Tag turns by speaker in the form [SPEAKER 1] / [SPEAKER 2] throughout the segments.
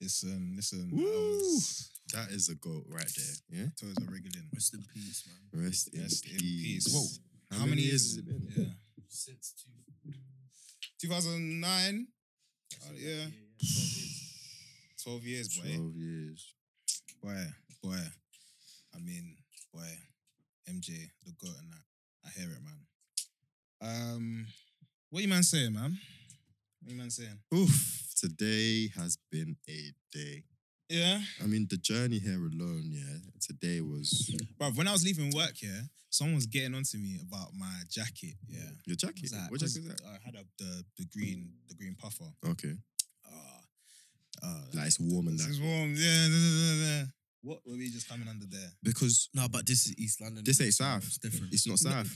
[SPEAKER 1] Listen, um, listen. that
[SPEAKER 2] Woo!
[SPEAKER 1] was- that is a goat right there. Yeah.
[SPEAKER 3] Toes are wriggling.
[SPEAKER 4] Rest in peace, man.
[SPEAKER 1] Rest in
[SPEAKER 3] Rest
[SPEAKER 1] peace.
[SPEAKER 3] in peace.
[SPEAKER 1] Whoa.
[SPEAKER 3] How, many years?
[SPEAKER 1] has
[SPEAKER 3] is
[SPEAKER 1] it
[SPEAKER 3] it?
[SPEAKER 1] been?
[SPEAKER 4] Yeah. Since two.
[SPEAKER 3] 2009. Oh, yeah.
[SPEAKER 4] yeah.
[SPEAKER 3] 12 years, boy.
[SPEAKER 1] Twelve years.
[SPEAKER 3] Boy, boy. I mean, boy. MJ, the goat and that. I hear it, man. Um, what you man saying, man? What you man saying?
[SPEAKER 1] Oof. Today has been a day.
[SPEAKER 3] Yeah.
[SPEAKER 1] I mean, the journey here alone. Yeah. Today was
[SPEAKER 3] But when I was leaving work, yeah, someone was getting onto me about my jacket. Yeah.
[SPEAKER 1] your
[SPEAKER 3] I
[SPEAKER 1] jacket.
[SPEAKER 3] was like,
[SPEAKER 1] what jacket is that?
[SPEAKER 3] 'cause I had a, the the green the green puffer.
[SPEAKER 1] Okay.
[SPEAKER 3] Ah, ah,
[SPEAKER 1] Like it's warm and
[SPEAKER 3] this
[SPEAKER 1] that.
[SPEAKER 3] is warm. Yeah, da, da, da, da. What were we just coming under there?
[SPEAKER 1] Because
[SPEAKER 4] No, but this is East London.
[SPEAKER 1] This ain't South.
[SPEAKER 4] It's different.
[SPEAKER 1] it's not
[SPEAKER 4] No,
[SPEAKER 1] south.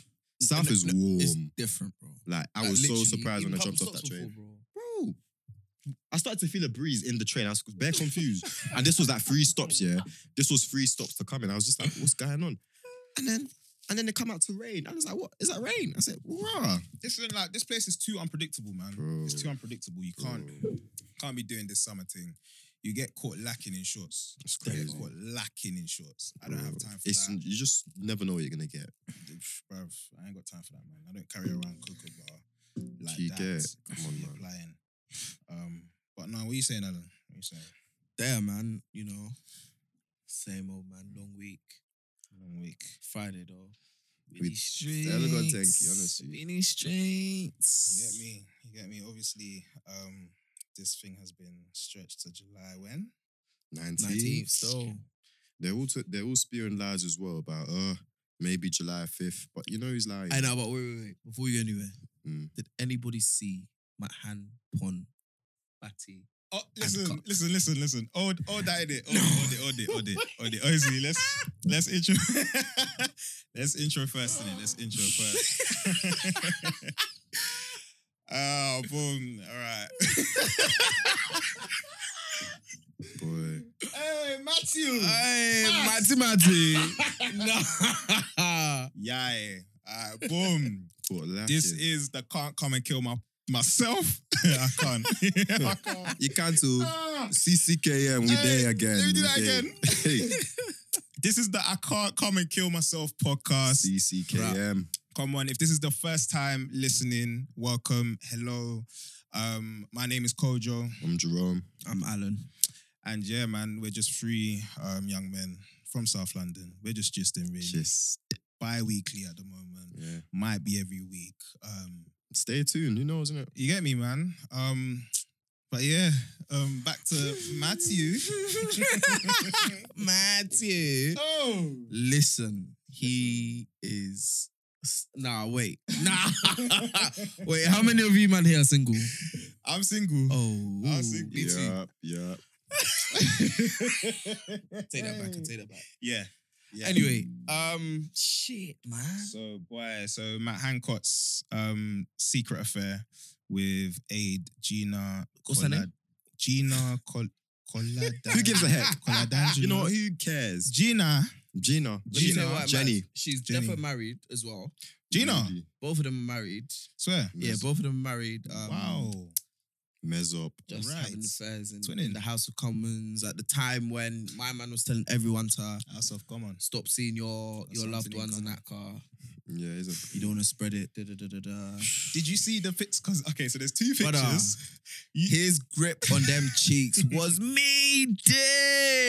[SPEAKER 4] no,
[SPEAKER 1] South
[SPEAKER 4] no,
[SPEAKER 1] is
[SPEAKER 4] no, It's
[SPEAKER 1] warm.
[SPEAKER 4] different, bro.
[SPEAKER 1] Like I
[SPEAKER 4] Like,
[SPEAKER 1] was so
[SPEAKER 4] literally,
[SPEAKER 1] surprised when I
[SPEAKER 4] even
[SPEAKER 1] jumped
[SPEAKER 4] pub
[SPEAKER 1] off that
[SPEAKER 4] stops
[SPEAKER 1] train.
[SPEAKER 4] before, bro.
[SPEAKER 1] bro. I started to feel a breeze in the train. I was bare confused. and this was like three stops, yeah. This was three stops to coming. I was just like, what's going on? And then and then they come out to rain. I was like, what? Is that rain? I said, rah.
[SPEAKER 3] This is like this place is too unpredictable, man.
[SPEAKER 1] Bro.
[SPEAKER 3] It's too unpredictable. You can't
[SPEAKER 1] Bro,
[SPEAKER 3] can't be doing this summer thing. You get caught lacking in shorts.
[SPEAKER 1] It's
[SPEAKER 3] You
[SPEAKER 1] crazy.
[SPEAKER 3] get caught lacking in shorts. I don't have
[SPEAKER 1] Bro,
[SPEAKER 3] time for
[SPEAKER 1] it's,
[SPEAKER 3] that.
[SPEAKER 1] You just never know what you're gonna get.
[SPEAKER 3] Bruv, I ain't got time for that, man. I don't carry around cocoa bar like
[SPEAKER 1] You
[SPEAKER 3] that.
[SPEAKER 1] get- come on, man.
[SPEAKER 3] Applying. Um, but no, what you saying, Alan? What you saying?
[SPEAKER 4] There, man. You know, same old man. Long week.
[SPEAKER 3] Long week.
[SPEAKER 4] Friday though. We
[SPEAKER 1] We-
[SPEAKER 4] need
[SPEAKER 1] the hell got tanky,
[SPEAKER 4] streets.
[SPEAKER 1] honestly.
[SPEAKER 4] We need
[SPEAKER 3] You get
[SPEAKER 4] streets.
[SPEAKER 3] me? You get me? Obviously, um, this thing has been stretched to July when?
[SPEAKER 4] 19th.
[SPEAKER 1] 19th.
[SPEAKER 4] So
[SPEAKER 1] They're all t- they're all spewing lies as well about uh maybe July 5th. But you know he's lying.
[SPEAKER 4] I know, but wait, wait, wait. Before we go anywhere,
[SPEAKER 1] Mm.
[SPEAKER 4] did anybody see Matt Han Pon Batty?
[SPEAKER 3] Oh, listen,
[SPEAKER 4] cock.
[SPEAKER 3] listen, listen, listen. Oh, oh, that in it. Oh, oh, it, oh, it, oh, it, oh, it. Honestly, let's let's intro. let's intro first, innit? Let's intro first. oh, boom. All right.
[SPEAKER 1] Boy.
[SPEAKER 3] hey, Matthew.
[SPEAKER 4] Hey,
[SPEAKER 3] Matt.
[SPEAKER 4] Matty Matty. no.
[SPEAKER 3] Yeah. All right, boom.
[SPEAKER 1] Caught lacking.
[SPEAKER 3] This is the can't come and kill my myself. I can't. I can't.
[SPEAKER 1] you can't do
[SPEAKER 3] Ah,
[SPEAKER 1] CCKM, we
[SPEAKER 3] Hey,
[SPEAKER 1] there again.
[SPEAKER 3] let me do
[SPEAKER 1] we
[SPEAKER 3] that
[SPEAKER 1] there.
[SPEAKER 3] again.
[SPEAKER 1] Hey,
[SPEAKER 3] this is the I can't come and kill myself podcast.
[SPEAKER 1] CCKM.
[SPEAKER 3] Come on, if this is the first time listening, welcome. Hello. Um, my name is Kojo,
[SPEAKER 1] I'm Jerome.
[SPEAKER 4] I'm Alan.
[SPEAKER 3] and yeah, man, we're just three um young men from South London. We're just gisting really
[SPEAKER 1] Just
[SPEAKER 3] bi-weekly at the moment.
[SPEAKER 1] yeah.
[SPEAKER 3] Might be every week. Um,
[SPEAKER 1] Stay tuned. Who knows, innit?
[SPEAKER 3] you get me, man. Um, but yeah, um, back to Matthew.
[SPEAKER 4] Matthew.
[SPEAKER 3] oh.
[SPEAKER 4] Listen, he is. Nah, wait. Nah. wait, how many of you man here are single?
[SPEAKER 3] I'm single.
[SPEAKER 4] Oh,
[SPEAKER 3] I was single.
[SPEAKER 4] me too.
[SPEAKER 1] Yup, yup.
[SPEAKER 4] Take that back. I take that back.
[SPEAKER 3] Yeah. Yeah.
[SPEAKER 4] Anyway, um, shit, man.
[SPEAKER 3] So boy, so Matt Hancock's um secret affair with Aid Gina.
[SPEAKER 4] What's her
[SPEAKER 3] Colla-
[SPEAKER 4] name?
[SPEAKER 3] Gina Col- Colladan-
[SPEAKER 1] Who gives a heck?
[SPEAKER 3] Colladangelo.
[SPEAKER 1] You know what? Who cares?
[SPEAKER 3] Gina.
[SPEAKER 1] Gina.
[SPEAKER 4] Let me
[SPEAKER 3] Gina,
[SPEAKER 4] tell you why it
[SPEAKER 1] Jenny.
[SPEAKER 4] matters. She's
[SPEAKER 3] Jenny.
[SPEAKER 4] definitely married as well.
[SPEAKER 3] Gina.
[SPEAKER 1] Maybe.
[SPEAKER 4] Both of them are married.
[SPEAKER 3] Swear.
[SPEAKER 4] Yeah,
[SPEAKER 1] Mess-
[SPEAKER 4] both of them are married. Um,
[SPEAKER 3] wow.
[SPEAKER 1] Mess up.
[SPEAKER 4] Just
[SPEAKER 3] Right.
[SPEAKER 4] having affairs in,
[SPEAKER 3] Twinning.
[SPEAKER 4] in the House of Commons at the time when my man was telling everyone to
[SPEAKER 3] House of Commons.
[SPEAKER 4] stop seeing your
[SPEAKER 3] That's
[SPEAKER 4] your loved
[SPEAKER 3] something in
[SPEAKER 4] ones in that car.
[SPEAKER 1] Yeah, isn't
[SPEAKER 4] You don't want to spread it. Da, da, da, da, da.
[SPEAKER 3] Did you see the pics? Cause okay, so there's two
[SPEAKER 4] Brother.
[SPEAKER 3] pictures. You-
[SPEAKER 4] His grip on them cheeks was mayday.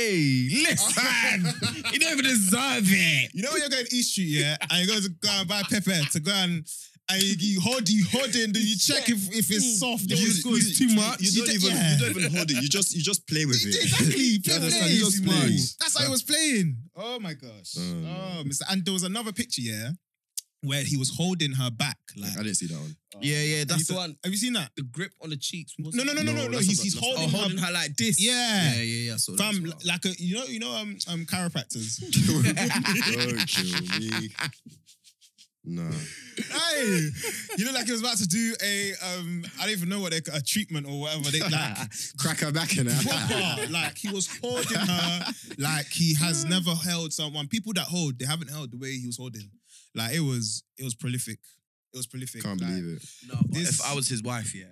[SPEAKER 4] Listen, you don't even deserve it.
[SPEAKER 3] You know when you're going East Street, yeah, and you go to go and buy pepper to go and and you, you hold you hold it and then you check if, if it's soft.
[SPEAKER 1] You-
[SPEAKER 3] or it's
[SPEAKER 1] you-
[SPEAKER 3] good.
[SPEAKER 1] you- you- You don't,
[SPEAKER 3] did-
[SPEAKER 1] even,
[SPEAKER 3] yeah.
[SPEAKER 1] you don't even hold it. You just you just play with it.
[SPEAKER 3] Exactly.
[SPEAKER 1] you
[SPEAKER 3] Play
[SPEAKER 1] understand? You
[SPEAKER 3] plays,
[SPEAKER 1] just
[SPEAKER 3] man.
[SPEAKER 1] play.
[SPEAKER 3] That's how he was playing. Oh my gosh.
[SPEAKER 1] Um,
[SPEAKER 3] oh, Mr. And there was another picture, yeah. where he was holding her back. Like,
[SPEAKER 1] I didn't see that one.
[SPEAKER 4] yeah, yeah,
[SPEAKER 3] have you
[SPEAKER 4] that's the
[SPEAKER 3] seen-
[SPEAKER 4] one.
[SPEAKER 3] Have you seen that?
[SPEAKER 4] The grip on the cheeks. was-
[SPEAKER 3] No, no, no, no,
[SPEAKER 1] No,
[SPEAKER 3] no, no.
[SPEAKER 1] that's
[SPEAKER 3] He's
[SPEAKER 1] not-
[SPEAKER 3] he's
[SPEAKER 1] that's-
[SPEAKER 4] Oh,
[SPEAKER 3] holding, her.
[SPEAKER 4] holding her like this.
[SPEAKER 3] Yeah.
[SPEAKER 4] yeah, yeah, yeah. I saw that
[SPEAKER 3] Fam,
[SPEAKER 4] as
[SPEAKER 3] li-
[SPEAKER 4] well.
[SPEAKER 3] like a you know you know um um chiropractors.
[SPEAKER 1] Don't kill me. Nah.
[SPEAKER 3] hey, you look like he was about to do a um I don't even know what they a treatment or whatever they like
[SPEAKER 1] Crack her back in her.
[SPEAKER 3] proper. like he was holding her like he has never held someone. People that hold, they haven't held the way he was holding. Like it was it was prolific. It was prolific.
[SPEAKER 1] Can't
[SPEAKER 3] like,
[SPEAKER 1] believe it.
[SPEAKER 4] No, but
[SPEAKER 3] This-
[SPEAKER 4] if I was his wife, yeah,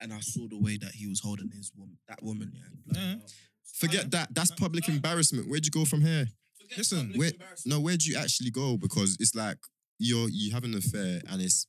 [SPEAKER 4] and I saw the way that he was holding his woman, that woman, yeah. um, bloody
[SPEAKER 3] Yeah.
[SPEAKER 4] hell.
[SPEAKER 1] Forget that. That's public embarrassment. Where'd you go from here?
[SPEAKER 3] Listen,
[SPEAKER 4] public
[SPEAKER 1] wait,
[SPEAKER 4] embarrassment.
[SPEAKER 1] No, where'd you actually go? Because it's like you're you have an affair and it's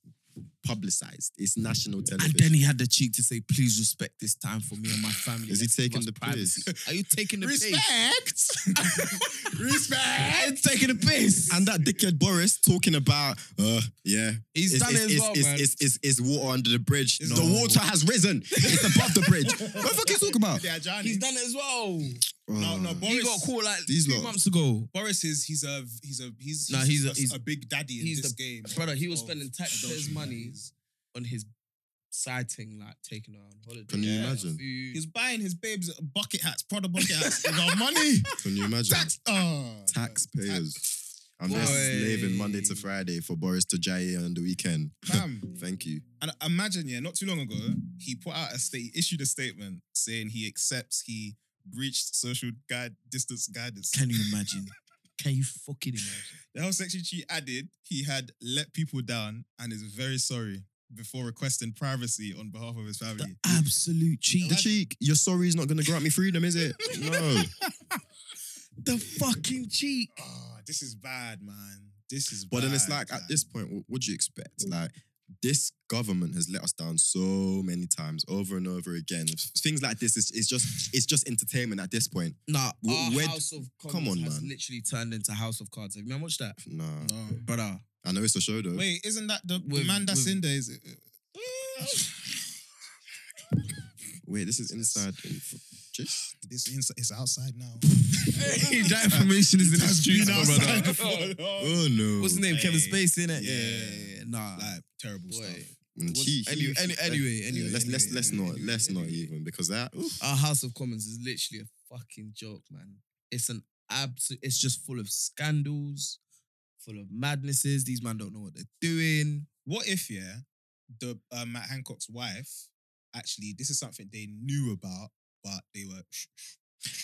[SPEAKER 1] publicized. It's national television.
[SPEAKER 4] And then he had the cheek to say, "Please respect this time for me and my family."
[SPEAKER 1] Is he
[SPEAKER 4] Let's give
[SPEAKER 1] taking
[SPEAKER 4] us
[SPEAKER 1] the
[SPEAKER 4] privacy." Are you taking the piss?
[SPEAKER 1] Respect. Respect.
[SPEAKER 4] He's taking the piss.
[SPEAKER 1] And that dickhead Boris talking about, uh, yeah,
[SPEAKER 4] he's
[SPEAKER 1] it's,
[SPEAKER 4] done
[SPEAKER 1] it's,
[SPEAKER 4] it as
[SPEAKER 1] it's,
[SPEAKER 4] well,
[SPEAKER 1] it's,
[SPEAKER 4] man.
[SPEAKER 1] It's, it's, it's water under the bridge.
[SPEAKER 3] It's
[SPEAKER 1] The
[SPEAKER 3] not.
[SPEAKER 1] water has risen. It's above the bridge. What the fuck you talk about?
[SPEAKER 3] Yeah, Johnny.
[SPEAKER 4] he's done it as well.
[SPEAKER 3] No, no,
[SPEAKER 1] Oh.
[SPEAKER 3] Boris.
[SPEAKER 4] He got caught like
[SPEAKER 1] These
[SPEAKER 4] two
[SPEAKER 1] lot.
[SPEAKER 4] months ago.
[SPEAKER 3] Boris is he's a he's a he's
[SPEAKER 4] Nah, he's a- he's-
[SPEAKER 3] a big daddy in
[SPEAKER 4] he's
[SPEAKER 3] this
[SPEAKER 4] the-
[SPEAKER 3] game.
[SPEAKER 4] Brother, he was
[SPEAKER 3] of
[SPEAKER 4] spending taxpayers'
[SPEAKER 3] adultery,
[SPEAKER 4] money
[SPEAKER 3] man.
[SPEAKER 4] on his sighting, like taking her on holiday.
[SPEAKER 1] Can you
[SPEAKER 4] Yeah.
[SPEAKER 1] imagine?
[SPEAKER 4] Food.
[SPEAKER 3] He's buying his babes bucket hats, Prada bucket hats. They got money.
[SPEAKER 1] Can you imagine?
[SPEAKER 3] Tax. Oh,
[SPEAKER 1] Taxpayers. I'm there
[SPEAKER 4] Boy.
[SPEAKER 1] slaving Monday to Friday for Boris to Jaye on the weekend.
[SPEAKER 3] Fam.
[SPEAKER 1] Thank you.
[SPEAKER 3] And imagine, yeah, not too long ago, he put out a state, issued a statement saying he accepts he breached social guide, distance guidance.
[SPEAKER 4] Can you imagine? Can you fucking imagine?
[SPEAKER 3] The health secretary added he had let people down and is very sorry before requesting privacy on behalf of his family.
[SPEAKER 4] Absolute cheat.
[SPEAKER 1] The cheek. Your sorry is not going to grant me freedom, is it? No.
[SPEAKER 4] The fucking cheat.
[SPEAKER 3] oh, this is bad, man. This is
[SPEAKER 1] But
[SPEAKER 3] bad.
[SPEAKER 1] then it's like at this point, what would you expect? Like this government has let us down so many times, over and over again. Things like this is it's just it's just entertainment at this point.
[SPEAKER 4] Nah,
[SPEAKER 1] W-
[SPEAKER 4] our
[SPEAKER 1] where-
[SPEAKER 4] House of Commons
[SPEAKER 1] Come on,
[SPEAKER 4] has
[SPEAKER 1] man. Ah.
[SPEAKER 4] literally turned into House of Cards. Have you man watched that?
[SPEAKER 1] Nah,
[SPEAKER 3] No.
[SPEAKER 4] Brother.
[SPEAKER 1] I know it's a show though.
[SPEAKER 3] Wait, isn't that the, the
[SPEAKER 4] With-
[SPEAKER 3] man that's
[SPEAKER 4] with-
[SPEAKER 3] in there? Is
[SPEAKER 1] Wait, this is inside. info. Just
[SPEAKER 3] this inside, it's outside now.
[SPEAKER 4] that information is in the
[SPEAKER 3] That's been
[SPEAKER 4] streets, my
[SPEAKER 3] outside
[SPEAKER 4] brother.
[SPEAKER 3] for long.
[SPEAKER 1] oh no.
[SPEAKER 4] What's the name? Kevin
[SPEAKER 3] Hey.
[SPEAKER 4] Spacey, innit?
[SPEAKER 3] Yeah.
[SPEAKER 4] Nah.
[SPEAKER 3] Like terrible
[SPEAKER 4] boy.
[SPEAKER 3] stuff.
[SPEAKER 1] Mm,
[SPEAKER 4] What's-
[SPEAKER 1] gee,
[SPEAKER 4] any-
[SPEAKER 1] gee,
[SPEAKER 4] any-
[SPEAKER 1] gee.
[SPEAKER 4] anyway,
[SPEAKER 1] Yeah,
[SPEAKER 4] anyway,
[SPEAKER 1] let's let's
[SPEAKER 4] anyway,
[SPEAKER 1] let's not
[SPEAKER 4] anyway,
[SPEAKER 1] let's
[SPEAKER 4] anyway, Ah,
[SPEAKER 1] not
[SPEAKER 4] anyway.
[SPEAKER 1] even because that. oof.
[SPEAKER 4] Our House of Commons is literally a fucking joke, man. It's an absolute. It's just full of scandals, full of madnesses. These men don't know what they're doing.
[SPEAKER 3] What if, yeah, the uh, Matt Hancock's wife actually, this is something they knew about, but they were.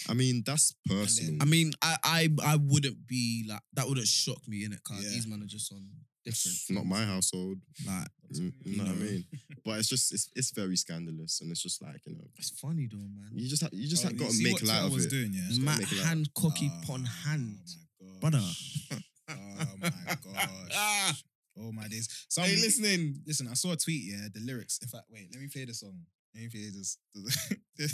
[SPEAKER 1] I mean, that's personal.
[SPEAKER 4] I mean, I I, I wouldn't be like that. Wouldn't shock me in it, cause
[SPEAKER 3] Yeah.
[SPEAKER 4] these men are just on different.
[SPEAKER 1] not my household.
[SPEAKER 4] Like
[SPEAKER 1] Mm, You know what I
[SPEAKER 4] No.
[SPEAKER 1] mean? But it's just it's it's very scandalous, and it's just like you know,
[SPEAKER 4] it's funny though, man.
[SPEAKER 1] you just ha- you just
[SPEAKER 3] Oh,
[SPEAKER 1] like
[SPEAKER 3] you
[SPEAKER 1] got to
[SPEAKER 3] see
[SPEAKER 1] make
[SPEAKER 3] what
[SPEAKER 1] light
[SPEAKER 3] Twitter
[SPEAKER 1] of
[SPEAKER 3] was
[SPEAKER 1] it.
[SPEAKER 3] doing, yeah.
[SPEAKER 1] gotta
[SPEAKER 4] Matt
[SPEAKER 1] make it like-
[SPEAKER 4] hand cocky
[SPEAKER 3] Oh,
[SPEAKER 4] pon hand,
[SPEAKER 3] my
[SPEAKER 4] brother.
[SPEAKER 3] gosh. Oh my gosh.
[SPEAKER 4] Ah,
[SPEAKER 3] Oh my days. So
[SPEAKER 4] are you listening?
[SPEAKER 3] listen, I saw a tweet, yeah, the lyrics. In fact, wait, let me play the song. Let me play this.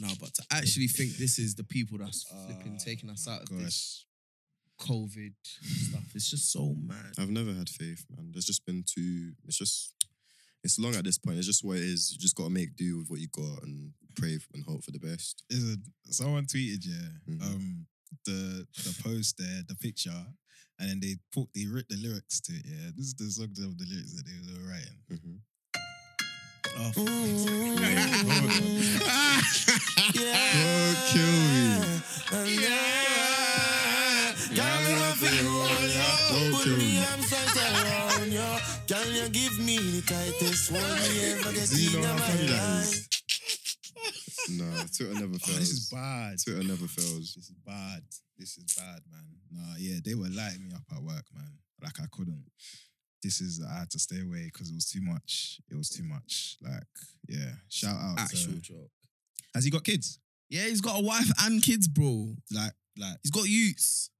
[SPEAKER 4] No, but to actually think this is the people that's flipping
[SPEAKER 3] Oh,
[SPEAKER 4] taking us
[SPEAKER 3] my
[SPEAKER 4] out of this COVID stuff. It's just so mad.
[SPEAKER 1] I've never had faith, man. There's just been too. It's just. It's long at this point. It's just what it is. You just got to make do with what you got and pray and hope for the best.
[SPEAKER 3] Listen, someone tweeted, yeah,
[SPEAKER 1] Mhm.
[SPEAKER 3] um, the the post there, the picture, and then they put they wrote the lyrics to it. Yeah, this is the song of the lyrics that they were writing.
[SPEAKER 4] Oh, for
[SPEAKER 1] Don't kill me. Don't kill me.
[SPEAKER 2] Can you give me the tightest one you ever get
[SPEAKER 1] Do you
[SPEAKER 2] in
[SPEAKER 1] know how
[SPEAKER 2] my
[SPEAKER 1] funny that
[SPEAKER 2] life?
[SPEAKER 1] is? Nah, Twitter never
[SPEAKER 3] Oh,
[SPEAKER 1] fails.
[SPEAKER 3] this is bad.
[SPEAKER 1] Twitter never fails.
[SPEAKER 3] This is bad. This is bad, man. Nah, yeah, they were lighting me up at work, man. Like I couldn't. This is I had to stay away because it was too much. It was too much. Like, yeah. Shout
[SPEAKER 1] uh,
[SPEAKER 3] out.
[SPEAKER 4] Actual
[SPEAKER 3] To,
[SPEAKER 4] joke.
[SPEAKER 3] has he got kids?
[SPEAKER 4] Yeah, he's got a wife and kids, bro.
[SPEAKER 3] Like, like,
[SPEAKER 4] He's got youths.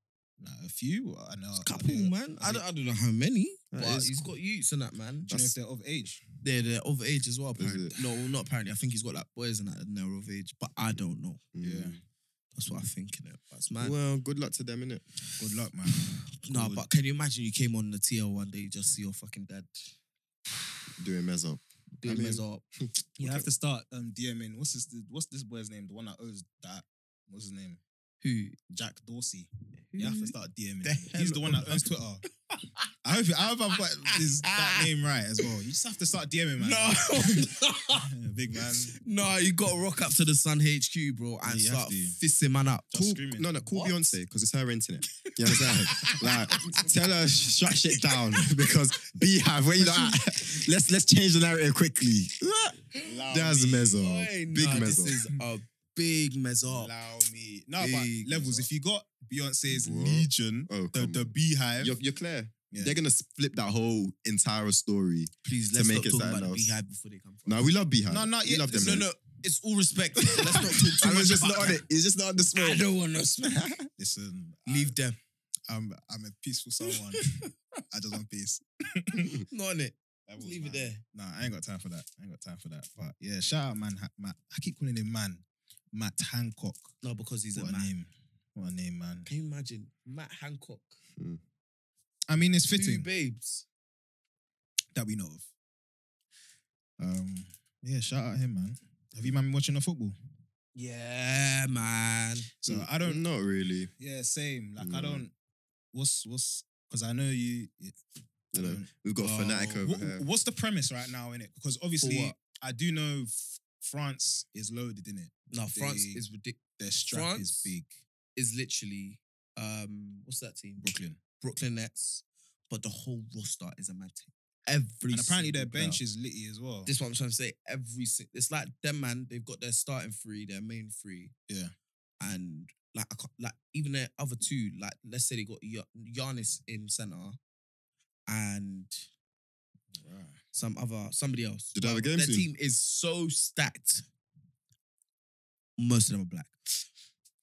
[SPEAKER 3] like a few? I know.
[SPEAKER 4] It's a
[SPEAKER 3] I
[SPEAKER 4] couple,
[SPEAKER 3] know-
[SPEAKER 4] man.
[SPEAKER 3] I
[SPEAKER 4] I
[SPEAKER 3] don't,
[SPEAKER 4] don't, I don't know how many,
[SPEAKER 1] That
[SPEAKER 4] but
[SPEAKER 1] is
[SPEAKER 4] he's got youths and that, man.
[SPEAKER 3] do you know if they're of age?
[SPEAKER 4] They're, they're of age as well,
[SPEAKER 1] Is
[SPEAKER 4] apparently. No, well, not apparently. I think he's got like boys and that, and they're of age, but I don't know.
[SPEAKER 1] Mm.
[SPEAKER 4] That's what I think in it. That's mad.
[SPEAKER 1] Well, good luck to them, innit?
[SPEAKER 3] Good luck, man.
[SPEAKER 4] no,
[SPEAKER 3] good.
[SPEAKER 4] but can you imagine you came on the TL one day, you just see your fucking dad
[SPEAKER 1] Doing mess up.
[SPEAKER 4] doing
[SPEAKER 1] mean,
[SPEAKER 4] his up.
[SPEAKER 3] You have to start um, DMing. What's this? What's this boy's name? The one that owes that. What's his name?
[SPEAKER 4] Who?
[SPEAKER 3] Jack Dorsey. You have to start DMing.
[SPEAKER 4] The
[SPEAKER 3] him. He's the
[SPEAKER 4] hell
[SPEAKER 3] one that owns Twitter. I hope, I hope I've got this, that name right as well. You just have to start DMing, man.
[SPEAKER 4] No,
[SPEAKER 3] Big man. Just
[SPEAKER 4] no, you got to rock up to the Sun HQ, bro,
[SPEAKER 3] Yeah,
[SPEAKER 4] and
[SPEAKER 3] you have
[SPEAKER 4] start
[SPEAKER 3] to.
[SPEAKER 4] fissing man up.
[SPEAKER 1] Call,
[SPEAKER 3] screaming.
[SPEAKER 1] no, no, call
[SPEAKER 4] What?
[SPEAKER 1] Beyonce because it's her internet. You understand? like, tell her sh- shut shit down because Beehive, where you not at? Let's let's change the narrative quickly.
[SPEAKER 3] Oh,
[SPEAKER 1] That's mezzo,
[SPEAKER 4] Oi,
[SPEAKER 1] big
[SPEAKER 4] nah,
[SPEAKER 1] mezzo.
[SPEAKER 4] This is a big mezzo.
[SPEAKER 3] Allow me. No,
[SPEAKER 4] Big
[SPEAKER 3] but levels.
[SPEAKER 4] result.
[SPEAKER 3] If you got Beyonce's
[SPEAKER 1] Bro.
[SPEAKER 3] Legion,
[SPEAKER 1] Oh,
[SPEAKER 3] the,
[SPEAKER 1] come
[SPEAKER 3] the
[SPEAKER 1] on.
[SPEAKER 3] Beehive,
[SPEAKER 1] You're, you're clear.
[SPEAKER 3] Yeah.
[SPEAKER 1] They're gonna flip that whole entire story.
[SPEAKER 4] Please,
[SPEAKER 1] To
[SPEAKER 4] let's
[SPEAKER 1] make
[SPEAKER 4] stop
[SPEAKER 1] it
[SPEAKER 4] talking
[SPEAKER 1] something
[SPEAKER 4] about
[SPEAKER 1] else.
[SPEAKER 4] the beehive before they come from.
[SPEAKER 1] Now we love Beehive.
[SPEAKER 3] No, not
[SPEAKER 1] We
[SPEAKER 3] yet.
[SPEAKER 1] love them.
[SPEAKER 3] No,
[SPEAKER 1] man.
[SPEAKER 3] no.
[SPEAKER 4] It's all respect. let's not talk too
[SPEAKER 1] And
[SPEAKER 4] much
[SPEAKER 1] it's just
[SPEAKER 4] about
[SPEAKER 1] not on
[SPEAKER 4] them.
[SPEAKER 1] it. It's just not on the smoke.
[SPEAKER 4] I don't want no smoke.
[SPEAKER 3] listen,
[SPEAKER 4] Leave them.
[SPEAKER 3] I, am I'm a peaceful someone. I just want peace.
[SPEAKER 4] Not on it.
[SPEAKER 3] Levels,
[SPEAKER 4] Leave
[SPEAKER 3] man.
[SPEAKER 4] it there.
[SPEAKER 3] Nah, I ain't got time for that. I ain't got time for that. But yeah, shout out, man. Ha- Matt. I keep calling him man. Matt Hancock.
[SPEAKER 4] No, because he's
[SPEAKER 3] what
[SPEAKER 4] a
[SPEAKER 3] a
[SPEAKER 4] man.
[SPEAKER 3] name. What a name, man.
[SPEAKER 4] Can you imagine Matt Hancock?
[SPEAKER 3] I mean, it's
[SPEAKER 4] Two
[SPEAKER 3] fitting
[SPEAKER 4] babes.
[SPEAKER 3] that we know of. Um, yeah, shout out him, man. Have you man been watching the football?
[SPEAKER 4] Yeah, man.
[SPEAKER 3] So I don't.
[SPEAKER 1] Not really. Mm,
[SPEAKER 3] Yeah, same. Like
[SPEAKER 1] No.
[SPEAKER 3] I don't. What's what's because I know you. I
[SPEAKER 1] You know,
[SPEAKER 3] don't-
[SPEAKER 1] we've got
[SPEAKER 3] Oh,
[SPEAKER 1] fanatic over
[SPEAKER 3] what-
[SPEAKER 1] here.
[SPEAKER 3] What's the premise right now in it? Because obviously
[SPEAKER 4] what?
[SPEAKER 3] I do know f- France is loaded in it.
[SPEAKER 4] No, France
[SPEAKER 3] They-
[SPEAKER 4] is ridiculous.
[SPEAKER 3] Their strap
[SPEAKER 4] France?
[SPEAKER 3] is big.
[SPEAKER 4] Is literally um, what's that team?
[SPEAKER 3] Brooklyn.
[SPEAKER 4] Brooklyn Nets. But the whole roster is a mad team. Every
[SPEAKER 3] And apparently
[SPEAKER 4] single
[SPEAKER 3] their
[SPEAKER 4] player.
[SPEAKER 3] bench is litty as well.
[SPEAKER 4] This is what I'm trying to say. Every si- it's like them man. They've got their starting three, their main three.
[SPEAKER 3] Yeah.
[SPEAKER 4] and like I can't, like even their other two. Like let's say they got Ya- Giannis in center, and some other somebody else.
[SPEAKER 1] Did they have a game
[SPEAKER 4] Their
[SPEAKER 1] soon?
[SPEAKER 4] team is so stacked. Most of them are black.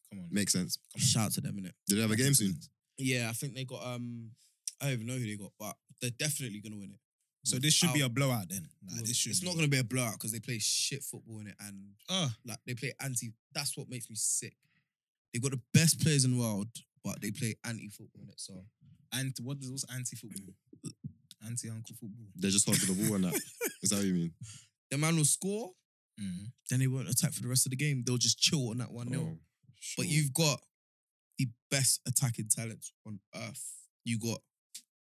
[SPEAKER 3] Come on.
[SPEAKER 1] Makes sense.
[SPEAKER 4] Shout out to them in it.
[SPEAKER 1] Did they have a game soon?
[SPEAKER 4] Yeah, I think they got um. I don't even know who they got, but they're definitely gonna win it.
[SPEAKER 3] So this should be a
[SPEAKER 4] Without-
[SPEAKER 3] blowout then. Nah, this should
[SPEAKER 4] it's
[SPEAKER 3] be.
[SPEAKER 4] not gonna be a blowout Ah. because they play shit football in it and
[SPEAKER 3] Oh,
[SPEAKER 4] Like they play anti. That's what makes me sick. They've got the best players in the world, but they play anti football in it. So
[SPEAKER 3] and what does what's anti football? Anti uncle football.
[SPEAKER 1] They're just hogging the ball and that. Is that what you mean?
[SPEAKER 4] the man will score, then they won't attack for the rest of the game. They'll just chill on that one nil.
[SPEAKER 1] Oh, sure.
[SPEAKER 4] But you've got the best attacking talents on earth. You got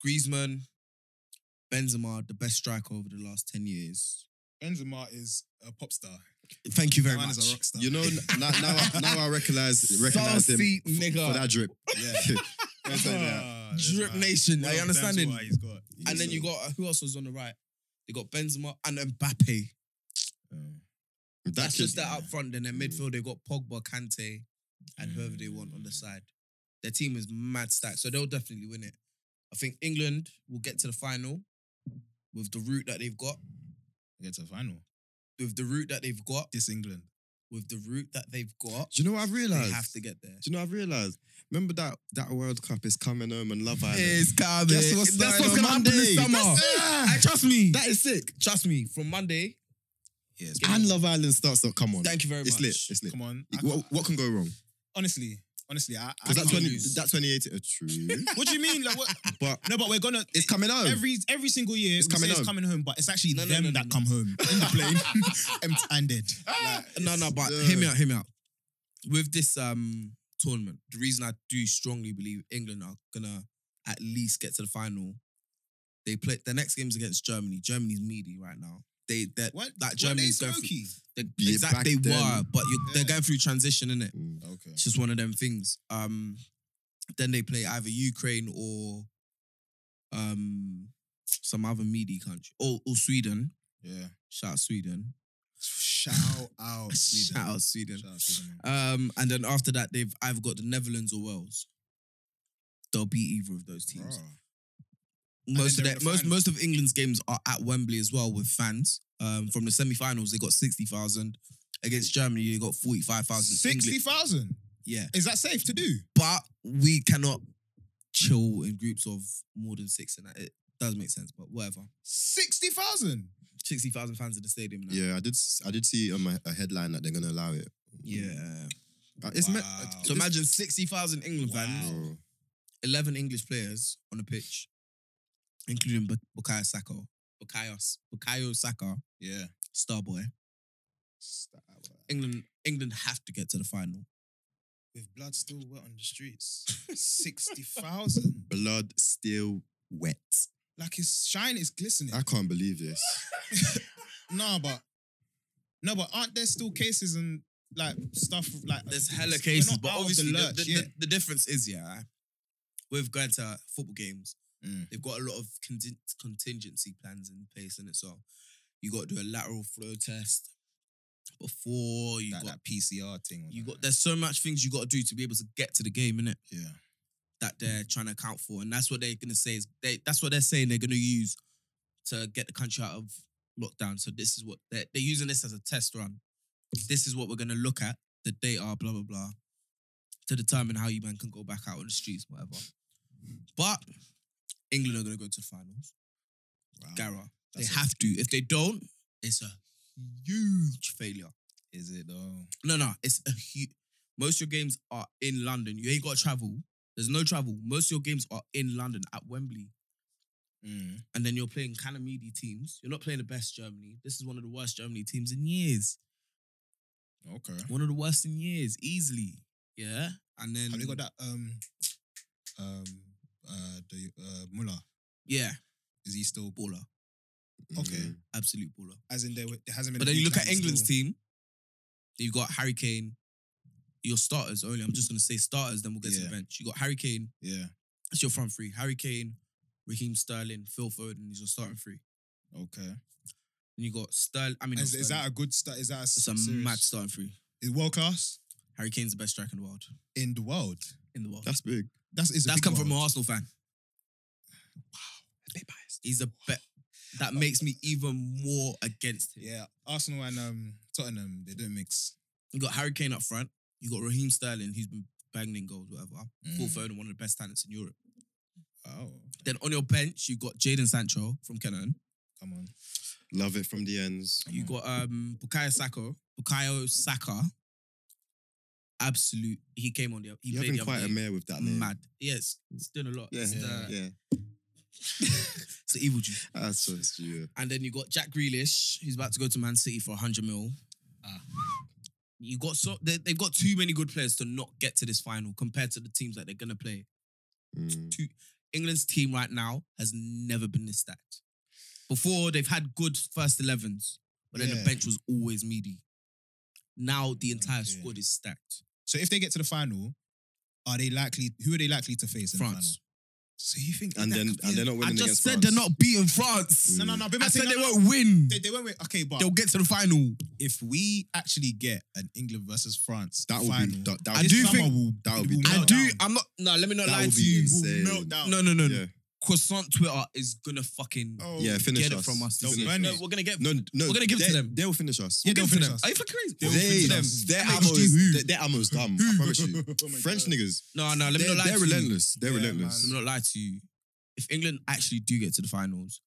[SPEAKER 4] Griezmann, Benzema, the best striker over the last ten years.
[SPEAKER 3] Benzema is a pop star.
[SPEAKER 4] Thank you very
[SPEAKER 3] Man
[SPEAKER 4] much.
[SPEAKER 3] is a rock star.
[SPEAKER 1] You know, n- now, now, I- now I recognize recognize him
[SPEAKER 4] Saucy
[SPEAKER 1] f-
[SPEAKER 4] nigga.
[SPEAKER 1] for that drip.
[SPEAKER 3] yeah.
[SPEAKER 1] That's like that.
[SPEAKER 3] Ah, this
[SPEAKER 4] Drip
[SPEAKER 3] man.
[SPEAKER 4] Nation.
[SPEAKER 3] Well
[SPEAKER 4] are you
[SPEAKER 3] done to
[SPEAKER 4] understanding?
[SPEAKER 3] what he's got.
[SPEAKER 4] And then you got who else was on the right? They got Benzema and Mbappe.
[SPEAKER 1] Oh. That
[SPEAKER 4] That's
[SPEAKER 1] kid-
[SPEAKER 4] just that up front. Then their
[SPEAKER 1] Mm.
[SPEAKER 4] midfield, they got Pogba, Kante, and whoever they want on
[SPEAKER 3] Mm.
[SPEAKER 4] the side. Their team is mad stacked, so they'll definitely win it. I think England will get to the final with the route that they've got,
[SPEAKER 3] get to the final.
[SPEAKER 4] with the route that they've got,
[SPEAKER 3] This England.
[SPEAKER 4] with the route that they've got.
[SPEAKER 1] Do you know what I've
[SPEAKER 4] They
[SPEAKER 1] realized?
[SPEAKER 4] have to get there.
[SPEAKER 1] Do you know what I've realized? Remember that that World Cup is coming home and Love Island.
[SPEAKER 4] coming.
[SPEAKER 1] Guess what's
[SPEAKER 4] That's
[SPEAKER 1] starting
[SPEAKER 4] what's
[SPEAKER 1] on
[SPEAKER 4] gonna happen this
[SPEAKER 1] Monday?
[SPEAKER 4] summer.
[SPEAKER 1] That's-
[SPEAKER 4] And trust me.
[SPEAKER 1] That is sick.
[SPEAKER 4] trust me. From Monday.
[SPEAKER 3] Yes.
[SPEAKER 1] And Love Island starts up. Come on,
[SPEAKER 4] Thank you very
[SPEAKER 1] it's
[SPEAKER 4] much.
[SPEAKER 1] lit. It's lit.
[SPEAKER 3] Come on. I
[SPEAKER 1] What,
[SPEAKER 3] can't-
[SPEAKER 1] what can go wrong?
[SPEAKER 3] honestly, honestly, I. I
[SPEAKER 1] Because that
[SPEAKER 3] can't
[SPEAKER 1] twenty
[SPEAKER 3] lose.
[SPEAKER 1] that twenty eight is true,
[SPEAKER 3] What do you mean? Like what?
[SPEAKER 1] but
[SPEAKER 3] No, but we're gonna.
[SPEAKER 1] it's coming out.
[SPEAKER 3] Every every single year,
[SPEAKER 1] It's
[SPEAKER 3] we
[SPEAKER 1] coming
[SPEAKER 3] say
[SPEAKER 1] home.
[SPEAKER 3] it's coming home, but it's actually
[SPEAKER 4] No, no,
[SPEAKER 3] them
[SPEAKER 4] no, no,
[SPEAKER 3] that
[SPEAKER 4] no.
[SPEAKER 3] come home in the plane, empty-handed.
[SPEAKER 4] no, no, but hear me out, hear me out. With this um tournament, the reason I do strongly believe England are gonna at least get to the final. They play their next game's against Germany. Germany's meaty right now. They that
[SPEAKER 3] What?
[SPEAKER 4] like Germany's
[SPEAKER 3] Were
[SPEAKER 4] going
[SPEAKER 3] they
[SPEAKER 4] through.
[SPEAKER 3] smoky?
[SPEAKER 4] They,
[SPEAKER 1] Yeah, back
[SPEAKER 4] exactly, they
[SPEAKER 1] then.
[SPEAKER 4] were, but you they're
[SPEAKER 3] Yeah.
[SPEAKER 4] going through transition, innit?
[SPEAKER 1] Mm.
[SPEAKER 3] Okay.
[SPEAKER 4] It's just one of them things. Um, then they play either Ukraine or um some other meaty country or, or Sweden.
[SPEAKER 3] Yeah.
[SPEAKER 4] Shout out Sweden.
[SPEAKER 3] Shout out Sweden.
[SPEAKER 4] Shout out Sweden.
[SPEAKER 3] Shout out Sweden. man.
[SPEAKER 4] Um, and then after that, they've either got the Netherlands or Wales. They'll beat either of those teams.
[SPEAKER 3] Bruh.
[SPEAKER 4] most
[SPEAKER 3] Oh, And
[SPEAKER 4] of
[SPEAKER 3] then they're
[SPEAKER 4] their,
[SPEAKER 3] in the
[SPEAKER 4] most
[SPEAKER 3] final.
[SPEAKER 4] most of England's games are at Wembley as well with fans. Um, from the semi-finals, they got sixty thousand. Against Germany, they got forty-five thousand.
[SPEAKER 3] Sixty thousand.
[SPEAKER 4] yeah.
[SPEAKER 3] Is that safe to do?
[SPEAKER 4] But we cannot chill in groups of more than six, and that it does make sense. But whatever,
[SPEAKER 3] Sixty thousand.
[SPEAKER 4] sixty thousand fans in the stadium. Now.
[SPEAKER 1] Yeah, I did. s- I did see um, a, a headline that they're gonna allow it.
[SPEAKER 4] yeah.
[SPEAKER 1] Uh, It's me-
[SPEAKER 3] Wow.
[SPEAKER 1] uh,
[SPEAKER 4] So
[SPEAKER 1] this-
[SPEAKER 4] imagine sixty thousand England fans.
[SPEAKER 3] Wow.
[SPEAKER 1] Oh,
[SPEAKER 4] 11 English players on the pitch, including Bu- Bukayo Saka, Bukayo, S- Bukayo Saka,
[SPEAKER 3] Yeah.
[SPEAKER 4] star boy.
[SPEAKER 3] uh.
[SPEAKER 4] England, England have to get to the final.
[SPEAKER 3] With blood still wet on the streets. Sixty thousand.
[SPEAKER 1] blood still wet.
[SPEAKER 3] Like his shine is glistening.
[SPEAKER 1] I can't believe this.
[SPEAKER 3] Nah, but no, but aren't there still cases and like stuff like
[SPEAKER 4] There's
[SPEAKER 3] we're
[SPEAKER 4] hella
[SPEAKER 3] not
[SPEAKER 4] cases,
[SPEAKER 3] out
[SPEAKER 4] but
[SPEAKER 3] of the
[SPEAKER 4] obviously the,
[SPEAKER 3] lurch
[SPEAKER 4] the,
[SPEAKER 3] yet.
[SPEAKER 4] the, the difference is yeah, with going to football games,
[SPEAKER 3] Mm.
[SPEAKER 4] they've got a lot of contin- contingency plans in place in it. So you got to do a lateral flow test before you
[SPEAKER 3] that,
[SPEAKER 4] got
[SPEAKER 3] that PCR thing.
[SPEAKER 4] you got. There's so much things you got to do to be able to get to the game, innit?
[SPEAKER 3] yeah.
[SPEAKER 4] That they're trying to account for, and that's what they're gonna say is they. That's what they're saying they're gonna use to get the country out of lockdown. So this is what they're they're using this as a test run. This is what we're gonna look at the data, blah blah blah, to determine how you man can go back out on the streets, whatever. But England are gonna go to the finals.
[SPEAKER 3] Wow.
[SPEAKER 4] Gara, they
[SPEAKER 3] That's a-
[SPEAKER 4] have to. If they don't, it's a huge failure.
[SPEAKER 3] Is it though?
[SPEAKER 4] No, no, it's a huge. Most of your games are in London. You ain't got to travel. There's no travel. Most of your games are in London at Wembley,
[SPEAKER 3] Mm.
[SPEAKER 4] and then you're playing kind of meaty teams. You're not playing the best Germany. This is one of the worst Germany teams in years.
[SPEAKER 3] Okay.
[SPEAKER 4] One of the worst in years, easily. Yeah, and then
[SPEAKER 3] Have
[SPEAKER 1] Mm.
[SPEAKER 3] they got that um um uh the uh Muller?
[SPEAKER 4] Yeah,
[SPEAKER 3] Is he still baller?
[SPEAKER 1] Mm.
[SPEAKER 4] absolute baller.
[SPEAKER 3] As in there, were- there hasn't been.
[SPEAKER 4] But
[SPEAKER 3] a
[SPEAKER 4] then you
[SPEAKER 3] few
[SPEAKER 4] look at
[SPEAKER 3] times
[SPEAKER 4] England's
[SPEAKER 3] still-
[SPEAKER 4] team. You've got Harry Kane. Your starters only. I'm just gonna say starters. Then we'll get to
[SPEAKER 3] Yeah.
[SPEAKER 4] the bench. You got Harry Kane.
[SPEAKER 3] Yeah.
[SPEAKER 4] That's your front three. Harry Kane, Raheem Sterling, Phil Foden. He's your starting three.
[SPEAKER 3] Okay.
[SPEAKER 4] And you got Sterling. I mean,
[SPEAKER 3] Is,
[SPEAKER 4] not
[SPEAKER 3] is
[SPEAKER 4] Sterling.
[SPEAKER 3] that a good start? Is that a,
[SPEAKER 4] It's a mad starting three?
[SPEAKER 3] Is world class
[SPEAKER 4] Harry Kane's the best striker in the world.
[SPEAKER 3] in the world?
[SPEAKER 4] In the world.
[SPEAKER 1] That's big.
[SPEAKER 3] That's is
[SPEAKER 4] That's come from an Arsenal fan. He's a bet. That makes me even more against him.
[SPEAKER 3] Yeah, Arsenal and um Tottenham they don't mix.
[SPEAKER 4] You got Harry Kane up front. You got Raheem Sterling, who's been banging in goals, whatever.
[SPEAKER 3] Mm.
[SPEAKER 4] Phil Foden, one of the best talents in Europe.
[SPEAKER 3] Oh,
[SPEAKER 4] Then on your bench, you got Jaden Sancho from Kenan.
[SPEAKER 3] come on.
[SPEAKER 1] Love it from the ends.
[SPEAKER 4] You got um Bukayo Saka. Bukayo Saka. Absolute. He came on the. He
[SPEAKER 1] You're
[SPEAKER 4] played
[SPEAKER 1] having
[SPEAKER 4] the
[SPEAKER 1] quite
[SPEAKER 4] other
[SPEAKER 1] a
[SPEAKER 4] day.
[SPEAKER 1] mare with that name.
[SPEAKER 4] Mad. Yes, it's doing a lot.
[SPEAKER 1] Yeah,
[SPEAKER 4] it's, uh,
[SPEAKER 1] yeah,
[SPEAKER 4] the,
[SPEAKER 1] yeah.
[SPEAKER 4] it's the evil juice.
[SPEAKER 1] That's so stupid.
[SPEAKER 4] And then you got Jack Grealish, who's about to go to Man City for 100 mil. Uh, You got so they, they've got too many good players to not get to this final compared to the teams that they're gonna play.
[SPEAKER 1] Mm.
[SPEAKER 4] England's team right now has never been this stacked. Before they've had good first 11s, but then
[SPEAKER 3] Yeah.
[SPEAKER 4] the bench was always meaty. Now the entire
[SPEAKER 3] Okay.
[SPEAKER 4] squad is stacked.
[SPEAKER 3] So if they get to the final, are they likely? Who are they likely to face in the final?
[SPEAKER 4] France.
[SPEAKER 3] So you think?
[SPEAKER 1] And
[SPEAKER 3] that Mm.
[SPEAKER 1] then
[SPEAKER 3] could be
[SPEAKER 1] and
[SPEAKER 3] a-
[SPEAKER 1] they're not winning
[SPEAKER 4] I just
[SPEAKER 1] against
[SPEAKER 4] said
[SPEAKER 1] France.
[SPEAKER 4] they're not beating France.
[SPEAKER 3] No, no, no. but
[SPEAKER 4] I
[SPEAKER 3] I'm
[SPEAKER 4] said
[SPEAKER 3] saying-
[SPEAKER 4] they
[SPEAKER 3] no, no,
[SPEAKER 4] won't win.
[SPEAKER 3] They, they won't win. Okay, but
[SPEAKER 4] They'll get to the final.
[SPEAKER 3] if we actually get an England versus France
[SPEAKER 1] That would
[SPEAKER 3] final,
[SPEAKER 1] be. That, that
[SPEAKER 4] I
[SPEAKER 1] would
[SPEAKER 4] do
[SPEAKER 1] be-
[SPEAKER 4] think-
[SPEAKER 1] uh, will, that would be.
[SPEAKER 3] I
[SPEAKER 4] I
[SPEAKER 3] Melt
[SPEAKER 4] do.
[SPEAKER 3] down.
[SPEAKER 4] I'm not. No, let me not
[SPEAKER 1] That
[SPEAKER 4] lie
[SPEAKER 1] would
[SPEAKER 4] to
[SPEAKER 1] be
[SPEAKER 4] you.
[SPEAKER 1] insane.
[SPEAKER 3] melt down.
[SPEAKER 4] No, no, no, no.
[SPEAKER 1] Yeah,
[SPEAKER 4] Croissant Twitter is gonna fucking
[SPEAKER 3] Oh.
[SPEAKER 1] yeah. Finish
[SPEAKER 4] get
[SPEAKER 1] us.
[SPEAKER 4] it from us.
[SPEAKER 3] They'll
[SPEAKER 4] this year.
[SPEAKER 3] burn
[SPEAKER 4] No,
[SPEAKER 3] it.
[SPEAKER 4] we're gonna get.
[SPEAKER 1] No, no.
[SPEAKER 4] We're gonna give it to
[SPEAKER 1] they-
[SPEAKER 4] them.
[SPEAKER 1] They will finish us.
[SPEAKER 4] we're gonna
[SPEAKER 3] they'll
[SPEAKER 4] give it to
[SPEAKER 3] finish
[SPEAKER 4] them.
[SPEAKER 3] us.
[SPEAKER 4] Are you fucking crazy?
[SPEAKER 3] They'll
[SPEAKER 1] They,
[SPEAKER 3] finish us.
[SPEAKER 1] their
[SPEAKER 4] That makes
[SPEAKER 1] ammo,
[SPEAKER 4] you who?
[SPEAKER 1] is- their, their ammo's dumb. I promise you.
[SPEAKER 3] Oh my
[SPEAKER 1] French
[SPEAKER 3] God.
[SPEAKER 1] niggas,
[SPEAKER 4] No, no. Let me
[SPEAKER 1] they're,
[SPEAKER 4] not lie
[SPEAKER 1] they're
[SPEAKER 4] to you.
[SPEAKER 1] relentless. They're
[SPEAKER 3] Yeah,
[SPEAKER 1] relentless.
[SPEAKER 4] Let me not lie to you. If England actually do get to the finals,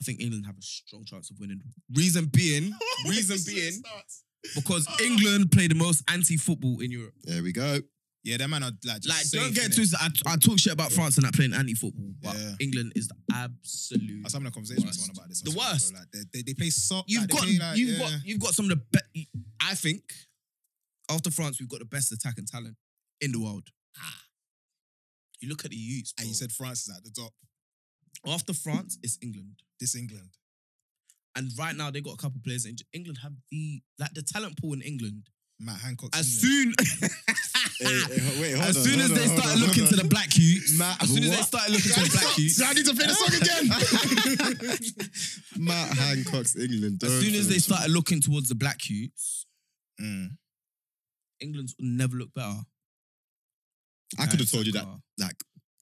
[SPEAKER 4] I think England have a strong chance of winning. Reason being, reason being, because England play the most anti-football in Europe.
[SPEAKER 1] There we go.
[SPEAKER 3] Yeah, that man are like just
[SPEAKER 4] Like,
[SPEAKER 3] safe,
[SPEAKER 4] don't get
[SPEAKER 3] innit?
[SPEAKER 4] twisted. I, I talk shit about France and that playing anti-football, but
[SPEAKER 3] Yeah.
[SPEAKER 4] England is the absolute
[SPEAKER 3] I was having a conversation
[SPEAKER 4] Worst.
[SPEAKER 3] with someone about this. on
[SPEAKER 4] The
[SPEAKER 3] Twitter,
[SPEAKER 4] worst.
[SPEAKER 3] bro. Like, they, they, they play soft.
[SPEAKER 4] You've
[SPEAKER 3] like, they
[SPEAKER 4] got
[SPEAKER 3] play like, yeah.
[SPEAKER 4] you've got you've got some of the best. I think after France, we've got the best attacking talent in the world. Ah. You look at the youths.
[SPEAKER 3] And
[SPEAKER 4] bro.
[SPEAKER 3] you said France is at the top.
[SPEAKER 4] after France, it's England,
[SPEAKER 3] This England.
[SPEAKER 4] and right now they got a couple players. In England have the like the talent pool in England.
[SPEAKER 3] Matt Hancock's
[SPEAKER 4] As
[SPEAKER 3] England.
[SPEAKER 4] soon
[SPEAKER 1] wait,
[SPEAKER 4] as soon as they started looking to the black youths,
[SPEAKER 1] Matt,
[SPEAKER 4] as soon as they
[SPEAKER 1] what?
[SPEAKER 4] started looking to the black youths,
[SPEAKER 1] I need to play the song again. Matt Hancock's England.
[SPEAKER 4] as soon as they started looking towards the black youths,
[SPEAKER 3] Mm.
[SPEAKER 4] England's never looked better.
[SPEAKER 1] I could have told you that
[SPEAKER 4] Saka,
[SPEAKER 1] like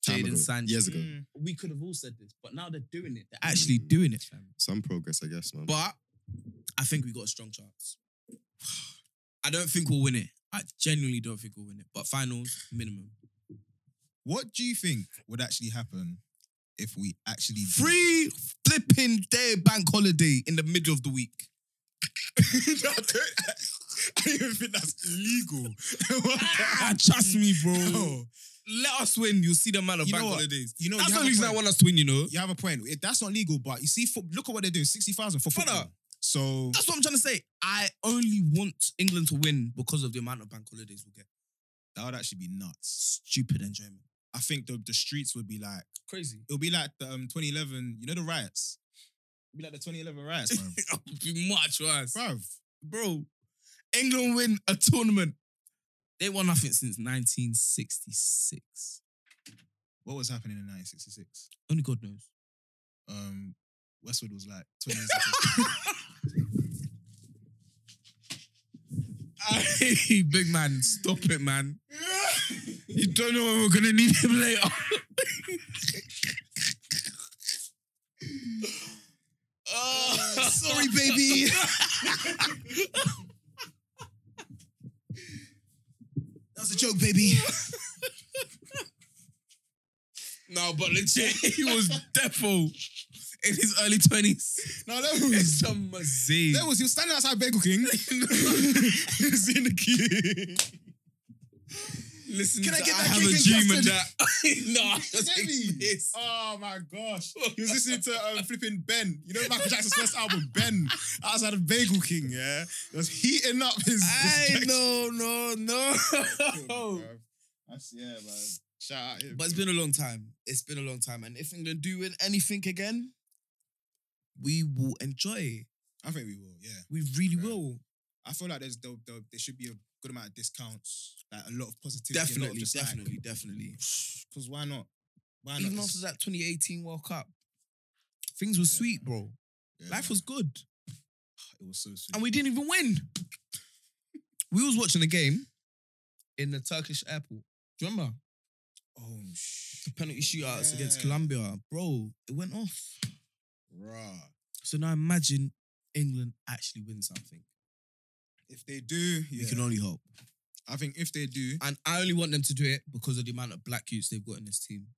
[SPEAKER 1] time
[SPEAKER 4] Jadon
[SPEAKER 1] ago,
[SPEAKER 4] Sancho.
[SPEAKER 1] years ago.
[SPEAKER 4] we could have all said this, but now they're doing it. They're actually
[SPEAKER 1] Hmm.
[SPEAKER 4] doing it, fam.
[SPEAKER 1] Some progress, I guess, man.
[SPEAKER 4] But I think we got a strong chance. I don't think we'll win it. I genuinely don't think we'll win it. But finals, minimum.
[SPEAKER 3] What do you think would actually happen if we actually did-
[SPEAKER 4] Free flipping day bank holiday in the middle of the week.
[SPEAKER 3] No, don't- I don't even think that's legal.
[SPEAKER 4] Ah, trust me, bro.
[SPEAKER 3] No.
[SPEAKER 4] Let us win. You'll see the amount of
[SPEAKER 3] You know
[SPEAKER 4] bank
[SPEAKER 3] what?
[SPEAKER 4] holidays.
[SPEAKER 3] You know,
[SPEAKER 4] That's
[SPEAKER 3] you have
[SPEAKER 4] the only
[SPEAKER 3] a
[SPEAKER 4] reason I
[SPEAKER 3] point.
[SPEAKER 4] want us to win, you know.
[SPEAKER 3] You have a point. It- That's not legal, but you see, foot, look at what they're doing. Sixty thousand for
[SPEAKER 4] Brother.
[SPEAKER 3] football. So
[SPEAKER 4] That's what I'm trying to say. I only want England to win because of the amount of bank holidays we'll get.
[SPEAKER 3] that would actually be nuts.
[SPEAKER 4] Stupid enjoyment.
[SPEAKER 3] I think the, the streets would be like
[SPEAKER 4] Crazy.
[SPEAKER 3] it'll be like the um 2011. You know the riots. It'll be like the 2011 riots, bro.
[SPEAKER 4] be much worse.
[SPEAKER 3] bro.
[SPEAKER 4] Bro, England win a tournament. They won nothing since 1966.
[SPEAKER 3] What was happening in 1966?
[SPEAKER 4] Only God knows.
[SPEAKER 3] Um, Westwood was like 20 years ago.
[SPEAKER 4] Hey, big man, stop it, man. You don't know when we're gonna need him later.
[SPEAKER 3] Sorry, baby.
[SPEAKER 4] That's a joke, baby. no, but legit, he was defo in his early twenties.
[SPEAKER 3] no, that was
[SPEAKER 4] It's amazing.
[SPEAKER 3] that was he was standing outside Bagel King. He's in the queue.
[SPEAKER 4] Listen,
[SPEAKER 3] Can
[SPEAKER 4] to
[SPEAKER 3] I
[SPEAKER 4] I,
[SPEAKER 3] get that
[SPEAKER 4] have a
[SPEAKER 3] cake and
[SPEAKER 4] dream of
[SPEAKER 3] custard?
[SPEAKER 4] that. no, I
[SPEAKER 3] Get
[SPEAKER 4] just
[SPEAKER 3] me?
[SPEAKER 4] this.
[SPEAKER 3] Oh my gosh. He was listening to um, flipping Ben. You know Michael Jackson's first album, Ben,
[SPEAKER 4] Oh.
[SPEAKER 3] outside of Bagel King, yeah? It was heating up his. his
[SPEAKER 4] I
[SPEAKER 3] Jackson.
[SPEAKER 4] no, no, no.
[SPEAKER 3] Bruv. That's, yeah, man. Shout out him.
[SPEAKER 4] But it's been a long time. It's been a long time. And if England do win anything again, we will enjoy it.
[SPEAKER 3] I think we will, yeah.
[SPEAKER 4] We really
[SPEAKER 3] Right.
[SPEAKER 4] will.
[SPEAKER 3] I feel like there's there, there, there should be a good amount of discounts, like a lot of positivity. a lot of
[SPEAKER 4] Definitely,
[SPEAKER 3] just
[SPEAKER 4] definitely, definitely.
[SPEAKER 3] Because why not? Why not?
[SPEAKER 4] Even
[SPEAKER 3] It's-
[SPEAKER 4] after that 2018 World Cup, things were
[SPEAKER 3] Yeah.
[SPEAKER 4] sweet, bro.
[SPEAKER 3] yeah,
[SPEAKER 4] Life was good.
[SPEAKER 3] It was so sweet.
[SPEAKER 4] And we didn't even win. We was watching a game in the Turkish airport. Do you remember?
[SPEAKER 3] oh, sh-
[SPEAKER 4] The penalty shootouts against
[SPEAKER 3] Yeah.
[SPEAKER 4] Colombia. Bro, it went off.
[SPEAKER 3] Bruh.
[SPEAKER 4] So now imagine England actually win something.
[SPEAKER 3] If they do,
[SPEAKER 4] We
[SPEAKER 3] yeah.
[SPEAKER 4] can only hope.
[SPEAKER 3] I think if they do,
[SPEAKER 4] And I only want them to do it because of the amount of black youths they've got in this team.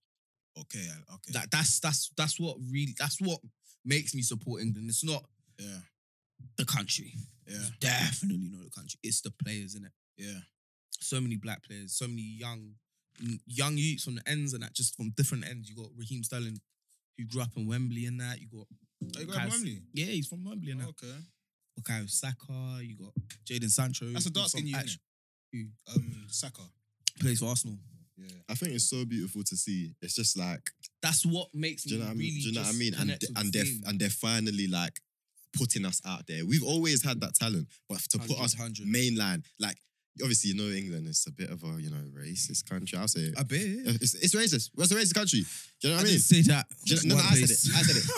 [SPEAKER 3] okay, yeah, okay.
[SPEAKER 4] That that's that's that's what really that's what makes me support England. It's not
[SPEAKER 3] yeah,
[SPEAKER 4] the country.
[SPEAKER 3] yeah,
[SPEAKER 4] It's definitely not the country. It's the players in it.
[SPEAKER 3] yeah.
[SPEAKER 4] So many black players, so many young young youths from the ends and that just from different ends. You got Raheem Sterling, who grew up in Wembley and that. You got
[SPEAKER 3] Are you going
[SPEAKER 4] Kaz-
[SPEAKER 3] to Wembley?
[SPEAKER 4] yeah, he's from Wembley and that.
[SPEAKER 1] Oh.
[SPEAKER 3] okay.
[SPEAKER 4] Bukayo Saka, you got Jaden Sancho.
[SPEAKER 3] That's a
[SPEAKER 4] who's
[SPEAKER 3] dark skin
[SPEAKER 4] from
[SPEAKER 3] you,
[SPEAKER 4] Ash-
[SPEAKER 3] Um, Saka.
[SPEAKER 4] plays for Arsenal.
[SPEAKER 3] Yeah.
[SPEAKER 1] I think it's so beautiful to see. It's just like,
[SPEAKER 4] That's what makes me
[SPEAKER 1] do you know what I mean?
[SPEAKER 4] really.
[SPEAKER 1] do you know what I
[SPEAKER 4] just
[SPEAKER 1] mean? And
[SPEAKER 4] connect
[SPEAKER 1] they-
[SPEAKER 4] with
[SPEAKER 1] and
[SPEAKER 4] the
[SPEAKER 1] they're
[SPEAKER 4] team.
[SPEAKER 1] and they're finally like putting us out there. We've always had that talent, but to put
[SPEAKER 4] 100,
[SPEAKER 1] us
[SPEAKER 4] 100.
[SPEAKER 1] mainland, like obviously you know England is a bit of a you know racist country. I'll say it. Uh,
[SPEAKER 4] A bit.
[SPEAKER 1] It's, it's racist. It's a racist country. Do you know what I, mean?
[SPEAKER 4] didn't say that.
[SPEAKER 1] Do you know- no, no, I said it. I said it.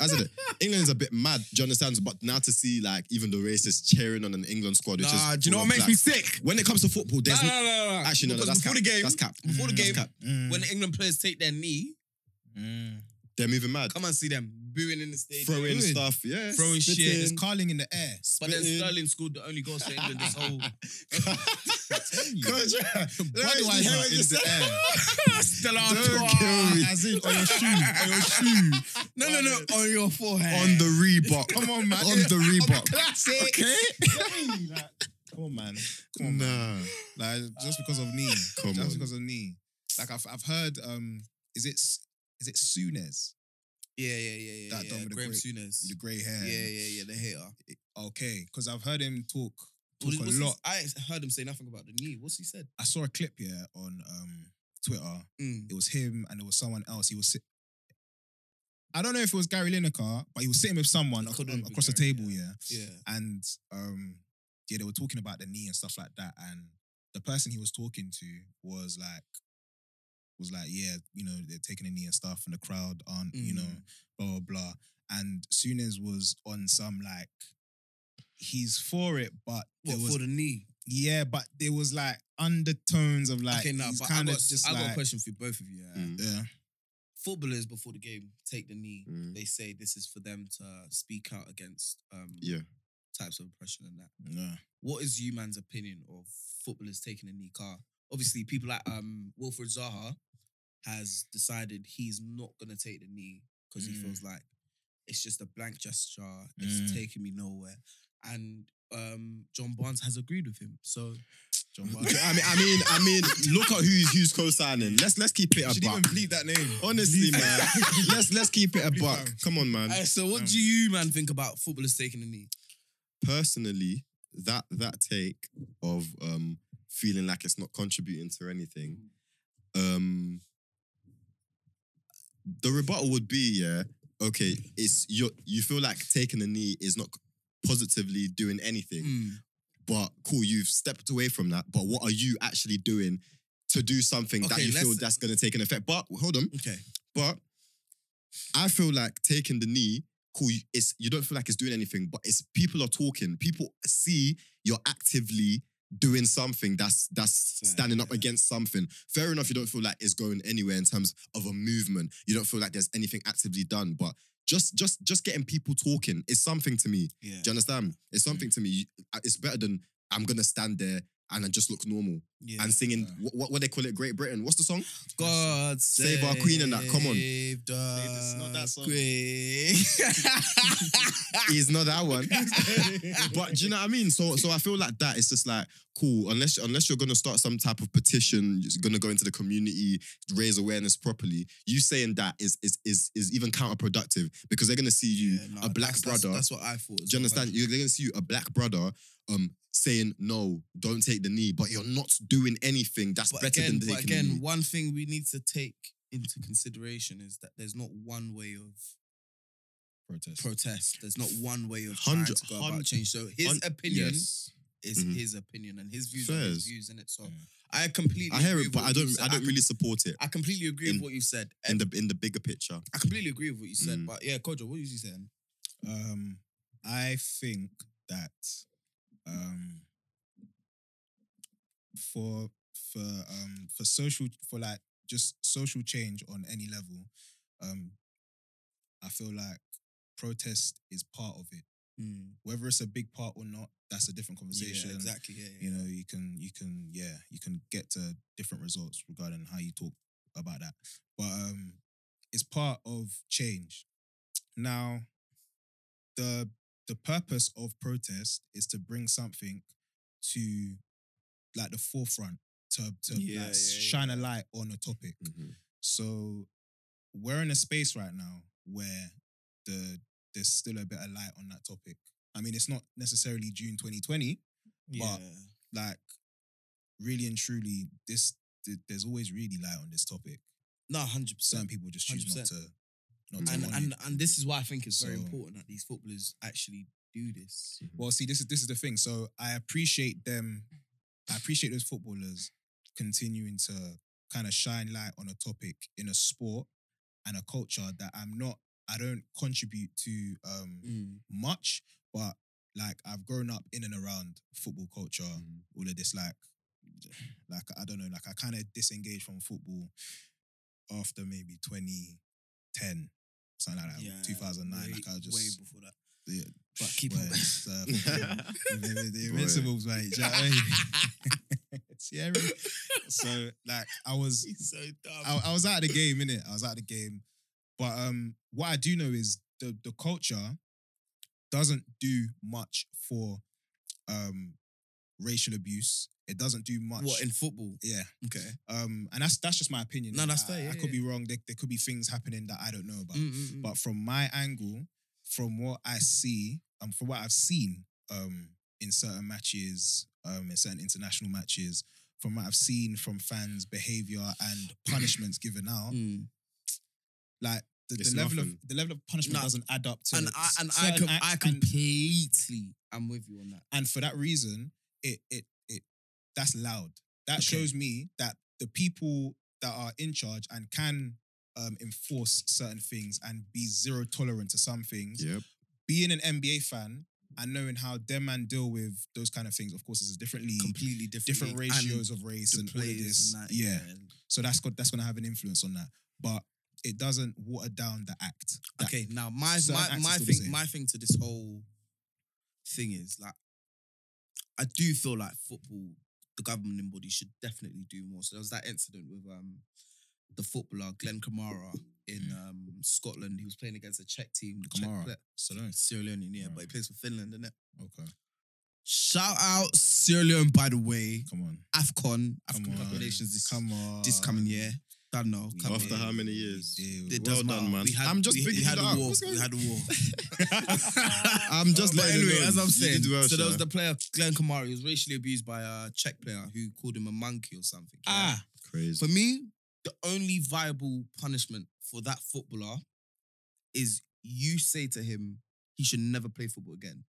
[SPEAKER 1] I said it. England's a bit mad. Do you understand? But now to see like even the racists cheering on an England squad, which
[SPEAKER 4] Nah,
[SPEAKER 1] is
[SPEAKER 4] do you know
[SPEAKER 1] full
[SPEAKER 4] what
[SPEAKER 1] of
[SPEAKER 4] makes me
[SPEAKER 1] blacks.
[SPEAKER 4] sick?
[SPEAKER 1] When it comes to football,
[SPEAKER 4] Nah,
[SPEAKER 1] there's
[SPEAKER 4] nah,
[SPEAKER 1] no,
[SPEAKER 4] nah, nah, nah.
[SPEAKER 1] actually no, no,
[SPEAKER 4] Because
[SPEAKER 1] that's
[SPEAKER 4] before
[SPEAKER 1] cap.
[SPEAKER 4] the game,
[SPEAKER 1] That's cap.
[SPEAKER 4] before the
[SPEAKER 1] That's
[SPEAKER 4] game,
[SPEAKER 1] cap.
[SPEAKER 4] when the England players take their knee,
[SPEAKER 3] Mm,
[SPEAKER 1] they're moving mad,
[SPEAKER 4] come and see them booing in the stadium,
[SPEAKER 1] throwing
[SPEAKER 4] Booing.
[SPEAKER 1] stuff, yeah,
[SPEAKER 4] Throwing shit.
[SPEAKER 1] spitting.
[SPEAKER 3] There's carling in the air.
[SPEAKER 4] But then
[SPEAKER 1] spitting.
[SPEAKER 4] Sterling scored the only goals for England this whole.
[SPEAKER 1] Cause, yeah,
[SPEAKER 3] Budweiser in the air.
[SPEAKER 4] Stella
[SPEAKER 1] Don't
[SPEAKER 4] Artois.
[SPEAKER 1] kill me.
[SPEAKER 3] As in on your shoe, on your shoe,
[SPEAKER 4] No, no, no, on your forehead.
[SPEAKER 1] on the Reebok.
[SPEAKER 3] Come on, man.
[SPEAKER 1] On the Reebok.
[SPEAKER 3] classic.
[SPEAKER 1] Okay.
[SPEAKER 3] like, come on, man. Come on, man.
[SPEAKER 1] Nah.
[SPEAKER 3] Like just because of knee.
[SPEAKER 1] Come
[SPEAKER 3] just
[SPEAKER 1] on.
[SPEAKER 3] because of knee. Like I've I've heard. Um, is it S- is it Sunez
[SPEAKER 4] Yeah, yeah, yeah, yeah.
[SPEAKER 3] That
[SPEAKER 4] yeah.
[SPEAKER 3] done with the
[SPEAKER 4] Graham
[SPEAKER 3] grape.
[SPEAKER 4] Souness.
[SPEAKER 3] with the grey hair?
[SPEAKER 4] Yeah, yeah, yeah. The hater.
[SPEAKER 3] Okay, because I've heard him talk talk
[SPEAKER 4] What-
[SPEAKER 3] a
[SPEAKER 4] what's
[SPEAKER 3] lot.
[SPEAKER 4] his- I ain't heard him say nothing about the knee. What's he said?
[SPEAKER 3] I saw a clip here on um Twitter.
[SPEAKER 4] Mm.
[SPEAKER 3] It was him and it was someone else. He was. Sit- I don't know if it was Gary Lineker, but he was sitting with someone
[SPEAKER 4] It
[SPEAKER 3] ac- um,
[SPEAKER 4] couldn't have been
[SPEAKER 3] across the
[SPEAKER 4] Gary,
[SPEAKER 3] table.
[SPEAKER 4] yeah.
[SPEAKER 3] yeah.
[SPEAKER 4] Yeah.
[SPEAKER 3] and um yeah they were talking about the knee and stuff like that and the person he was talking to was like was like yeah you know they're taking a knee and stuff and the crowd aren't you know
[SPEAKER 4] Mm.
[SPEAKER 3] blah blah blah and Sunez was on some like he's for it but there
[SPEAKER 4] What,
[SPEAKER 3] was
[SPEAKER 4] for the knee?
[SPEAKER 3] yeah but there was like undertones of like
[SPEAKER 4] okay, no,
[SPEAKER 3] he's
[SPEAKER 4] but I
[SPEAKER 3] kinda
[SPEAKER 4] got,
[SPEAKER 3] just
[SPEAKER 4] I got a
[SPEAKER 3] like-
[SPEAKER 4] question for you, both of you. yeah.
[SPEAKER 1] Mm.
[SPEAKER 3] yeah
[SPEAKER 4] Footballers before the game take the knee.
[SPEAKER 1] Mm.
[SPEAKER 4] They say this is for them to speak out against um,
[SPEAKER 1] Yeah.
[SPEAKER 4] types of oppression and that.
[SPEAKER 3] yeah
[SPEAKER 4] What is you man's opinion of footballers taking a knee? Car obviously people like um, Wilfred Zaha has decided he's not gonna take the knee because he
[SPEAKER 3] Mm.
[SPEAKER 4] feels like it's just a blank gesture. It's
[SPEAKER 3] Mm.
[SPEAKER 4] taking me nowhere, and um, John Barnes has agreed with him. So
[SPEAKER 3] John
[SPEAKER 1] Do you- I mean, I mean, I mean, look at who's who's co-signing. Let's let's keep it a
[SPEAKER 3] should even
[SPEAKER 1] buck.
[SPEAKER 3] bleep that name
[SPEAKER 1] Honestly,
[SPEAKER 3] Bleep.
[SPEAKER 1] man, let's let's keep it a
[SPEAKER 3] Bleep
[SPEAKER 1] buck.
[SPEAKER 3] out.
[SPEAKER 1] Come on, man.
[SPEAKER 4] Uh, so what
[SPEAKER 3] Um,
[SPEAKER 4] do you man think about footballers taking a knee?
[SPEAKER 1] Personally, that that take
[SPEAKER 4] Mm.
[SPEAKER 1] of um feeling like it's not contributing to anything, um, the rebuttal would be, yeah, okay, it's you. You feel like taking a knee is not positively doing anything,
[SPEAKER 4] Mm. Hmm,
[SPEAKER 1] but cool, you've stepped away from that. But what are you actually doing to do something that
[SPEAKER 4] Okay,
[SPEAKER 1] you feel
[SPEAKER 4] let's-
[SPEAKER 1] that's going to take an effect? But hold on,
[SPEAKER 4] Okay.
[SPEAKER 1] but I feel like taking the knee, cool. you- It's you don't feel like it's doing anything, but it's people are talking. People see you're actively doing something that's that's
[SPEAKER 3] Fair,
[SPEAKER 1] standing up against something. Fair enough, you don't feel like it's going anywhere in terms of a movement. You don't feel like there's anything actively done, but just just just getting people talking is something to me.
[SPEAKER 3] Yeah.
[SPEAKER 1] Do you understand? It's something to me. You- I- It's better than I'm gonna stand there and I just look normal
[SPEAKER 3] Yeah.
[SPEAKER 1] and singing
[SPEAKER 3] fair.
[SPEAKER 1] what, what they call it Great Britain. What's the song?
[SPEAKER 4] God
[SPEAKER 1] Save our queen and that, come on.
[SPEAKER 4] saved
[SPEAKER 3] it's not that
[SPEAKER 4] us
[SPEAKER 3] song.
[SPEAKER 4] queen.
[SPEAKER 1] It's not that one. But do you know what I mean? So so I feel like that it's just like cool. Unless unless you're gonna start some type of petition, it's gonna go into the community, raise awareness properly. You saying that is is is is even counterproductive because they're gonna see you
[SPEAKER 4] Yeah, nah,
[SPEAKER 1] a black
[SPEAKER 4] that's- that's-
[SPEAKER 1] brother.
[SPEAKER 4] That's, what I thought. as
[SPEAKER 1] do you
[SPEAKER 4] well.
[SPEAKER 1] understand? You're, they're gonna see you a black brother um saying no, don't take the knee, but you're not doing anything that's
[SPEAKER 4] But
[SPEAKER 1] better
[SPEAKER 4] again,
[SPEAKER 1] than
[SPEAKER 4] but
[SPEAKER 1] taking the
[SPEAKER 4] again,
[SPEAKER 1] knee.
[SPEAKER 4] one thing we need to take into consideration is that there's not one way of
[SPEAKER 3] protest.
[SPEAKER 4] protest. There's not one way of trying
[SPEAKER 1] Hundred-
[SPEAKER 4] to go about
[SPEAKER 1] hundred-
[SPEAKER 4] change. So his
[SPEAKER 1] hun-
[SPEAKER 4] opinion
[SPEAKER 1] Yes.
[SPEAKER 4] is
[SPEAKER 1] Mhm.
[SPEAKER 4] his opinion, and his views are his
[SPEAKER 1] Fairs.
[SPEAKER 4] views in it. So
[SPEAKER 3] Yeah.
[SPEAKER 4] I completely.
[SPEAKER 1] I hear
[SPEAKER 4] agree
[SPEAKER 1] it,
[SPEAKER 4] with
[SPEAKER 1] but
[SPEAKER 4] what
[SPEAKER 1] I
[SPEAKER 4] you
[SPEAKER 1] don't
[SPEAKER 4] said.
[SPEAKER 1] I don't
[SPEAKER 4] com-
[SPEAKER 1] really support it
[SPEAKER 4] I completely agree
[SPEAKER 1] in-
[SPEAKER 4] with what you said.
[SPEAKER 1] in the in the bigger picture.
[SPEAKER 4] I completely agree with what you said,
[SPEAKER 1] Mm.
[SPEAKER 4] but yeah, Kojo, what was you saying?
[SPEAKER 3] Um, I think that um, for for um for social for like just social change on any level, um, I feel like protest is part of it. Whether it's a big part or not, that's a different conversation.
[SPEAKER 4] Yeah, exactly. Yeah, yeah.
[SPEAKER 3] You know, you can you can yeah you can get to different results regarding how you talk about that, but um, it's part of change. Now, the the purpose of protest is to bring something to like the forefront to to
[SPEAKER 4] Yeah,
[SPEAKER 3] like,
[SPEAKER 4] yeah, Mm.
[SPEAKER 3] shine a light on a topic.
[SPEAKER 1] Mm-hmm.
[SPEAKER 3] So we're in a space right now where the there's still a bit of light on that topic. I mean, it's not necessarily June 2020,
[SPEAKER 4] yeah.
[SPEAKER 3] like really and truly, this th- there's always really light on this topic.
[SPEAKER 4] No, hundred
[SPEAKER 3] Certain
[SPEAKER 4] percent.
[SPEAKER 3] people just choose not
[SPEAKER 4] 100%.
[SPEAKER 3] to not to.
[SPEAKER 4] And
[SPEAKER 3] want
[SPEAKER 4] and
[SPEAKER 3] it.
[SPEAKER 4] and this is why I think it's very
[SPEAKER 3] So-
[SPEAKER 4] important that these footballers actually do this.
[SPEAKER 3] well, see, this is this is the thing. So I appreciate them. I appreciate those footballers continuing to kind of shine light on a topic in a sport and a culture that I'm not. I don't contribute to um, much, but like I've grown up in and around football culture,
[SPEAKER 4] Mm.
[SPEAKER 3] all of this like like I don't know, like I kind of disengaged from football after maybe 2010, something like that, 2009.
[SPEAKER 4] way-
[SPEAKER 3] like I was
[SPEAKER 4] way
[SPEAKER 3] just
[SPEAKER 4] before that.
[SPEAKER 3] yeah,
[SPEAKER 4] But keep on.
[SPEAKER 3] where it's, uh, fucking- the, the- the Invincibles, mate. do you know what I mean? Sierra. So like I was
[SPEAKER 4] He's so dumb.
[SPEAKER 3] I, I was out of the game, innit? I was out of the game. But um, what I do know is the the culture doesn't do much for um racial abuse. It doesn't do much.
[SPEAKER 4] What in football?
[SPEAKER 3] yeah.
[SPEAKER 4] Okay.
[SPEAKER 3] Um, and that's that's just my opinion.
[SPEAKER 4] No, that's
[SPEAKER 3] I-
[SPEAKER 4] fair,
[SPEAKER 3] I,
[SPEAKER 4] yeah,
[SPEAKER 3] could be wrong. There, there could be things happening that I don't know about.
[SPEAKER 4] But
[SPEAKER 3] But from my angle, from what I see, um, from what I've seen, um, in certain matches, um, in certain international matches, from what I've seen from fans' behavior and punishments given out,
[SPEAKER 4] Mm.
[SPEAKER 3] like the,
[SPEAKER 1] It's
[SPEAKER 3] the level
[SPEAKER 1] nothing.
[SPEAKER 3] of the level of punishment
[SPEAKER 4] No.
[SPEAKER 3] doesn't add up to
[SPEAKER 4] and I
[SPEAKER 3] s-
[SPEAKER 4] and I,
[SPEAKER 3] certain
[SPEAKER 4] com-
[SPEAKER 3] acts
[SPEAKER 4] I
[SPEAKER 3] and,
[SPEAKER 4] completely am with you on that.
[SPEAKER 3] and for that reason, it it it that's loud. That
[SPEAKER 4] Okay.
[SPEAKER 3] shows me that the people that are in charge and can um, enforce certain things and be zero tolerant to some things
[SPEAKER 1] Yep.
[SPEAKER 3] being an NBA fan and knowing how them man deal with those kind of things, of course, it's a different league,
[SPEAKER 4] Completely different.
[SPEAKER 3] different
[SPEAKER 4] league and
[SPEAKER 3] ratios of race
[SPEAKER 4] the
[SPEAKER 3] and all of
[SPEAKER 4] players
[SPEAKER 3] this.
[SPEAKER 4] and that,
[SPEAKER 3] yeah. so that's got that's gonna have an influence on that, but it doesn't water down the act. That-
[SPEAKER 4] Okay, now my
[SPEAKER 3] certain
[SPEAKER 4] my,
[SPEAKER 3] acts are
[SPEAKER 4] my
[SPEAKER 3] still the
[SPEAKER 4] thing
[SPEAKER 3] same.
[SPEAKER 4] my thing to this whole thing is like I do feel like football, the governing body should definitely do more. So there was that incident with um the footballer Glenn Kamara in
[SPEAKER 1] Mm.
[SPEAKER 4] um Scotland. He was playing against a Czech team. The Czech
[SPEAKER 3] Kamara,
[SPEAKER 4] player-
[SPEAKER 3] Salone.
[SPEAKER 4] Sierra Leone, yeah,
[SPEAKER 3] Right.
[SPEAKER 4] but he plays for Finland, innit?
[SPEAKER 3] Okay,
[SPEAKER 4] Shout out Sierra Leone, by the way.
[SPEAKER 3] come on,
[SPEAKER 4] AFCON,
[SPEAKER 3] come
[SPEAKER 4] African
[SPEAKER 3] on,
[SPEAKER 4] Cup of Nations this,
[SPEAKER 3] come on,
[SPEAKER 4] this coming year. Don't know. Come
[SPEAKER 1] After
[SPEAKER 4] on.
[SPEAKER 1] how many years?
[SPEAKER 3] Deal.
[SPEAKER 4] It
[SPEAKER 1] Well
[SPEAKER 4] doesn't
[SPEAKER 1] done,
[SPEAKER 4] matter.
[SPEAKER 1] man.
[SPEAKER 4] We had,
[SPEAKER 1] I'm just
[SPEAKER 4] we, we
[SPEAKER 1] bigging
[SPEAKER 4] had
[SPEAKER 1] it
[SPEAKER 4] a
[SPEAKER 1] up.
[SPEAKER 4] war.
[SPEAKER 1] What's going
[SPEAKER 4] We had a war.
[SPEAKER 1] I'm just
[SPEAKER 4] Uh, but
[SPEAKER 1] letting you
[SPEAKER 4] anyway,
[SPEAKER 1] know.
[SPEAKER 4] as I'm
[SPEAKER 1] You
[SPEAKER 4] saying,
[SPEAKER 1] did well,
[SPEAKER 4] so there was
[SPEAKER 1] sir.
[SPEAKER 4] the player Glenn Kamara. He
[SPEAKER 1] Ah.
[SPEAKER 4] was racially abused by a Czech player who called him a monkey or something. yeah?
[SPEAKER 1] crazy.
[SPEAKER 4] for me, the only viable punishment for that footballer is you say to him he should never play football again.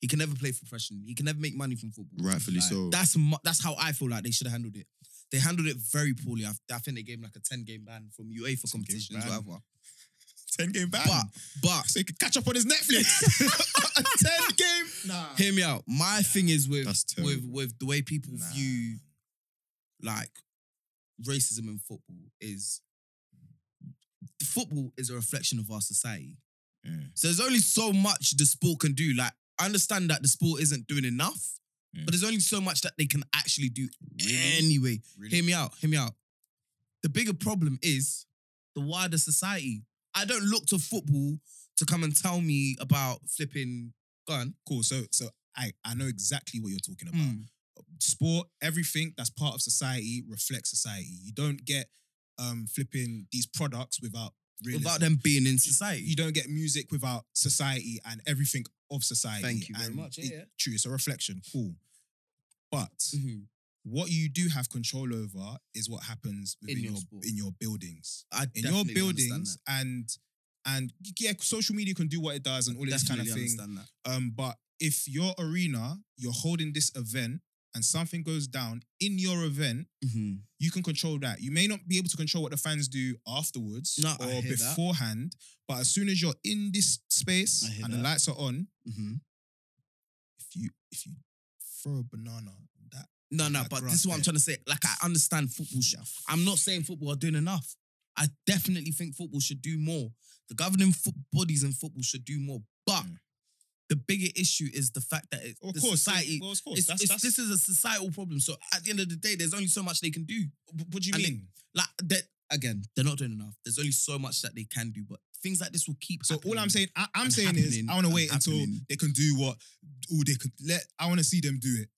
[SPEAKER 4] He can never play professionally. He can never make money from football.
[SPEAKER 1] Rightfully
[SPEAKER 4] Like,
[SPEAKER 1] so.
[SPEAKER 4] That's mu- that's how I feel like they should have handled it. They handled it very poorly. I, I think they gave him like a ten game ban from UEFA for competitions,
[SPEAKER 3] ban.
[SPEAKER 4] whatever.
[SPEAKER 3] Ten game ban.
[SPEAKER 4] But but
[SPEAKER 3] so you can catch up on his Netflix. Ten game. Nah.
[SPEAKER 4] hear me out. My thing is with
[SPEAKER 1] That's terrible.
[SPEAKER 4] with with the way people
[SPEAKER 3] Nah.
[SPEAKER 4] view like racism in football is football is a reflection of our society.
[SPEAKER 3] Yeah.
[SPEAKER 4] So there's only so much the sport can do. Like I understand that the sport isn't doing enough,
[SPEAKER 3] Yeah.
[SPEAKER 4] but there's only so much that they can actually do
[SPEAKER 3] Mm. Really?
[SPEAKER 4] anyway.
[SPEAKER 3] Really?
[SPEAKER 4] Hear me out. Hear me out. The bigger problem is the wider society. I don't look to football to come and tell me about flipping gun.
[SPEAKER 3] Cool. So so I I know exactly what you're talking about.
[SPEAKER 4] Mm.
[SPEAKER 3] sport, everything that's part of society reflects society. You don't get um flipping these products without realism.
[SPEAKER 4] without them being in society.
[SPEAKER 3] You don't get music without society and everything of society.
[SPEAKER 4] Thank you very
[SPEAKER 3] And
[SPEAKER 4] much,
[SPEAKER 3] it-
[SPEAKER 4] yeah.
[SPEAKER 3] True, it's a reflection. Cool. But
[SPEAKER 4] Mhm.
[SPEAKER 3] what you do have control over is what happens within
[SPEAKER 4] In your
[SPEAKER 3] your,
[SPEAKER 4] sport.
[SPEAKER 3] in your buildings.
[SPEAKER 4] I
[SPEAKER 3] In
[SPEAKER 4] definitely
[SPEAKER 3] your
[SPEAKER 4] understand
[SPEAKER 3] buildings
[SPEAKER 4] that.
[SPEAKER 3] and and yeah, social media can do what it does and all of this kind of
[SPEAKER 4] Definitely
[SPEAKER 3] thing.
[SPEAKER 4] understand that.
[SPEAKER 3] Um, but if your arena, you're holding this event and something goes down in your event,
[SPEAKER 4] Mhm.
[SPEAKER 3] you can control that. You may not be able to control what the fans do afterwards
[SPEAKER 4] No, I
[SPEAKER 3] or
[SPEAKER 4] hear that.
[SPEAKER 3] beforehand, but as soon as you're in this space
[SPEAKER 4] I hear
[SPEAKER 3] and the
[SPEAKER 4] that.
[SPEAKER 3] lights are on,
[SPEAKER 4] Mhm.
[SPEAKER 3] if you if you throw a banana, that
[SPEAKER 4] No, no,
[SPEAKER 3] Like
[SPEAKER 4] but
[SPEAKER 3] grass
[SPEAKER 4] this is what I'm
[SPEAKER 3] there.
[SPEAKER 4] trying to say. Like I understand football. Sh- I'm not saying football are doing enough. I definitely think football should do more. The governing fo- bodies in football should do more. But
[SPEAKER 3] Mm.
[SPEAKER 4] the bigger issue is the fact that it's
[SPEAKER 3] of
[SPEAKER 4] the
[SPEAKER 3] course
[SPEAKER 4] society.
[SPEAKER 3] Well, of course,
[SPEAKER 4] it's,
[SPEAKER 3] that's,
[SPEAKER 4] it's-
[SPEAKER 3] that's
[SPEAKER 4] this is a societal problem. So at the end of the day, there's only so much they can do.
[SPEAKER 3] what do you
[SPEAKER 4] and
[SPEAKER 3] mean?
[SPEAKER 4] Like that again, they're not doing enough. There's only so much that they can do. But things like this will keep.
[SPEAKER 3] So all I'm
[SPEAKER 4] happening.
[SPEAKER 3] saying, I, I'm
[SPEAKER 4] and
[SPEAKER 3] saying is,
[SPEAKER 4] happening
[SPEAKER 3] I want to
[SPEAKER 4] and
[SPEAKER 3] wait until
[SPEAKER 4] happening.
[SPEAKER 3] they can do what all they could let. I want to see them do it.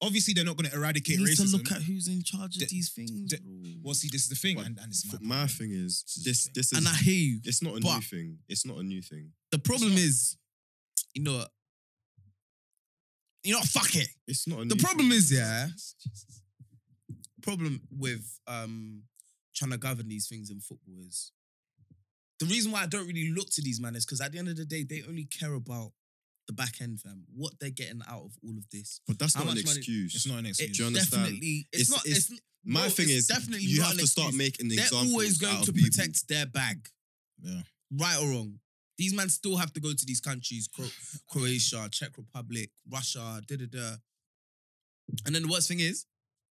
[SPEAKER 3] Obviously, they're not going to eradicate
[SPEAKER 4] We need
[SPEAKER 3] racism.
[SPEAKER 4] to look at who's in charge of
[SPEAKER 3] The-
[SPEAKER 4] these things.
[SPEAKER 3] the-
[SPEAKER 4] bro.
[SPEAKER 3] well, see, this is the thing,
[SPEAKER 1] But
[SPEAKER 3] and, and it's
[SPEAKER 1] F-
[SPEAKER 3] my,
[SPEAKER 1] My thing is this. This is.
[SPEAKER 4] and I hear you.
[SPEAKER 1] it's not a
[SPEAKER 4] but-
[SPEAKER 1] new thing. It's not a new thing.
[SPEAKER 4] The problem is, you know, what? you know, what? fuck it.
[SPEAKER 1] It's not a.
[SPEAKER 4] The
[SPEAKER 1] new
[SPEAKER 4] problem
[SPEAKER 1] thing.
[SPEAKER 4] is, yeah. Problem with um trying to govern these things in football is the reason why I don't really look to these man is because at the end of the day, they only care about the back end, fam. What they're getting out of all of this.
[SPEAKER 1] But that's
[SPEAKER 4] How
[SPEAKER 1] not an
[SPEAKER 4] much money-
[SPEAKER 1] excuse.
[SPEAKER 3] it's not an
[SPEAKER 4] It
[SPEAKER 3] excuse.
[SPEAKER 1] Do you understand?
[SPEAKER 4] definitely, it's,
[SPEAKER 1] It's-
[SPEAKER 4] not. It's,
[SPEAKER 1] it's- My
[SPEAKER 4] bro,
[SPEAKER 1] thing
[SPEAKER 4] it's
[SPEAKER 1] is,
[SPEAKER 4] definitely
[SPEAKER 1] you
[SPEAKER 4] not
[SPEAKER 1] have
[SPEAKER 4] an
[SPEAKER 1] to start
[SPEAKER 4] excuse.
[SPEAKER 1] making the
[SPEAKER 4] they're
[SPEAKER 1] examples
[SPEAKER 4] always
[SPEAKER 1] out
[SPEAKER 4] going
[SPEAKER 1] of
[SPEAKER 4] to
[SPEAKER 1] people.
[SPEAKER 4] protect their bag.
[SPEAKER 3] Yeah.
[SPEAKER 4] Right or wrong. These men still have to go to these countries, Cro- Croatia, Czech Republic, Russia, da da da. And then the worst thing is,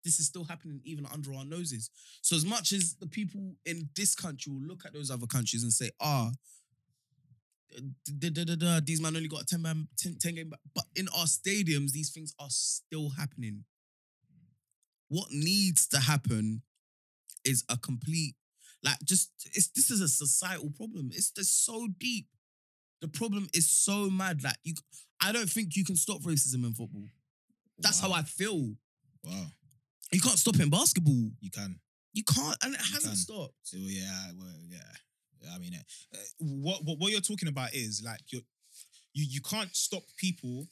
[SPEAKER 4] this is still happening even under our noses. So as much as the people in this country will look at those other countries and say, ah, da, da, da, da, these men only got a 10, man, 10, 10 game back. But in our stadiums, these things are still happening. What needs to happen is a complete, like, just, it's, this is a societal problem. It's just so deep. The problem is so mad. Like, you, I don't think you can stop racism in football. That's
[SPEAKER 3] Wow.
[SPEAKER 4] how I feel.
[SPEAKER 3] Wow,
[SPEAKER 4] You can't stop it in basketball.
[SPEAKER 3] you can.
[SPEAKER 4] You can't, and it hasn't
[SPEAKER 3] can.
[SPEAKER 4] stopped.
[SPEAKER 3] So yeah, well, yeah. I mean, uh, what, what what you're talking about is like you're, you you can't stop people.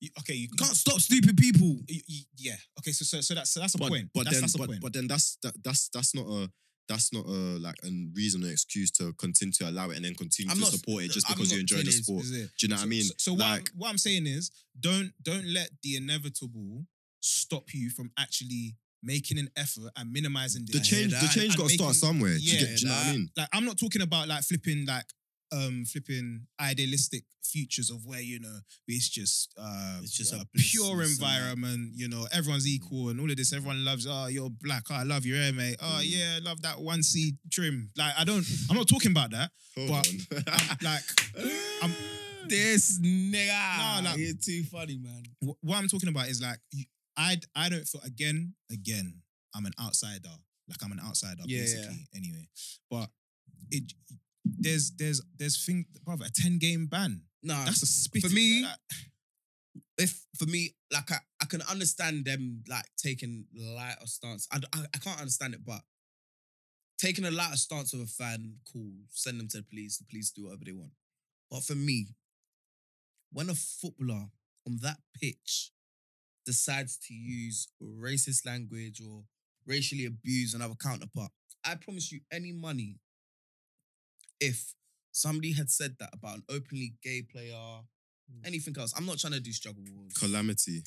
[SPEAKER 3] You, okay, you
[SPEAKER 4] You can't stop stupid people.
[SPEAKER 3] You, you- yeah. Okay, so so, so that's so that's a
[SPEAKER 1] but,
[SPEAKER 3] point.
[SPEAKER 1] But
[SPEAKER 3] that's,
[SPEAKER 1] then,
[SPEAKER 3] that's a
[SPEAKER 1] but,
[SPEAKER 3] point.
[SPEAKER 1] but then that's that, that's that's not a that's not a like a reason or excuse to continue to allow it and then continue
[SPEAKER 4] I'm
[SPEAKER 1] to
[SPEAKER 4] not-
[SPEAKER 1] support it just
[SPEAKER 4] I'm
[SPEAKER 1] because
[SPEAKER 4] not
[SPEAKER 1] you enjoy the
[SPEAKER 4] saying it is-
[SPEAKER 1] sport.
[SPEAKER 3] Is it?
[SPEAKER 1] Do you know what I mean?
[SPEAKER 3] So, so what, I'm,
[SPEAKER 1] like,
[SPEAKER 3] what I'm saying is, don't don't let the inevitable stop you from actually making an effort and minimizing
[SPEAKER 1] the change the
[SPEAKER 4] that
[SPEAKER 1] change
[SPEAKER 3] and
[SPEAKER 1] got to start
[SPEAKER 3] making-
[SPEAKER 1] somewhere. do you,
[SPEAKER 3] yeah,
[SPEAKER 1] get, do you know what I
[SPEAKER 4] that-
[SPEAKER 1] mean?
[SPEAKER 3] like I'm not talking about like flipping like um flipping idealistic futures of where you know it's just uh
[SPEAKER 4] It's just a
[SPEAKER 3] pure
[SPEAKER 4] business and Mm. that.
[SPEAKER 3] environment you know everyone's equal and all of this everyone loves oh you're black oh, I love your hair mate oh
[SPEAKER 1] Mm.
[SPEAKER 3] yeah I love that one C trim like I don't I'm not talking about that But- I'm, like I'm
[SPEAKER 4] This nigga,
[SPEAKER 3] No, like-
[SPEAKER 4] Ah, you're too funny, man.
[SPEAKER 3] wh- what I'm talking about is like you, I I don't feel again again I'm an outsider like I'm an outsider
[SPEAKER 4] Yeah,
[SPEAKER 3] basically anyway but it there's there's there's thing brother a 10 game ban
[SPEAKER 4] Nah,
[SPEAKER 3] that's a spit
[SPEAKER 4] Ah, For me, if for me, like I, I can understand them like taking lighter stance. I, d- I- I can't understand it, but taking a lighter stance of a fan, cool. Send them to the police. The police do whatever they want. But for me, when a footballer on that pitch decides to use racist language or racially abused another counterpart. I promise you any money if somebody had said that about an openly gay player, anything else. I'm not trying to do struggle wars,
[SPEAKER 1] Calamity.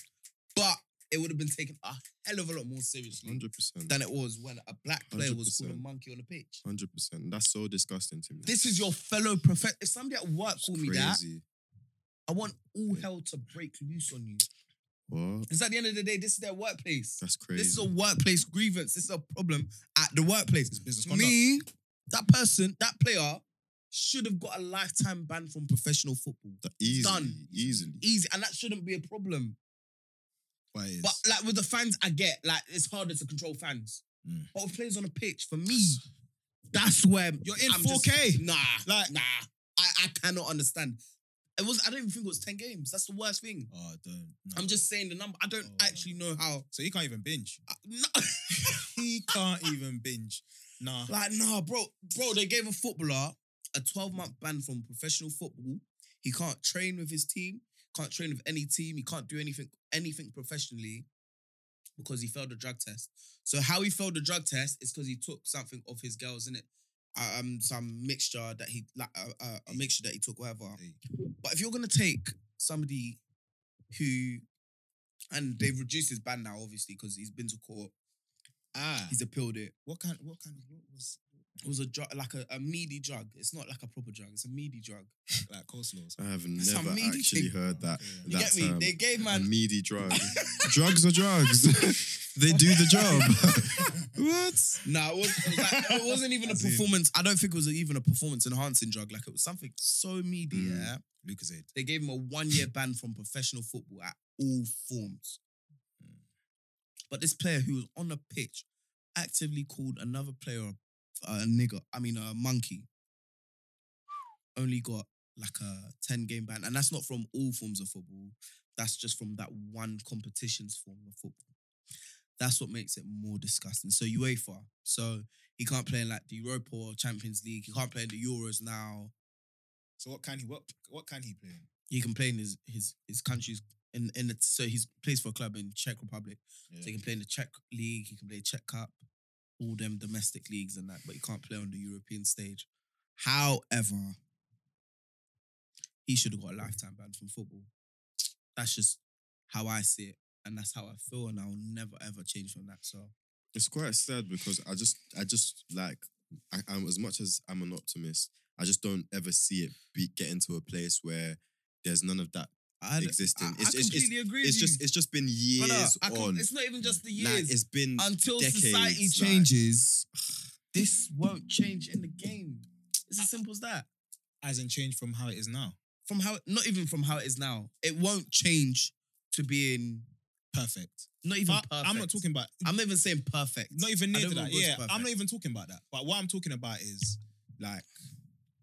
[SPEAKER 4] but it would have been taken a hell of a lot more seriously
[SPEAKER 1] 100%.
[SPEAKER 4] than it was when a black player was called a
[SPEAKER 1] 100%.
[SPEAKER 4] monkey on the pitch.
[SPEAKER 1] 100%. That's so disgusting to me.
[SPEAKER 4] This is your fellow professor. If somebody at work
[SPEAKER 1] It's
[SPEAKER 4] called me that,
[SPEAKER 1] crazy.
[SPEAKER 4] I want all hell to break loose on you.
[SPEAKER 1] What?
[SPEAKER 4] Because at the end of the day, this is their workplace.
[SPEAKER 1] That's crazy.
[SPEAKER 4] This is a workplace grievance. This is a problem at the workplace.
[SPEAKER 3] business conduct.
[SPEAKER 4] Me, that person, that player should have got a lifetime ban from professional football.
[SPEAKER 1] That- easily,
[SPEAKER 4] done.
[SPEAKER 1] easily.
[SPEAKER 4] Easy, and that shouldn't be a problem.
[SPEAKER 3] Why is-
[SPEAKER 4] But like with the fans, I get like it's harder to control fans.
[SPEAKER 3] Mm.
[SPEAKER 4] But with players on the pitch, for me, that's where
[SPEAKER 3] You're in
[SPEAKER 4] I'm
[SPEAKER 3] 4K.
[SPEAKER 4] just- nah,
[SPEAKER 3] Like-
[SPEAKER 4] nah. I, I cannot understand. It was I don't even think it was ten games. That's the worst thing.
[SPEAKER 1] Ah,
[SPEAKER 3] oh, don't. no.
[SPEAKER 4] I'm just saying the number. I don't
[SPEAKER 3] Oh.
[SPEAKER 4] actually know how.
[SPEAKER 3] So he can't even binge.
[SPEAKER 4] I- no.
[SPEAKER 3] He can't even binge. Nah.
[SPEAKER 4] Like, nah, bro, bro, they gave a footballer a 12 month ban from professional football. He can't train with his team, can't train with any team, he can't do anything, anything professionally because he failed a drug test. So how he failed the drug test is because he took something off his girls, in it. Um, some mixture that he like uh, uh, a mixture that he took, whatever.
[SPEAKER 3] Hey.
[SPEAKER 4] But if you're gonna take somebody who, and they've reduced his ban now, obviously, because he's been to court,
[SPEAKER 3] Ah.
[SPEAKER 4] he's appealed it.
[SPEAKER 3] What kind? What kind of? What was
[SPEAKER 4] It was a drug, like a, a meaty drug. It's not like a proper drug. It's a meaty drug.
[SPEAKER 3] like coleslaw?
[SPEAKER 1] I
[SPEAKER 3] or something? um,
[SPEAKER 1] have
[SPEAKER 4] That's
[SPEAKER 1] never
[SPEAKER 4] a meaty
[SPEAKER 1] actually
[SPEAKER 4] thing.
[SPEAKER 1] heard that.
[SPEAKER 3] Okay.
[SPEAKER 4] You
[SPEAKER 1] that
[SPEAKER 4] get me?
[SPEAKER 1] term.
[SPEAKER 4] They gave
[SPEAKER 1] A
[SPEAKER 4] man.
[SPEAKER 1] meaty drug. drugs are drugs. they do the job. what?
[SPEAKER 4] Nah, it, was, it, was like, it wasn't even a
[SPEAKER 3] As in-
[SPEAKER 4] performance. I don't think it was even a performance enhancing drug. Like it was something so meaty.
[SPEAKER 1] Mm.
[SPEAKER 4] Yeah.
[SPEAKER 3] Lucasade.
[SPEAKER 4] They gave him a one year ban from professional football at all forms. But this player who was on the pitch actively called another player a, a nigger, I mean a monkey, only got like a 10 game ban. And that's not from all forms of football, that's just from that one competition's form of football. That's what makes it more disgusting. So UEFA, so he can't play in like the Europa or Champions League. He can't play in the Euros now.
[SPEAKER 3] So what can he? What what can he play? in?
[SPEAKER 4] he can play in his his his country's in in the, so he plays for a club in Czech Republic. So he can play in the Czech league. He can play Czech Cup, all them domestic leagues and that. But he can't play on the European stage. However, he should have got a lifetime ban from football. That's just how I see it, and that's how I feel, and I'll never ever change from that. So
[SPEAKER 1] It's quite sad because I just, I just like, I, I'm as much as I'm an optimist. I just don't ever see it be, get into a place where there's none of that.
[SPEAKER 4] I
[SPEAKER 1] Existing.
[SPEAKER 4] I, I
[SPEAKER 1] It's- it's-
[SPEAKER 4] completely agree.
[SPEAKER 1] It's
[SPEAKER 4] with you.
[SPEAKER 1] just, it's just been years
[SPEAKER 4] Brother, I com-
[SPEAKER 1] on.
[SPEAKER 4] It's not even just the years.
[SPEAKER 1] Like, it's been
[SPEAKER 4] until
[SPEAKER 1] decades,
[SPEAKER 4] society
[SPEAKER 1] like-
[SPEAKER 4] changes, this won't change in the game. It's as simple as that.
[SPEAKER 3] Hasn't changed from how it is now.
[SPEAKER 4] From how, not even from how it is now, it won't change to being
[SPEAKER 3] Perfect.
[SPEAKER 4] not even.
[SPEAKER 3] I- I'm not
[SPEAKER 4] perfect.
[SPEAKER 3] talking about.
[SPEAKER 4] I'm not even saying perfect.
[SPEAKER 3] Not even
[SPEAKER 4] I
[SPEAKER 3] near
[SPEAKER 4] don't
[SPEAKER 3] to
[SPEAKER 4] want
[SPEAKER 3] that.
[SPEAKER 4] to go to
[SPEAKER 3] Yeah, I'm
[SPEAKER 4] perfect.
[SPEAKER 3] not even talking about that. But what I'm talking about is like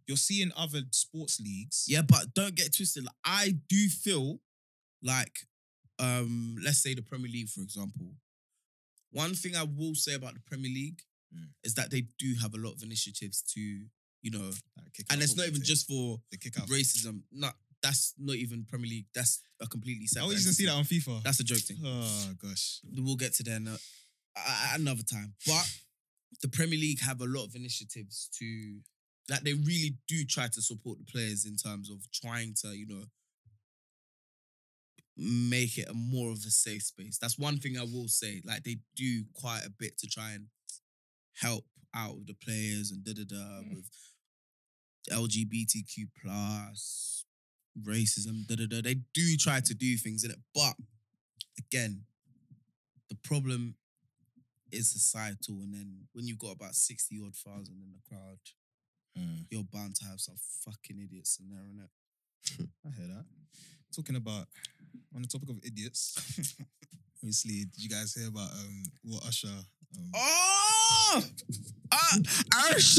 [SPEAKER 3] you're seeing other sports leagues.
[SPEAKER 4] Yeah, but don't get twisted. Like, I do feel like, um, let's say the Premier League, for example. One thing I will say about the Premier League
[SPEAKER 3] Mm.
[SPEAKER 4] is that they do have a lot of initiatives to, you know,
[SPEAKER 3] like, kick
[SPEAKER 4] and
[SPEAKER 3] out
[SPEAKER 4] it's not
[SPEAKER 3] football
[SPEAKER 4] even
[SPEAKER 3] team.
[SPEAKER 4] just for
[SPEAKER 3] the kick out.
[SPEAKER 4] racism. Not that's not even Premier League. That's a completely
[SPEAKER 3] I
[SPEAKER 4] separate.
[SPEAKER 3] always used to see that
[SPEAKER 4] entity.
[SPEAKER 3] on FIFA.
[SPEAKER 4] That's a joke thing.
[SPEAKER 3] oh gosh.
[SPEAKER 4] We'll get to that ano- a- a- another time. But the Premier League have a lot of initiatives to, like, they really do try to support the players in terms of trying to, you know, make it a more of a safe space. That's one thing I will say. Like, they do quite a bit to try and help out with the players and da da da with LGBTQ plus racism da da da. They do try to do things in it, but again, the problem is societal. And then when you've got about sixty odd thousand in the crowd, you're bound to have some fucking idiots in there, innit?
[SPEAKER 3] I hear that. Talking about on the topic of idiots. Obviously, did you guys hear about um what Usher? Um,
[SPEAKER 4] Oh, ah, Arsh,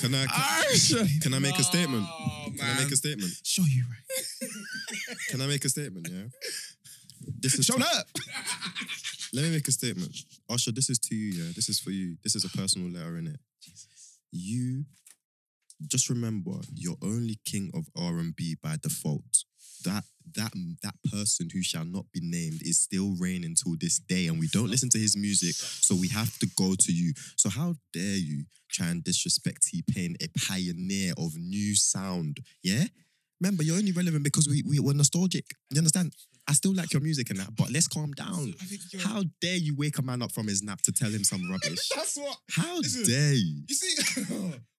[SPEAKER 1] Can I?
[SPEAKER 4] Arsh.
[SPEAKER 1] Can I make a statement?
[SPEAKER 4] Oh,
[SPEAKER 1] Can I make a statement?
[SPEAKER 4] Show you right.
[SPEAKER 1] Can I make a statement? Yeah. This is
[SPEAKER 3] Show up.
[SPEAKER 1] Let me make a statement. Usher, this is to you, yeah. This is for you. This is a personal letter in it. You just remember you're only king of R and B by default. that that that person who shall not be named is still reigning till this day, and we don't listen to his music, so we have to go to you. So how dare you try and disrespect T Pain, a pioneer of new sound? Yeah, remember you're only relevant because we, we were nostalgic. You understand? I still like your music and that, but let's calm down.
[SPEAKER 3] I think you're-
[SPEAKER 1] How dare you wake a man up from his nap to tell him some rubbish?
[SPEAKER 3] That's what
[SPEAKER 1] How
[SPEAKER 3] Listen.
[SPEAKER 1] dare you?
[SPEAKER 3] you see.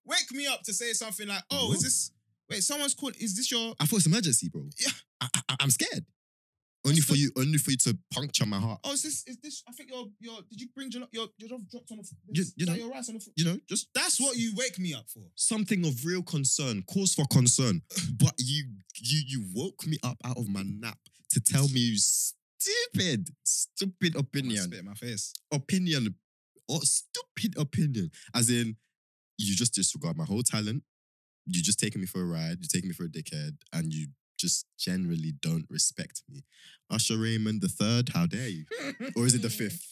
[SPEAKER 3] wake me up to say something like, "Oh, is this? Wait, someone's called. Is this your?
[SPEAKER 1] I thought it's emergency, bro.
[SPEAKER 3] Yeah.
[SPEAKER 1] I, I, I'm scared. Only for you, only for you to puncture my heart.
[SPEAKER 3] Oh, is this? Is this? I think your your. Did you bring your your your dog dropped on the? f-
[SPEAKER 1] You-
[SPEAKER 3] is
[SPEAKER 1] you
[SPEAKER 3] that
[SPEAKER 1] know-
[SPEAKER 3] your rice on the. f-
[SPEAKER 1] You know, just
[SPEAKER 3] That's what you wake me up for.
[SPEAKER 1] something of real concern, cause for concern. But you, you, you woke me up out of my nap to tell me you stupid, stupid opinion,
[SPEAKER 3] Oh, Spit in my face.
[SPEAKER 1] opinion, or stupid opinion. As in, you just disregard my whole talent. You just taking me for a ride. You taking me for a dickhead, and you just generally don't respect me. Usher Raymond the third, how dare you? Or is it the fifth?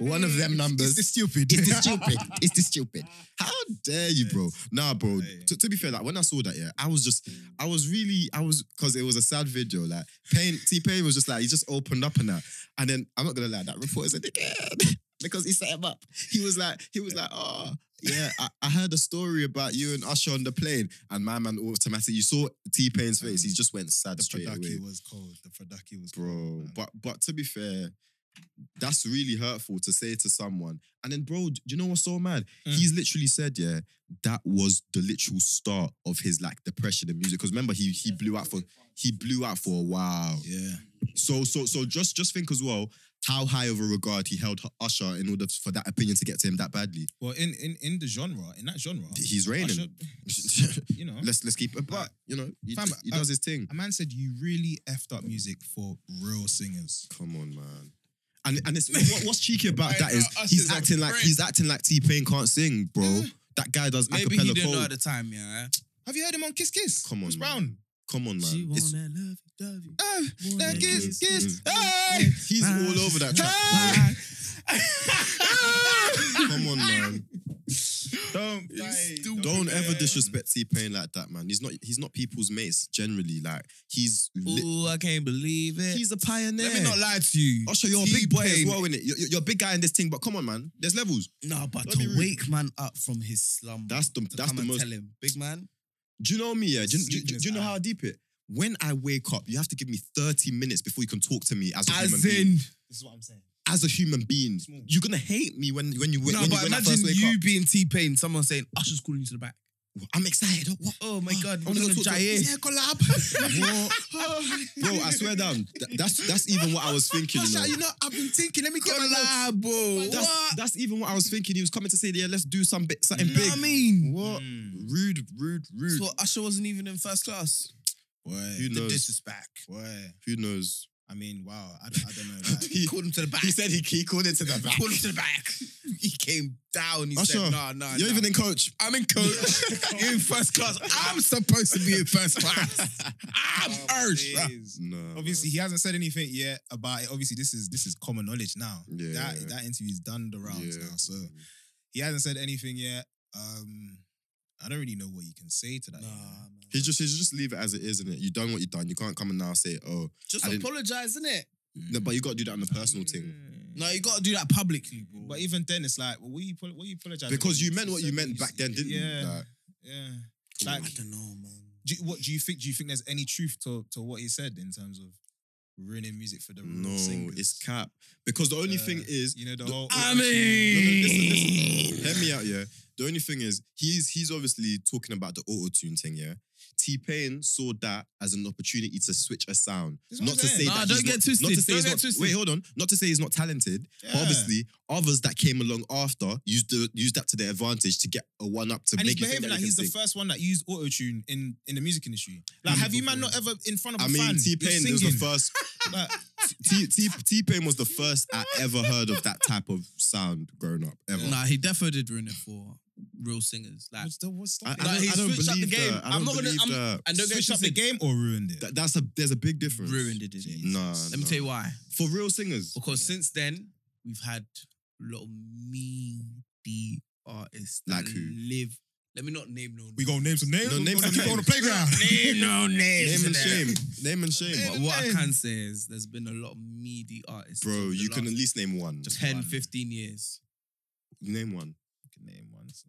[SPEAKER 1] One of them numbers.
[SPEAKER 3] It's stupid.
[SPEAKER 1] It's the stupid. It's the stupid. How dare you, bro? Nah, bro.
[SPEAKER 3] Hey.
[SPEAKER 1] To, to be fair, like when I saw that, yeah, I was just, I was really, I was, cause it was a sad video. Like Pain, T Pain was just like he just opened up and that, and then I'm not gonna lie, that reporter's a dickhead because he set him up. He was like, he was like, oh. Yeah, I, I heard a story about you and Usher on the plane, and my man automatically. You saw T Pain's face; he just went sad
[SPEAKER 3] Mm. The
[SPEAKER 1] straight away
[SPEAKER 3] Fadaki was cold. The Fadaki was cold,
[SPEAKER 1] bro.
[SPEAKER 3] man.
[SPEAKER 1] But but to be fair, that's really hurtful to say to someone. And then, bro, do you know what's so mad?
[SPEAKER 3] Mm.
[SPEAKER 1] He's literally said, yeah, that was the literal start of his like depression in music. Because remember, he he blew out for he blew out for a while.
[SPEAKER 3] yeah.
[SPEAKER 1] So so so just just think as well how high of a regard he held Usher in order for that opinion to get to him that badly.
[SPEAKER 3] Well, in in in the genre, in that genre,
[SPEAKER 1] He's
[SPEAKER 3] I
[SPEAKER 1] reigning.
[SPEAKER 3] should- you know,
[SPEAKER 1] let's let's keep it. But you know, he,
[SPEAKER 3] Fam,
[SPEAKER 1] he
[SPEAKER 3] uh,
[SPEAKER 1] does his thing.
[SPEAKER 3] a man said you really effed up music for real singers.
[SPEAKER 1] Come on, man. And and it's what, what's cheeky about
[SPEAKER 3] Hey,
[SPEAKER 1] that
[SPEAKER 3] bro,
[SPEAKER 1] is
[SPEAKER 3] Usher's
[SPEAKER 1] he's
[SPEAKER 3] a
[SPEAKER 1] acting like
[SPEAKER 3] prick.
[SPEAKER 1] he's acting like T Pain can't sing, bro.
[SPEAKER 3] Yeah.
[SPEAKER 1] That guy does
[SPEAKER 4] Maybe he
[SPEAKER 1] acapella
[SPEAKER 4] didn't know
[SPEAKER 1] cold.
[SPEAKER 4] at the time, yeah.
[SPEAKER 3] Have you heard him on Kiss Kiss?
[SPEAKER 1] Come on,
[SPEAKER 3] Chris
[SPEAKER 1] man.
[SPEAKER 3] Brown.
[SPEAKER 1] Come on, man.
[SPEAKER 4] She
[SPEAKER 1] It's-
[SPEAKER 4] wanna love you, love you.
[SPEAKER 1] Eh.
[SPEAKER 3] Oh,
[SPEAKER 4] wanna
[SPEAKER 3] that
[SPEAKER 1] kiss,
[SPEAKER 3] Kiss
[SPEAKER 1] kiss.
[SPEAKER 3] Kiss. Hey!
[SPEAKER 1] he's all over that track.
[SPEAKER 4] Hi.
[SPEAKER 1] Come on, man.
[SPEAKER 3] Don't,
[SPEAKER 4] It's
[SPEAKER 3] play,
[SPEAKER 4] stupid.
[SPEAKER 1] Don't ever disrespect T Pain like that, man. He's not he's not people's mates generally. Like he's li-
[SPEAKER 4] Ooh, I can't believe it.
[SPEAKER 1] he's a pioneer.
[SPEAKER 4] Let me not lie to you.
[SPEAKER 1] Usher, you're a big boy as
[SPEAKER 4] T-Pain.
[SPEAKER 1] well, innit? You're, you're a big guy in this thing, but come on, man. There's levels.
[SPEAKER 4] No, but
[SPEAKER 1] Don't be
[SPEAKER 4] to
[SPEAKER 1] rude.
[SPEAKER 4] wake man up from his slumber.
[SPEAKER 1] That's the
[SPEAKER 4] to
[SPEAKER 1] that's
[SPEAKER 4] come
[SPEAKER 1] the
[SPEAKER 4] and
[SPEAKER 1] most
[SPEAKER 4] tell him, big man.
[SPEAKER 1] Do you know me? Yeah. Do, you- do you-
[SPEAKER 3] Sleep in
[SPEAKER 1] do you
[SPEAKER 3] his
[SPEAKER 1] know
[SPEAKER 3] eye.
[SPEAKER 1] how deep it? When I wake up, you have to give me 30 minutes before you can talk to me as a human being.
[SPEAKER 3] This is what I'm saying.
[SPEAKER 1] As a human being,
[SPEAKER 3] Small.
[SPEAKER 1] you're gonna hate me when when you when,
[SPEAKER 4] no,
[SPEAKER 1] when, you-
[SPEAKER 4] but
[SPEAKER 1] when I
[SPEAKER 4] imagine
[SPEAKER 1] first wake
[SPEAKER 4] you
[SPEAKER 1] up.
[SPEAKER 4] being T Pain, someone saying Usher's calling you to the back.
[SPEAKER 1] I'm excited. Oh, What?
[SPEAKER 4] Oh my god,
[SPEAKER 1] I'm
[SPEAKER 4] we're
[SPEAKER 1] gonna
[SPEAKER 4] gonna
[SPEAKER 1] talk
[SPEAKER 4] eh?
[SPEAKER 1] to-
[SPEAKER 4] Jair.
[SPEAKER 1] Yeah, collab. Bro, I swear down. th- that's that's even what I was thinking. You know?
[SPEAKER 4] know, I've been thinking. Let me
[SPEAKER 1] get my
[SPEAKER 4] collabo.
[SPEAKER 1] That's,
[SPEAKER 4] What?
[SPEAKER 1] that's even what I was thinking. He was coming to say, yeah, let's do some bit, something
[SPEAKER 4] You know
[SPEAKER 1] big.
[SPEAKER 4] what I mean?
[SPEAKER 1] What? Rude, rude, rude.
[SPEAKER 4] So Usher wasn't even in first class.
[SPEAKER 1] Who
[SPEAKER 3] Boy,
[SPEAKER 4] The
[SPEAKER 1] knows?
[SPEAKER 4] disrespect.
[SPEAKER 3] boy.
[SPEAKER 1] Who knows?
[SPEAKER 3] I mean, wow. I don't, I don't know. Like,
[SPEAKER 4] He called him to the back.
[SPEAKER 1] He said he, he called it to the back.
[SPEAKER 4] Called him to the back. He came down. He
[SPEAKER 1] Usher,
[SPEAKER 4] said, "Nah, nah."
[SPEAKER 1] You're
[SPEAKER 4] nah.
[SPEAKER 1] even in coach.
[SPEAKER 4] I'm in coach. You're in first class. Ah, I'm supposed to be in first class. I'm
[SPEAKER 3] Oh,
[SPEAKER 4] urged. bruh.
[SPEAKER 3] days.
[SPEAKER 1] No.
[SPEAKER 3] Obviously, he hasn't said anything yet about it. Obviously, this is this is common knowledge now.
[SPEAKER 1] Yeah.
[SPEAKER 3] That that interview's done the
[SPEAKER 1] man.
[SPEAKER 3] rounds now. So he hasn't said anything yet. Um, I don't really know what you can say to that. you know.
[SPEAKER 1] He just he should just leave it as it is, innit? You done what you done. You can't come and now say, oh,
[SPEAKER 4] Just
[SPEAKER 1] I didn't-
[SPEAKER 4] apologize, innit?
[SPEAKER 1] no, but you got to do that on a personal
[SPEAKER 3] Mm.
[SPEAKER 1] thing.
[SPEAKER 4] No, you gotta do that publicly, bro.
[SPEAKER 3] But even then, it's like, well, what you pol- what you apologize
[SPEAKER 1] Because you meant what you meant back then, didn't
[SPEAKER 3] yeah,
[SPEAKER 1] you? Like,
[SPEAKER 3] Yeah,
[SPEAKER 4] I
[SPEAKER 3] Like,
[SPEAKER 4] don't know, man.
[SPEAKER 3] do you, what do you think? Do you think there's any truth to to what he said in terms of ruining music for the real
[SPEAKER 1] no,
[SPEAKER 3] singers?
[SPEAKER 1] it's cap. Because the only
[SPEAKER 3] Uh,
[SPEAKER 1] thing is,
[SPEAKER 3] you know the,
[SPEAKER 1] the-
[SPEAKER 3] whole.
[SPEAKER 4] I
[SPEAKER 1] No, no, listen,
[SPEAKER 4] mean,
[SPEAKER 1] listen. Hear me out, yeah. The only thing is, he's he's obviously talking about the auto tune thing, yeah. T Pain saw that as an opportunity to switch a sound,
[SPEAKER 3] That's what
[SPEAKER 1] not
[SPEAKER 3] I'm
[SPEAKER 1] to
[SPEAKER 3] saying.
[SPEAKER 1] say
[SPEAKER 4] Nah,
[SPEAKER 1] that
[SPEAKER 4] don't
[SPEAKER 1] he's
[SPEAKER 4] get
[SPEAKER 1] not,
[SPEAKER 4] twisted.
[SPEAKER 1] not to say
[SPEAKER 4] Don't
[SPEAKER 1] he's
[SPEAKER 4] get
[SPEAKER 1] not.
[SPEAKER 4] twisted.
[SPEAKER 1] Wait, hold on. Not to say he's not talented. but
[SPEAKER 3] Yeah.
[SPEAKER 1] Obviously, others that came along after used the, used that to their advantage to get a one up to
[SPEAKER 3] and
[SPEAKER 1] make
[SPEAKER 3] he's
[SPEAKER 1] it think
[SPEAKER 3] behaving
[SPEAKER 1] that
[SPEAKER 3] like
[SPEAKER 1] they
[SPEAKER 3] he's
[SPEAKER 1] can
[SPEAKER 3] the
[SPEAKER 1] sing.
[SPEAKER 3] first one that used auto tune in in the music industry. Like, have you man not ever in front of a
[SPEAKER 1] I mean,
[SPEAKER 3] fan?
[SPEAKER 1] T Pain
[SPEAKER 3] You're
[SPEAKER 1] was the
[SPEAKER 3] singing.
[SPEAKER 1] first.
[SPEAKER 3] Like,
[SPEAKER 1] T T Pain was the first I ever heard of that type of sound growing up ever.
[SPEAKER 4] Nah, he definitely did ruin it for real singers. Like,
[SPEAKER 3] what's the what's
[SPEAKER 1] I, I
[SPEAKER 3] stopping?
[SPEAKER 4] Nah,
[SPEAKER 1] don't,
[SPEAKER 4] he
[SPEAKER 1] I don't
[SPEAKER 4] switched up the
[SPEAKER 1] believe
[SPEAKER 4] game.
[SPEAKER 1] that. I
[SPEAKER 4] I'm
[SPEAKER 1] don't
[SPEAKER 4] not gonna-
[SPEAKER 1] believe
[SPEAKER 4] I'm-
[SPEAKER 1] that.
[SPEAKER 4] and don't get
[SPEAKER 3] switched up the
[SPEAKER 4] twisted.
[SPEAKER 3] game or ruined it?
[SPEAKER 1] Th- that's a there's a big difference.
[SPEAKER 4] Ruined it, did it?
[SPEAKER 1] Nah,
[SPEAKER 4] Let me
[SPEAKER 1] nah.
[SPEAKER 4] tell you why.
[SPEAKER 1] for real singers.
[SPEAKER 4] Because since then, we've had a lot of mean D artists that
[SPEAKER 1] Like who?
[SPEAKER 4] live Let me not name no.
[SPEAKER 3] We go name some names.
[SPEAKER 1] No,
[SPEAKER 3] we
[SPEAKER 1] name
[SPEAKER 3] gonna
[SPEAKER 1] some
[SPEAKER 3] keep it on the
[SPEAKER 1] names.
[SPEAKER 3] playground.
[SPEAKER 4] name no names.
[SPEAKER 1] Name and shame. Name and
[SPEAKER 4] But
[SPEAKER 1] shame.
[SPEAKER 4] what I can say is there's been a lot of meaty artists. over
[SPEAKER 1] Bro,
[SPEAKER 4] the
[SPEAKER 1] you can at
[SPEAKER 4] last
[SPEAKER 1] least name one. Just
[SPEAKER 4] 10,
[SPEAKER 3] one.
[SPEAKER 4] 15 years.
[SPEAKER 1] name one
[SPEAKER 3] Can Name one. so-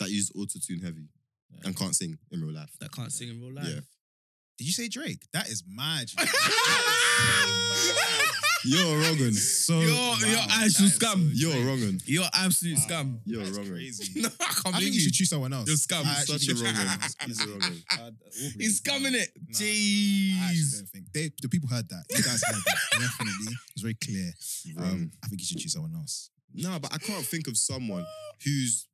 [SPEAKER 1] that used auto-tune heavy
[SPEAKER 3] Yeah.
[SPEAKER 1] and can't sing in real life.
[SPEAKER 4] That can't sing in real
[SPEAKER 1] Yeah.
[SPEAKER 4] life.
[SPEAKER 3] Did you say Drake? That is mad. you know.
[SPEAKER 1] You're wrong.
[SPEAKER 3] so
[SPEAKER 4] You're-
[SPEAKER 3] wow,
[SPEAKER 4] you're
[SPEAKER 3] that
[SPEAKER 4] actual
[SPEAKER 3] is
[SPEAKER 4] scum.
[SPEAKER 1] You're wrong.
[SPEAKER 4] You're absolute
[SPEAKER 3] Wow.
[SPEAKER 4] scum.
[SPEAKER 1] You're
[SPEAKER 3] That's
[SPEAKER 1] wrong.
[SPEAKER 3] crazy.
[SPEAKER 4] No, I can't
[SPEAKER 3] I
[SPEAKER 4] believe
[SPEAKER 3] think you should choose someone else.
[SPEAKER 4] You're scum.
[SPEAKER 3] I actually
[SPEAKER 1] Such a
[SPEAKER 3] think-
[SPEAKER 1] wrong one.
[SPEAKER 3] He's
[SPEAKER 1] He's
[SPEAKER 3] a
[SPEAKER 1] a wrong one.
[SPEAKER 3] Uh, Aubrey.
[SPEAKER 4] He's scumming it.
[SPEAKER 3] Nah, nah, nah. I actually
[SPEAKER 4] Jeez.
[SPEAKER 3] don't think they, the people heard that. You guys heard that. Definitely, it's very clear. Um, I think you should choose someone else.
[SPEAKER 1] No, but I can't think of someone who's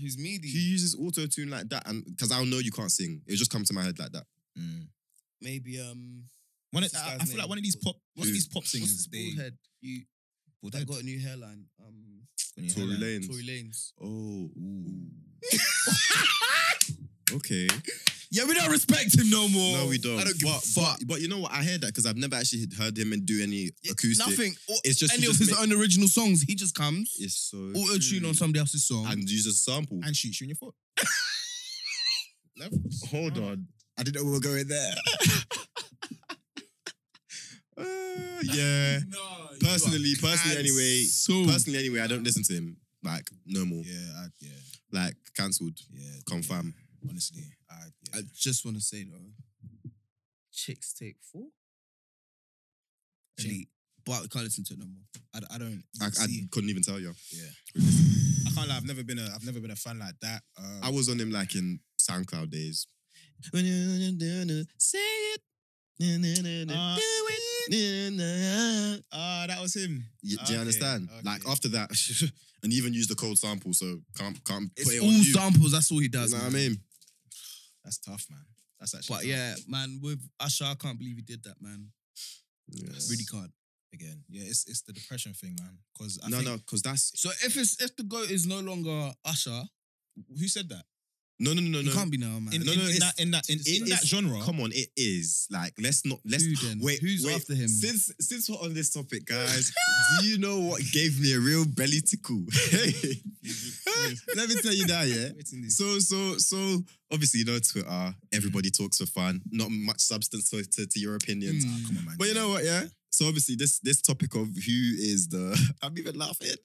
[SPEAKER 4] Who's meaty?
[SPEAKER 1] who uses auto-tune like that and because I'll know you can't sing. It just come to my head like that.
[SPEAKER 4] Maybe um.
[SPEAKER 3] One, of,
[SPEAKER 4] Mm. What's this
[SPEAKER 3] I, I
[SPEAKER 4] guy's
[SPEAKER 3] feel like
[SPEAKER 4] name?
[SPEAKER 3] one of these pop, one of
[SPEAKER 1] Who?
[SPEAKER 3] these pop
[SPEAKER 4] What's
[SPEAKER 3] singers.
[SPEAKER 4] this bald head? You
[SPEAKER 3] bald
[SPEAKER 4] that
[SPEAKER 3] head.
[SPEAKER 4] got a new hairline. Um,
[SPEAKER 3] Yeah,
[SPEAKER 1] Tory
[SPEAKER 3] like-
[SPEAKER 1] Lanez.
[SPEAKER 4] Tory Lanez.
[SPEAKER 1] Oh. okay.
[SPEAKER 4] Yeah, we don't respect him no more.
[SPEAKER 1] No, we don't.
[SPEAKER 4] Oh, I don't give a
[SPEAKER 1] but,
[SPEAKER 4] fuck.
[SPEAKER 1] but but you know what? I heard that because I've never actually heard him and do any acoustic.
[SPEAKER 4] Nothing. Or
[SPEAKER 1] It's just
[SPEAKER 4] any
[SPEAKER 1] you
[SPEAKER 4] of
[SPEAKER 1] just
[SPEAKER 4] his
[SPEAKER 1] make-
[SPEAKER 4] own original songs. He just comes
[SPEAKER 1] It's so
[SPEAKER 4] auto tune
[SPEAKER 1] true.
[SPEAKER 4] on somebody else's song.
[SPEAKER 1] and use a sample.
[SPEAKER 3] and shoots you in your foot. Levels.
[SPEAKER 1] Hold
[SPEAKER 3] Wow.
[SPEAKER 1] on. I didn't know we were going there. Uh, yeah.
[SPEAKER 4] no,
[SPEAKER 1] Personally, personally, anyway,
[SPEAKER 4] So
[SPEAKER 1] personally, anyway, I don't listen to him. Like, no more.
[SPEAKER 3] Yeah, I, yeah,
[SPEAKER 1] Like, cancelled.
[SPEAKER 3] yeah.
[SPEAKER 1] Confirm.
[SPEAKER 3] Honestly, I, yeah.
[SPEAKER 4] I just want to say though, chicks take four. Elite, but I can't listen to it no more.
[SPEAKER 3] I, I don't.
[SPEAKER 1] I, I
[SPEAKER 3] see,
[SPEAKER 1] couldn't even tell you.
[SPEAKER 3] yeah. I can't lie. I've never been a. I've never been a fan like that.
[SPEAKER 4] Oh
[SPEAKER 3] Um,
[SPEAKER 1] I was on him like in SoundCloud days. Say it.
[SPEAKER 3] Uh,
[SPEAKER 1] Do it.
[SPEAKER 3] Ah, that was him.
[SPEAKER 1] Y- Do
[SPEAKER 3] Okay,
[SPEAKER 1] you understand? Like
[SPEAKER 3] okay.
[SPEAKER 1] after that, and even used the cold sample, so can't can't
[SPEAKER 4] It's
[SPEAKER 1] put it on
[SPEAKER 4] all
[SPEAKER 1] you.
[SPEAKER 4] samples. That's all he
[SPEAKER 1] You
[SPEAKER 4] does.
[SPEAKER 1] know what I
[SPEAKER 4] man.
[SPEAKER 1] mean?
[SPEAKER 3] that's tough, man. That's actually.
[SPEAKER 4] But
[SPEAKER 3] tough.
[SPEAKER 4] yeah, man, with Usher, I can't believe he did that, man. Really can't.
[SPEAKER 3] again, yeah, it's it's the depression thing, man. Because
[SPEAKER 1] No, no, because that's
[SPEAKER 4] So if it's if the goat is no longer Usher,
[SPEAKER 3] who said that?
[SPEAKER 1] no, no, no,
[SPEAKER 4] it
[SPEAKER 1] no. no.
[SPEAKER 4] can't be now, man.
[SPEAKER 3] In,
[SPEAKER 1] No,
[SPEAKER 3] in,
[SPEAKER 1] no,
[SPEAKER 3] in
[SPEAKER 1] it's-
[SPEAKER 3] that in that in, in
[SPEAKER 1] it's-
[SPEAKER 3] that genre.
[SPEAKER 1] Come on, it is like let's not let's
[SPEAKER 4] Who then?
[SPEAKER 1] wait.
[SPEAKER 4] Who's
[SPEAKER 1] wait.
[SPEAKER 4] after him?
[SPEAKER 1] Since since we're on this topic, guys, do you know what gave me a real belly tickle? Let me tell you that, yeah. So so so obviously you know Twitter, everybody talks for fun, not much substance to, to, to your opinions.
[SPEAKER 4] Mm.
[SPEAKER 3] Ah, come on, man.
[SPEAKER 1] But you know what, yeah? So obviously this this topic of who is the I'm even laughing.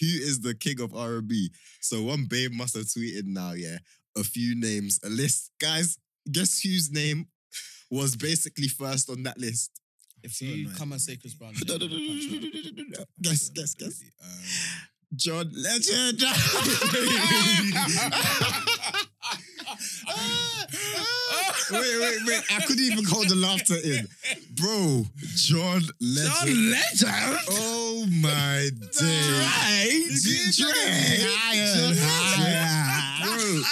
[SPEAKER 1] Who is the king of R&B? So one babe must have tweeted now, yeah, a few names, a list. Guys, guess whose name was basically first on that list?
[SPEAKER 4] if
[SPEAKER 3] so
[SPEAKER 4] you
[SPEAKER 3] annoying
[SPEAKER 4] come and
[SPEAKER 3] already.
[SPEAKER 4] say Chris Brown,
[SPEAKER 1] No, no, no, no, no, no, no, no, no, no. Guess, guess, guess.
[SPEAKER 4] um
[SPEAKER 1] John Legend. wait, wait, wait. I couldn't even hold the laughter in. Bro, John Legend.
[SPEAKER 4] John Legend.
[SPEAKER 1] Oh my day. Dre. Just- Bro.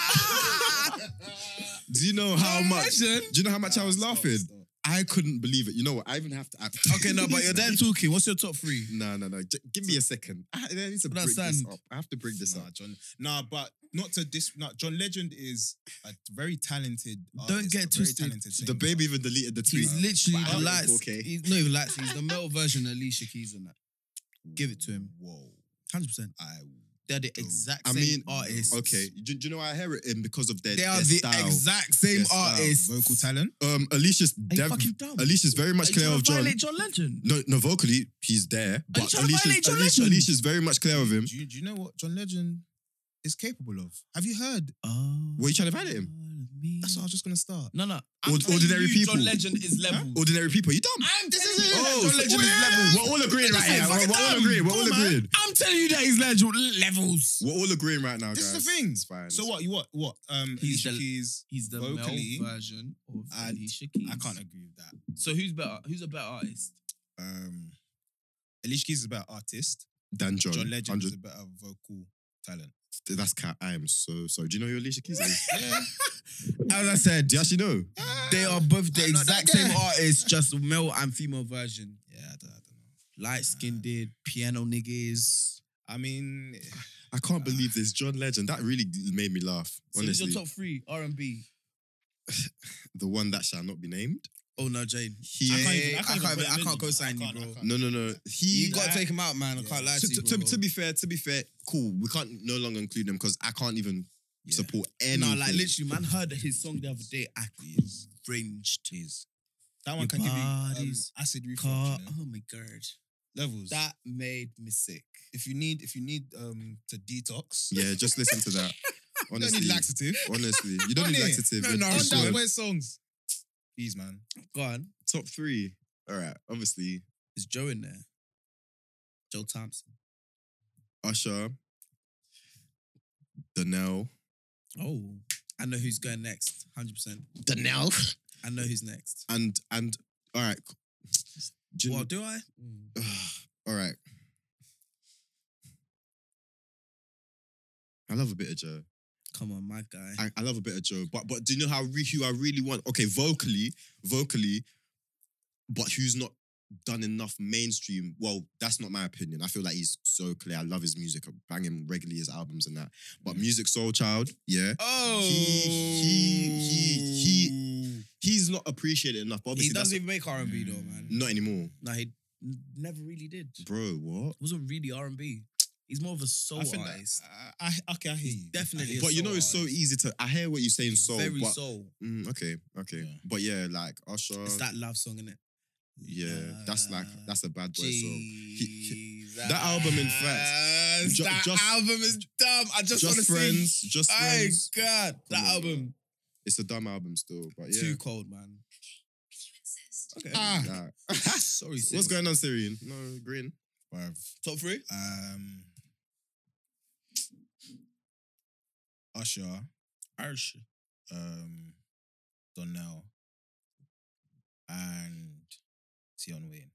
[SPEAKER 1] Do you know how much? Do
[SPEAKER 4] Legend?
[SPEAKER 1] you know how much I was laughing? I couldn't believe it. You know what? I even have to. I,
[SPEAKER 4] Okay, no, but you're then talking. What's your top three?
[SPEAKER 1] No, no, no. J- give me a second. I, I need to
[SPEAKER 4] But
[SPEAKER 1] break
[SPEAKER 4] that's
[SPEAKER 1] this
[SPEAKER 4] sand.
[SPEAKER 1] up. I have to break this
[SPEAKER 3] Nah,
[SPEAKER 1] up.
[SPEAKER 3] John. Nah, but not to this. Nah, John Legend is a very talented.
[SPEAKER 4] Don't
[SPEAKER 3] artist,
[SPEAKER 4] get
[SPEAKER 3] a very
[SPEAKER 4] twisted.
[SPEAKER 3] talented
[SPEAKER 1] The
[SPEAKER 3] singer.
[SPEAKER 1] baby even deleted the tweet.
[SPEAKER 4] He's literally
[SPEAKER 1] But I
[SPEAKER 4] the
[SPEAKER 1] don't
[SPEAKER 4] lights.
[SPEAKER 1] know, okay.
[SPEAKER 4] He's not even lights. He's the male version of Alicia Keys and that. Give it to him.
[SPEAKER 3] Whoa,
[SPEAKER 4] Hundred percent.
[SPEAKER 3] I
[SPEAKER 4] They're the exact
[SPEAKER 1] I
[SPEAKER 4] same
[SPEAKER 1] mean,
[SPEAKER 4] artists.
[SPEAKER 1] Okay, do, do you know why I hear it in because of their,
[SPEAKER 4] They are
[SPEAKER 1] their
[SPEAKER 4] the
[SPEAKER 1] style.
[SPEAKER 4] exact same
[SPEAKER 1] Their style.
[SPEAKER 4] artists.
[SPEAKER 3] vocal talent.
[SPEAKER 1] um, Alicia's
[SPEAKER 4] Are you
[SPEAKER 1] dev-
[SPEAKER 4] fucking dumb?
[SPEAKER 1] Alicia's very much clear of John.
[SPEAKER 4] John Legend.
[SPEAKER 1] No, no, vocally he's there, but
[SPEAKER 4] trying to
[SPEAKER 1] Alicia's,
[SPEAKER 4] violate John
[SPEAKER 1] Alicia-
[SPEAKER 4] Legend?
[SPEAKER 1] Alicia's very much clear of him.
[SPEAKER 3] Do you, do you know what John Legend is capable of? Have you heard?
[SPEAKER 1] Were you trying to validate him?
[SPEAKER 3] That's what I was just gonna start.
[SPEAKER 4] Oh, No, no.
[SPEAKER 1] Ord-
[SPEAKER 4] telling
[SPEAKER 1] ordinary
[SPEAKER 4] you
[SPEAKER 1] people.
[SPEAKER 4] John Legend is level.
[SPEAKER 1] Ordinary people, you dumb.
[SPEAKER 4] I'm telling you
[SPEAKER 1] Oh,
[SPEAKER 4] that John Legend is
[SPEAKER 1] yeah.
[SPEAKER 4] level.
[SPEAKER 1] We're all agreeing right
[SPEAKER 4] Listen,
[SPEAKER 1] here. We're,
[SPEAKER 4] fucking
[SPEAKER 1] we're all
[SPEAKER 4] dumb.
[SPEAKER 1] agreeing. We're
[SPEAKER 4] Come
[SPEAKER 1] all
[SPEAKER 4] on,
[SPEAKER 1] agreeing.
[SPEAKER 4] I'm telling you that he's legend levels.
[SPEAKER 1] We're all agreeing right now,
[SPEAKER 3] This
[SPEAKER 1] guys.
[SPEAKER 3] is the thing.
[SPEAKER 1] It's fine.
[SPEAKER 3] So what? You what? What? Um,
[SPEAKER 4] He's
[SPEAKER 3] Alicia
[SPEAKER 4] the-
[SPEAKER 3] Keys.
[SPEAKER 4] He's the
[SPEAKER 3] Vocally,
[SPEAKER 4] male version of
[SPEAKER 3] I-
[SPEAKER 4] Alicia Keys.
[SPEAKER 3] I can't agree with that.
[SPEAKER 4] So who's better? Who's a better artist?
[SPEAKER 3] Um, Alicia Keys is a better artist.
[SPEAKER 1] Dan John,
[SPEAKER 3] John, Legend
[SPEAKER 1] 100
[SPEAKER 3] is a better vocal talent.
[SPEAKER 1] That's cat. I am so sorry. Do you know who Alicia Keys is?
[SPEAKER 4] As I said,
[SPEAKER 1] Do you actually know?
[SPEAKER 4] they are both the
[SPEAKER 3] I'm not that
[SPEAKER 4] exact same
[SPEAKER 3] guy.
[SPEAKER 4] artist, just male and female version.
[SPEAKER 3] Yeah, I don't, I don't know.
[SPEAKER 4] Light skinned, did piano niggas.
[SPEAKER 3] I mean,
[SPEAKER 1] I can't believe this. John Legend. That really made me laugh.
[SPEAKER 4] Uh, So who's
[SPEAKER 1] Honestly,
[SPEAKER 4] your top three R and B?
[SPEAKER 1] the one that shall not be named.
[SPEAKER 4] Oh no, Jane.
[SPEAKER 1] He
[SPEAKER 3] I
[SPEAKER 4] Yeah,
[SPEAKER 3] can't even- I
[SPEAKER 4] I
[SPEAKER 3] can't
[SPEAKER 4] can't,
[SPEAKER 3] even
[SPEAKER 4] even-
[SPEAKER 3] put
[SPEAKER 4] I
[SPEAKER 3] him in,
[SPEAKER 4] can't co-sign
[SPEAKER 3] bro. I
[SPEAKER 4] you,
[SPEAKER 3] can't-
[SPEAKER 4] bro.
[SPEAKER 3] I can't.
[SPEAKER 1] No, no, no. He.
[SPEAKER 4] You gotta take him out, man. I
[SPEAKER 3] Yeah.
[SPEAKER 4] can't lie
[SPEAKER 1] to,
[SPEAKER 4] to you.
[SPEAKER 1] to-
[SPEAKER 4] bro.
[SPEAKER 1] to be fair, to be fair, cool. We can't no longer include him because I can't even
[SPEAKER 3] Yeah.
[SPEAKER 1] support anything.
[SPEAKER 4] No, like literally, man heard his song the other day. I cringed.
[SPEAKER 3] That one
[SPEAKER 4] Your
[SPEAKER 3] can give you um,
[SPEAKER 4] body's
[SPEAKER 3] acid reflux.
[SPEAKER 4] Car-
[SPEAKER 3] you know?
[SPEAKER 4] oh my god,
[SPEAKER 3] Levels.
[SPEAKER 4] that made me sick.
[SPEAKER 3] if you need if you need um to detox,
[SPEAKER 1] Yeah, just listen to that.
[SPEAKER 3] you don't
[SPEAKER 1] Honestly,
[SPEAKER 3] need laxative.
[SPEAKER 1] honestly, you don't need
[SPEAKER 3] Honey,
[SPEAKER 1] laxative.
[SPEAKER 4] no,
[SPEAKER 1] You're
[SPEAKER 4] no,
[SPEAKER 3] On
[SPEAKER 1] just
[SPEAKER 3] that
[SPEAKER 1] good.
[SPEAKER 3] wet songs. Please, man.
[SPEAKER 4] Go on.
[SPEAKER 1] top three. All right, obviously
[SPEAKER 4] Is Joe in there? Joe Thompson.
[SPEAKER 1] Usher, Danelle.
[SPEAKER 4] Oh, I know who's going next. Hundred percent.
[SPEAKER 1] Danelle.
[SPEAKER 4] I know who's next.
[SPEAKER 1] And and all right. Do you-
[SPEAKER 4] Well, do I?
[SPEAKER 1] Mm. all right. I love a bit of Joe.
[SPEAKER 4] Come on, my guy.
[SPEAKER 1] I, I love a bit of Joe, but but do you know how re- who I really want? Okay, vocally, vocally, but who's not done enough mainstream? Well, that's not my opinion. I feel like he's so clear. I love his music. I bang him regularly his albums and that.
[SPEAKER 4] Mm.
[SPEAKER 1] But music, Soul Child, yeah,
[SPEAKER 4] oh,
[SPEAKER 1] he- he- he- he's not appreciated enough. But obviously,
[SPEAKER 4] he doesn't
[SPEAKER 1] that's Mm.
[SPEAKER 4] even make R and B though, man.
[SPEAKER 1] not anymore,
[SPEAKER 4] No, he n- never really did.
[SPEAKER 1] bro. What?
[SPEAKER 4] wasn't really R and B. He's more of a soul
[SPEAKER 3] I think
[SPEAKER 4] artist.
[SPEAKER 3] that, I, I okay, I hear you.
[SPEAKER 4] Definitely, a
[SPEAKER 1] But you
[SPEAKER 4] soul
[SPEAKER 1] know, it's so
[SPEAKER 4] artist.
[SPEAKER 1] easy to. I hear what you're saying, soul.
[SPEAKER 4] very
[SPEAKER 1] but,
[SPEAKER 4] soul.
[SPEAKER 1] Mm, okay, okay,
[SPEAKER 3] Yeah.
[SPEAKER 1] but yeah, like Usher.
[SPEAKER 4] It's that love song in it.
[SPEAKER 1] yeah, that's like that's a bad boy song.
[SPEAKER 4] That
[SPEAKER 1] that album, in fact, ju-
[SPEAKER 4] that
[SPEAKER 1] just-
[SPEAKER 4] album is dumb. I just, want to
[SPEAKER 1] just
[SPEAKER 4] see.
[SPEAKER 1] friends, just
[SPEAKER 4] My
[SPEAKER 1] friends.
[SPEAKER 4] God, that
[SPEAKER 1] Come on,
[SPEAKER 4] album
[SPEAKER 1] It's a dumb album still, but yeah.
[SPEAKER 4] too cold, man. Okay.
[SPEAKER 3] Ah,
[SPEAKER 1] Nah.
[SPEAKER 4] Sorry, sis.
[SPEAKER 1] What's going on, Syrian? No, green.
[SPEAKER 3] bruv.
[SPEAKER 4] Top three?
[SPEAKER 3] Um, Usher,
[SPEAKER 4] Irish.
[SPEAKER 3] um, Donnell, and Tion Wayne.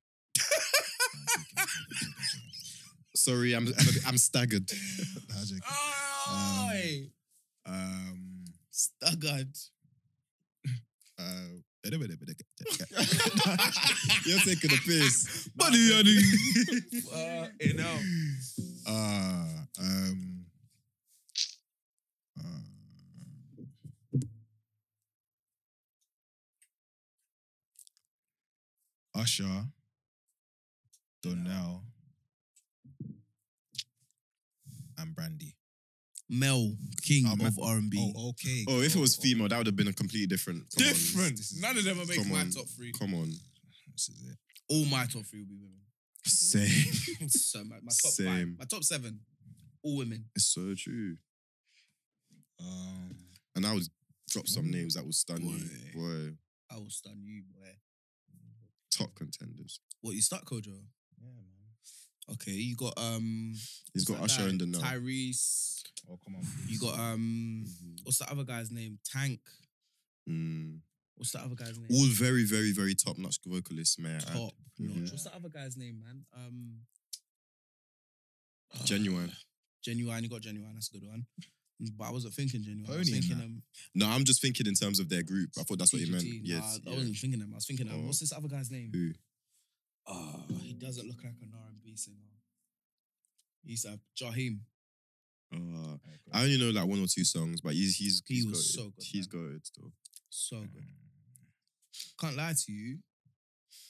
[SPEAKER 3] I'm
[SPEAKER 1] Sorry,
[SPEAKER 3] joking, I'm joking, I'm joking.
[SPEAKER 1] I'm I'm, I'm staggered.
[SPEAKER 3] Nah, I'm joking.
[SPEAKER 4] Oh,
[SPEAKER 3] Um,
[SPEAKER 4] staggered.
[SPEAKER 3] uh,
[SPEAKER 1] You're taking a piss.
[SPEAKER 3] Buddy,
[SPEAKER 4] Uh, you know.
[SPEAKER 1] Ah,
[SPEAKER 3] uh, um, uh,
[SPEAKER 1] ah.
[SPEAKER 3] Usher, Donnell, and Brandy.
[SPEAKER 4] Mel, king
[SPEAKER 3] Oh, man.
[SPEAKER 4] of R and B.
[SPEAKER 3] okay.
[SPEAKER 1] Oh, if it was female, that would have been a completely different. Come on.
[SPEAKER 4] Different. None of them are making
[SPEAKER 1] Come
[SPEAKER 4] my
[SPEAKER 1] on.
[SPEAKER 4] top three.
[SPEAKER 1] Come on.
[SPEAKER 3] This is it.
[SPEAKER 4] All my top three will be women.
[SPEAKER 1] Same.
[SPEAKER 4] so my, my top five,
[SPEAKER 1] Same.
[SPEAKER 4] my top seven, all women.
[SPEAKER 1] It's so true.
[SPEAKER 3] Um,
[SPEAKER 1] And I would drop some names that would stun you. Boy.
[SPEAKER 4] I will stun you, boy.
[SPEAKER 1] Top contenders.
[SPEAKER 4] What you stuck, Kojo? Yeah, man. Okay, you got um.
[SPEAKER 1] He's got
[SPEAKER 4] what's that
[SPEAKER 1] Usher
[SPEAKER 4] guy?
[SPEAKER 1] and Danelle.
[SPEAKER 4] Tyrese.
[SPEAKER 3] oh, come on.
[SPEAKER 4] You got um. What's the other guy's name? Tank.
[SPEAKER 1] Mm-hmm. Mm.
[SPEAKER 4] What's the other guy's name?
[SPEAKER 1] All very, very, very top notch vocalists, man.
[SPEAKER 4] Top notch.
[SPEAKER 1] Mhm.
[SPEAKER 4] What's the other guy's name, man? Um.
[SPEAKER 1] Genuine.
[SPEAKER 4] Genuine. You got genuine. That's a good one. But I wasn't thinking genuine. I was
[SPEAKER 3] Pony in
[SPEAKER 4] thinking
[SPEAKER 3] that.
[SPEAKER 4] um.
[SPEAKER 1] No, I'm just thinking in terms of their group. I thought that's what you meant.
[SPEAKER 4] TGT.
[SPEAKER 1] Yes.
[SPEAKER 4] Nah, I
[SPEAKER 1] yeah.
[SPEAKER 4] wasn't thinking them. I was thinking um.
[SPEAKER 1] Oh.
[SPEAKER 4] What's this other guy's name?
[SPEAKER 1] Who?
[SPEAKER 4] Oh, he doesn't look like an R and B singer. He's a Jaheim.
[SPEAKER 1] Uh, I only know like one or two songs, but he's he's
[SPEAKER 4] He
[SPEAKER 1] he's
[SPEAKER 4] was
[SPEAKER 1] goated.
[SPEAKER 4] so good,
[SPEAKER 1] He's goated still.
[SPEAKER 4] So good. Can't lie to you.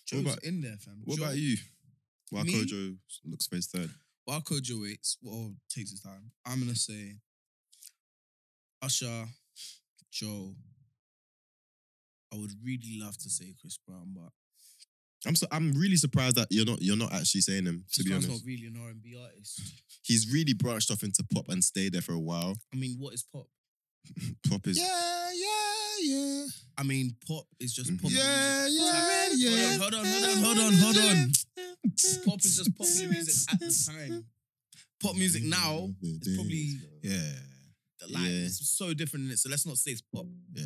[SPEAKER 4] Joe's
[SPEAKER 1] What about-
[SPEAKER 4] in there, fam.
[SPEAKER 1] What
[SPEAKER 4] Joe,
[SPEAKER 1] about you? Why
[SPEAKER 4] Me?
[SPEAKER 1] Kojo looks face third?
[SPEAKER 4] While Kojo waits, well, takes his time, I'm gonna say Usher, Joe. I would really love to say Chris Brown, but
[SPEAKER 1] I'm so I'm really surprised that you're not you're not actually saying him. To
[SPEAKER 4] Chris
[SPEAKER 1] be
[SPEAKER 4] Brown's
[SPEAKER 1] honest,
[SPEAKER 4] not really an R and B artist.
[SPEAKER 1] he's really branched off into pop and stayed there for a while.
[SPEAKER 4] I mean, what is pop?
[SPEAKER 1] Pop is
[SPEAKER 3] Yeah, yeah, yeah.
[SPEAKER 4] I mean, pop is just
[SPEAKER 1] Mm-hmm.
[SPEAKER 4] pop.
[SPEAKER 3] Yeah,
[SPEAKER 4] music.
[SPEAKER 3] yeah, yeah.
[SPEAKER 4] Hold on, hold on, hold on, hold on, hold on. Pop is just pop music at the time. Pop music now is probably
[SPEAKER 3] Yeah,
[SPEAKER 4] like
[SPEAKER 1] Yeah.
[SPEAKER 4] it's so different in it. So let's not say it's pop.
[SPEAKER 3] yeah.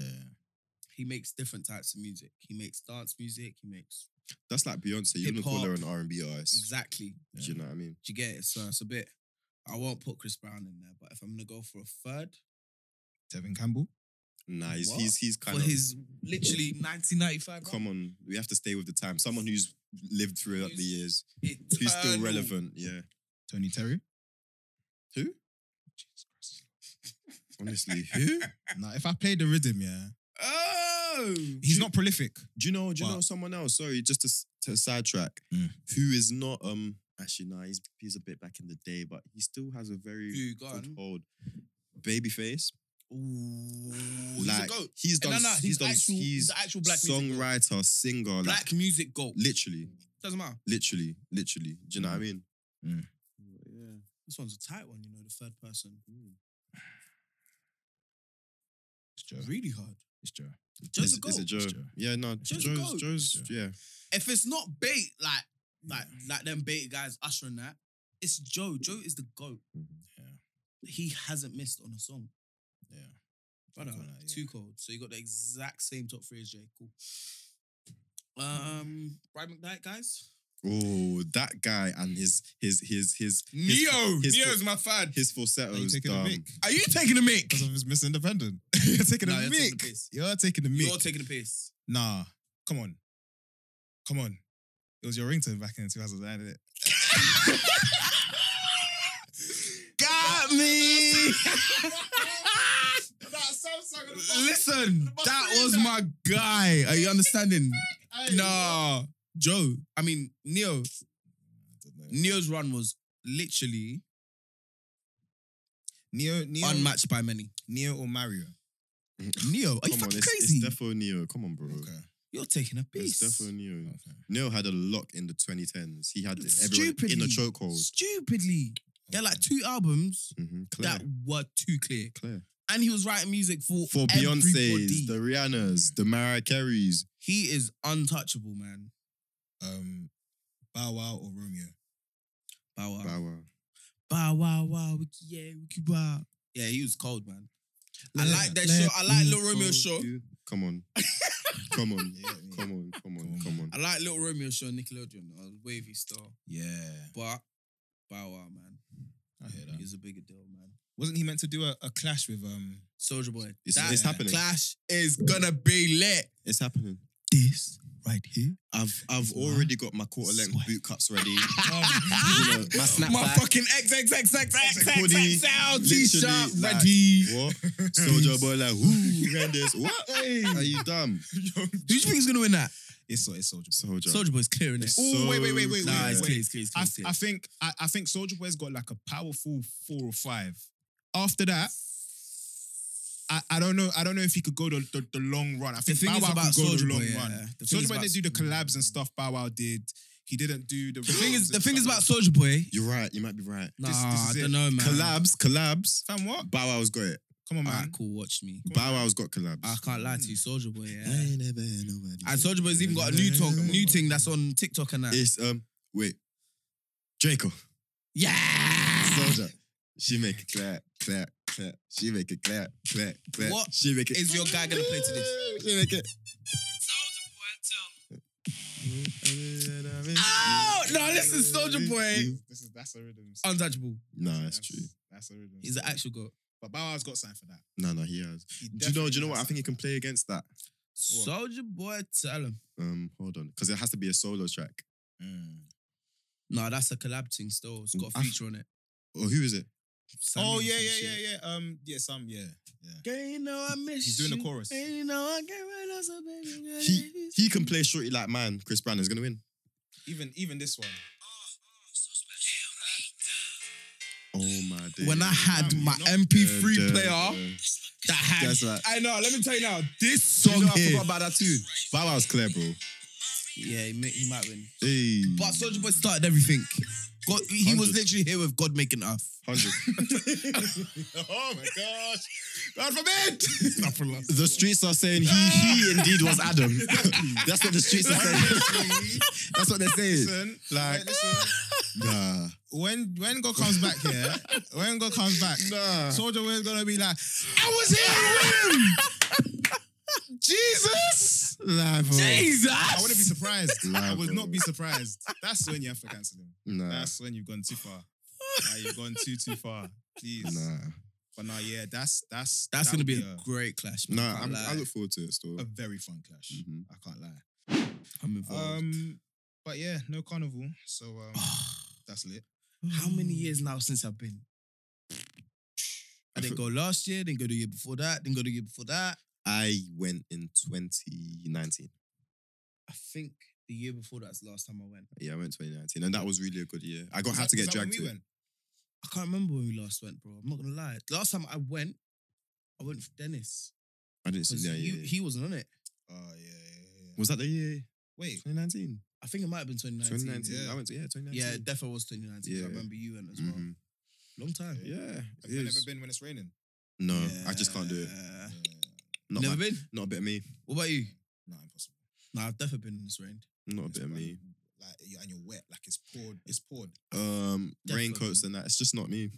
[SPEAKER 4] He makes different types of music. He makes dance music. He makes
[SPEAKER 1] that's like Beyonce. You wouldn't call her
[SPEAKER 4] Hip-hop.
[SPEAKER 1] an R and B artist.
[SPEAKER 4] exactly.
[SPEAKER 1] Do you know what I mean?
[SPEAKER 4] Do you get it? So it's a bit. I won't put Chris Brown in there, but if I'm gonna go for a third
[SPEAKER 3] Tevin Campbell.
[SPEAKER 1] Nah, he's
[SPEAKER 4] What?
[SPEAKER 1] he's, he's kind
[SPEAKER 4] for
[SPEAKER 1] of
[SPEAKER 4] his literally 1995,
[SPEAKER 1] come on. We have to stay with the time. Someone who's lived throughout the years,
[SPEAKER 4] eternal,
[SPEAKER 1] who's still relevant. Yeah,
[SPEAKER 3] Tony Terry.
[SPEAKER 1] who? Honestly, who?
[SPEAKER 3] Now, if I play the rhythm, yeah,
[SPEAKER 4] Oh,
[SPEAKER 3] he's not prolific.
[SPEAKER 1] Do you know? Do you
[SPEAKER 3] But-
[SPEAKER 1] know someone else? Sorry, just to, s- to sidetrack.
[SPEAKER 3] Mm.
[SPEAKER 1] Who is not? Um, actually, nah, he's he's a bit back in the day, but he still has a very
[SPEAKER 4] Who, go
[SPEAKER 1] good
[SPEAKER 4] on.
[SPEAKER 1] hold. Babyface.
[SPEAKER 4] Ooh,
[SPEAKER 1] like
[SPEAKER 4] he's a goat.
[SPEAKER 1] he's
[SPEAKER 4] No,
[SPEAKER 1] done,
[SPEAKER 4] no, he's,
[SPEAKER 1] he's done,
[SPEAKER 4] actual, he's
[SPEAKER 1] he's
[SPEAKER 4] the actual black music. goat.
[SPEAKER 1] songwriter, singer, like
[SPEAKER 4] Black music goat.
[SPEAKER 1] literally,
[SPEAKER 4] Doesn't matter.
[SPEAKER 1] literally, literally. Do you
[SPEAKER 4] Mm.
[SPEAKER 1] know what I mean?
[SPEAKER 4] This one's a tight one, you know, the third person.
[SPEAKER 3] It's Joe.
[SPEAKER 4] Really hard.
[SPEAKER 3] It's Joe.
[SPEAKER 4] Joe's
[SPEAKER 1] it's,
[SPEAKER 4] a goat.
[SPEAKER 1] it's a Joe.
[SPEAKER 3] It's Joe.
[SPEAKER 1] Yeah, no,
[SPEAKER 4] Joe's
[SPEAKER 1] Joe's,
[SPEAKER 4] a goat.
[SPEAKER 1] Joe's, yeah.
[SPEAKER 4] If it's not bait, like like like them bait guys ushering that, it's Joe. Joe is the goat.
[SPEAKER 1] Mm-hmm.
[SPEAKER 3] Yeah.
[SPEAKER 4] He hasn't missed on a song.
[SPEAKER 3] Yeah.
[SPEAKER 4] Brother,
[SPEAKER 3] Something like that,
[SPEAKER 4] too cold. So you got the exact same top three as Jay. Cool. Um, Brian McKnight, guys.
[SPEAKER 1] Oh, that guy and his his his his his,
[SPEAKER 3] Neo.
[SPEAKER 1] his-
[SPEAKER 3] Neo's my fad.
[SPEAKER 1] his falsetto
[SPEAKER 3] Are you
[SPEAKER 1] is
[SPEAKER 3] taking the
[SPEAKER 1] dumb.
[SPEAKER 3] mic?
[SPEAKER 4] Are you taking a mic?
[SPEAKER 3] Because of his Miss Independent. you're taking
[SPEAKER 4] No,
[SPEAKER 3] a
[SPEAKER 4] you're
[SPEAKER 3] mic.
[SPEAKER 4] taking the piss.
[SPEAKER 3] You're taking the mic.
[SPEAKER 4] You're taking a piss.
[SPEAKER 3] nah. Come on. Come on. It was your ringtone back in 2009, innit?
[SPEAKER 1] Got me.
[SPEAKER 3] Listen, that was my guy. Are you understanding?
[SPEAKER 4] Nah, Joe. I mean, Neo. Neo's run was literally
[SPEAKER 3] Neo, Neo,
[SPEAKER 4] unmatched by many.
[SPEAKER 3] Neo or Mario?
[SPEAKER 4] Neo, are
[SPEAKER 1] Come
[SPEAKER 4] you
[SPEAKER 1] on,
[SPEAKER 4] fucking
[SPEAKER 1] it's,
[SPEAKER 4] crazy?
[SPEAKER 1] it's defo Neo. Come on, bro.
[SPEAKER 4] You're taking a
[SPEAKER 1] It's
[SPEAKER 4] piss.
[SPEAKER 1] defo Neo.
[SPEAKER 3] Okay.
[SPEAKER 1] Neo had a lock in the 2010s. He had everyone
[SPEAKER 4] Stupidly.
[SPEAKER 1] in a chokehold.
[SPEAKER 4] Stupidly. He had like two albums
[SPEAKER 1] Mm-hmm. Clear,
[SPEAKER 4] that were too clear.
[SPEAKER 1] clear.
[SPEAKER 4] And he was writing music for
[SPEAKER 1] For
[SPEAKER 4] everybody.
[SPEAKER 1] Beyonce's, the Rihannas, the Mariah Careys.
[SPEAKER 4] He is untouchable, man.
[SPEAKER 3] Um, Bow Wow or Romeo?
[SPEAKER 4] Bow wow.
[SPEAKER 1] Bow Wow.
[SPEAKER 4] Bow wow wow. Wiki, yeah, wiki, wow. Yeah, he was cold, man. I
[SPEAKER 3] Let-
[SPEAKER 4] like that
[SPEAKER 3] let
[SPEAKER 4] show. I like
[SPEAKER 3] me
[SPEAKER 4] Little Romeo's show.
[SPEAKER 1] You- Come on. Come on.
[SPEAKER 3] Yeah, yeah.
[SPEAKER 1] Come on. Come
[SPEAKER 3] Come on.
[SPEAKER 1] on. Come on.
[SPEAKER 4] I like Little Romeo's show on Nickelodeon. I was wavy star.
[SPEAKER 3] Yeah,
[SPEAKER 4] But Bow Wow, man.
[SPEAKER 3] I hear that.
[SPEAKER 4] He's a bigger deal, man.
[SPEAKER 3] Wasn't he meant to do a, a clash with um?
[SPEAKER 4] Soldier Boy.
[SPEAKER 1] It's-
[SPEAKER 4] that
[SPEAKER 1] it's happening.
[SPEAKER 4] clash is gonna be lit.
[SPEAKER 1] It's happening.
[SPEAKER 4] This right here.
[SPEAKER 1] I've I've already got my quarter length
[SPEAKER 4] Swear.
[SPEAKER 1] boot cups ready.
[SPEAKER 3] um,
[SPEAKER 1] You know, my snapback.
[SPEAKER 4] My fucking XXXXXXXL
[SPEAKER 1] Literally,
[SPEAKER 4] t-shirt
[SPEAKER 1] like-
[SPEAKER 4] ready.
[SPEAKER 1] What? Soldier boy, like, whoo, ran this. What? Are you dumb?
[SPEAKER 4] Who do you think is gonna win that?
[SPEAKER 3] it's so- it's Soldier Boy.
[SPEAKER 1] Soldier.
[SPEAKER 4] Soldier Boy's clearing it.
[SPEAKER 1] Ooh,
[SPEAKER 3] wait, wait, wait, wait,
[SPEAKER 4] Nah,
[SPEAKER 3] wait,
[SPEAKER 4] it's
[SPEAKER 3] wait.
[SPEAKER 4] clear, it's clear, it's
[SPEAKER 3] I,
[SPEAKER 4] clear, it's clear.
[SPEAKER 3] I think I, I think Soldier Boy's got like a powerful four or five. After that, I, I don't know I don't know if he could go the, the, the long run. I
[SPEAKER 4] The
[SPEAKER 3] think
[SPEAKER 4] thing
[SPEAKER 3] Bow
[SPEAKER 4] is
[SPEAKER 3] Wow
[SPEAKER 4] about
[SPEAKER 3] could go
[SPEAKER 4] Soldier
[SPEAKER 3] the long
[SPEAKER 4] Boy,
[SPEAKER 3] run.
[SPEAKER 4] yeah. The thing
[SPEAKER 3] Soldier
[SPEAKER 4] is
[SPEAKER 3] Boy
[SPEAKER 4] about-
[SPEAKER 3] did do the collabs and stuff. Bow Wow did. He didn't do the.
[SPEAKER 4] The thing is, the thing is about
[SPEAKER 3] Soldier
[SPEAKER 4] Soldier Boy.
[SPEAKER 1] You're right. You might be right.
[SPEAKER 4] Nah,
[SPEAKER 3] this is
[SPEAKER 4] I
[SPEAKER 3] it.
[SPEAKER 4] don't know, man.
[SPEAKER 1] Collabs, collabs.
[SPEAKER 3] fam. What?
[SPEAKER 1] Bow Wow's got it.
[SPEAKER 3] Come on, man.
[SPEAKER 4] Alright, cool. Watch me.
[SPEAKER 1] Bow Wow's got collabs.
[SPEAKER 4] I can't lie to you, Soldier Boy. Yeah.
[SPEAKER 1] ain't never had nobody.
[SPEAKER 4] And Soldier Boy's even got a new talk, new thing that's on TikTok and that.
[SPEAKER 1] It's um wait, Draco.
[SPEAKER 4] yeah.
[SPEAKER 1] Soldier. She make it clap, clap, clap. She make it clap, clap, clap.
[SPEAKER 4] What
[SPEAKER 1] she make it?
[SPEAKER 4] is your guy gonna play to this?
[SPEAKER 1] She make it.
[SPEAKER 4] Ow! Oh, No, listen, Soulja Boy.
[SPEAKER 3] This is that's a rhythm.
[SPEAKER 4] Untouchable.
[SPEAKER 1] Nah, that's true.
[SPEAKER 3] That's a rhythm.
[SPEAKER 4] He's an actual goat.
[SPEAKER 3] But Bow Wow's got something for that.
[SPEAKER 1] No, no, he has.
[SPEAKER 3] He
[SPEAKER 1] Do you know? Do you
[SPEAKER 3] definitely
[SPEAKER 1] know what?
[SPEAKER 3] has
[SPEAKER 1] I think he can play against that.
[SPEAKER 4] Soldier Boy, tell him.
[SPEAKER 1] Um, hold on, because it has to be a solo track.
[SPEAKER 3] Mm.
[SPEAKER 4] No, that's a collab thing still. It's got a
[SPEAKER 1] I-
[SPEAKER 4] feature on it.
[SPEAKER 1] Oh, who is it?
[SPEAKER 4] Sammy
[SPEAKER 3] Oh
[SPEAKER 4] or
[SPEAKER 3] yeah,
[SPEAKER 4] some
[SPEAKER 3] yeah,
[SPEAKER 4] shit.
[SPEAKER 3] yeah, yeah. Um, yeah, some, yeah, yeah.
[SPEAKER 4] Girl, you know I miss
[SPEAKER 3] He's doing the
[SPEAKER 4] you.
[SPEAKER 3] chorus.
[SPEAKER 4] And you know I get right now, so baby. girl,
[SPEAKER 1] He
[SPEAKER 4] it's-
[SPEAKER 1] he can play shorty like man. Chris Brown is gonna win.
[SPEAKER 3] Even even this one.
[SPEAKER 1] Oh my days.
[SPEAKER 4] When I had
[SPEAKER 3] Damn,
[SPEAKER 4] my
[SPEAKER 3] you know-
[SPEAKER 4] MP3
[SPEAKER 1] Yeah, yeah,
[SPEAKER 4] player
[SPEAKER 1] yeah.
[SPEAKER 4] that had.
[SPEAKER 1] That's right.
[SPEAKER 4] I know, let me tell you now, this
[SPEAKER 1] You
[SPEAKER 4] song
[SPEAKER 1] know, I
[SPEAKER 4] here.
[SPEAKER 1] forgot about that too. Bow Wow's clear, bro.
[SPEAKER 4] Yeah, he, may, he might win.
[SPEAKER 1] Hey,
[SPEAKER 4] But Soldier Boy started everything. God, he was
[SPEAKER 1] Hundred.
[SPEAKER 4] literally here with God making Earth.
[SPEAKER 1] hundred.
[SPEAKER 3] oh my gosh! God forbid! Not for love.
[SPEAKER 1] The streets are saying he he indeed was Adam. That's what the streets are saying. That's what they're saying.
[SPEAKER 3] listen, like listen.
[SPEAKER 1] Nah.
[SPEAKER 3] when when God comes back here, when God comes back,
[SPEAKER 1] Nah.
[SPEAKER 3] Soldier Boy is gonna be like, I was here with him. Jesus!
[SPEAKER 1] Live.
[SPEAKER 4] Jesus!
[SPEAKER 3] I wouldn't be surprised. I would
[SPEAKER 1] Live,
[SPEAKER 3] not
[SPEAKER 1] bro.
[SPEAKER 3] be surprised. That's when you have to cancel him.
[SPEAKER 1] Nah.
[SPEAKER 3] That's when you've gone too far. Nah, you've gone too too far. Please.
[SPEAKER 1] Nah.
[SPEAKER 3] But no, yeah, that's that's
[SPEAKER 4] That's
[SPEAKER 3] that
[SPEAKER 4] gonna
[SPEAKER 3] would
[SPEAKER 4] be a great clash. man.
[SPEAKER 1] Nah,
[SPEAKER 4] Can't
[SPEAKER 1] I'm,
[SPEAKER 4] lie.
[SPEAKER 1] I look forward to it still.
[SPEAKER 3] a very fun clash.
[SPEAKER 1] Mhm.
[SPEAKER 3] I can't lie.
[SPEAKER 4] I'm involved.
[SPEAKER 3] Um, but yeah, no carnival. So um, that's lit.
[SPEAKER 4] How many years now since I've been? I
[SPEAKER 1] I
[SPEAKER 4] didn't go last year, didn't go the year before that, didn't go the year before that.
[SPEAKER 1] I went in 2019.
[SPEAKER 4] I think the year before that's the last time I went.
[SPEAKER 1] Yeah, I went 2019, and that was really a good year. I got
[SPEAKER 3] Was
[SPEAKER 1] had
[SPEAKER 3] that-
[SPEAKER 1] to
[SPEAKER 3] was
[SPEAKER 1] get
[SPEAKER 3] that when
[SPEAKER 1] dragged.
[SPEAKER 3] we
[SPEAKER 1] in.
[SPEAKER 3] went?
[SPEAKER 4] I can't remember when we last went, bro. I'm not gonna lie. The last time I went, I I went with Dennis.
[SPEAKER 1] I didn't see
[SPEAKER 4] 'cause
[SPEAKER 1] that. Yeah,
[SPEAKER 4] you-
[SPEAKER 1] yeah.
[SPEAKER 4] He wasn't on it.
[SPEAKER 3] Oh yeah, yeah, yeah.
[SPEAKER 1] was that the year?
[SPEAKER 3] Wait,
[SPEAKER 1] 2019.
[SPEAKER 4] I think it might have been 2019.
[SPEAKER 1] 2019.
[SPEAKER 3] yeah.
[SPEAKER 1] I went to yeah, 2019.
[SPEAKER 4] Yeah, it definitely was 2019. 'cause I
[SPEAKER 1] Yeah.
[SPEAKER 4] remember you went as well.
[SPEAKER 1] Mhm.
[SPEAKER 4] Long time.
[SPEAKER 1] yeah. it
[SPEAKER 3] have you
[SPEAKER 1] is.
[SPEAKER 3] never been when it's raining? Uh,
[SPEAKER 1] No, I just can't do it.
[SPEAKER 4] Yeah.
[SPEAKER 1] Not,
[SPEAKER 4] Never
[SPEAKER 1] my,
[SPEAKER 4] been?
[SPEAKER 1] not a bit of me.
[SPEAKER 4] What about you?
[SPEAKER 3] No, impossible.
[SPEAKER 4] Nah, I've definitely been in this rain.
[SPEAKER 1] Not a
[SPEAKER 3] It's
[SPEAKER 1] bit of
[SPEAKER 3] like-
[SPEAKER 1] me.
[SPEAKER 3] Like you and you're wet, like it's poured. It's poured.
[SPEAKER 1] Um,
[SPEAKER 4] Definitely.
[SPEAKER 1] raincoats and that. It's just not me.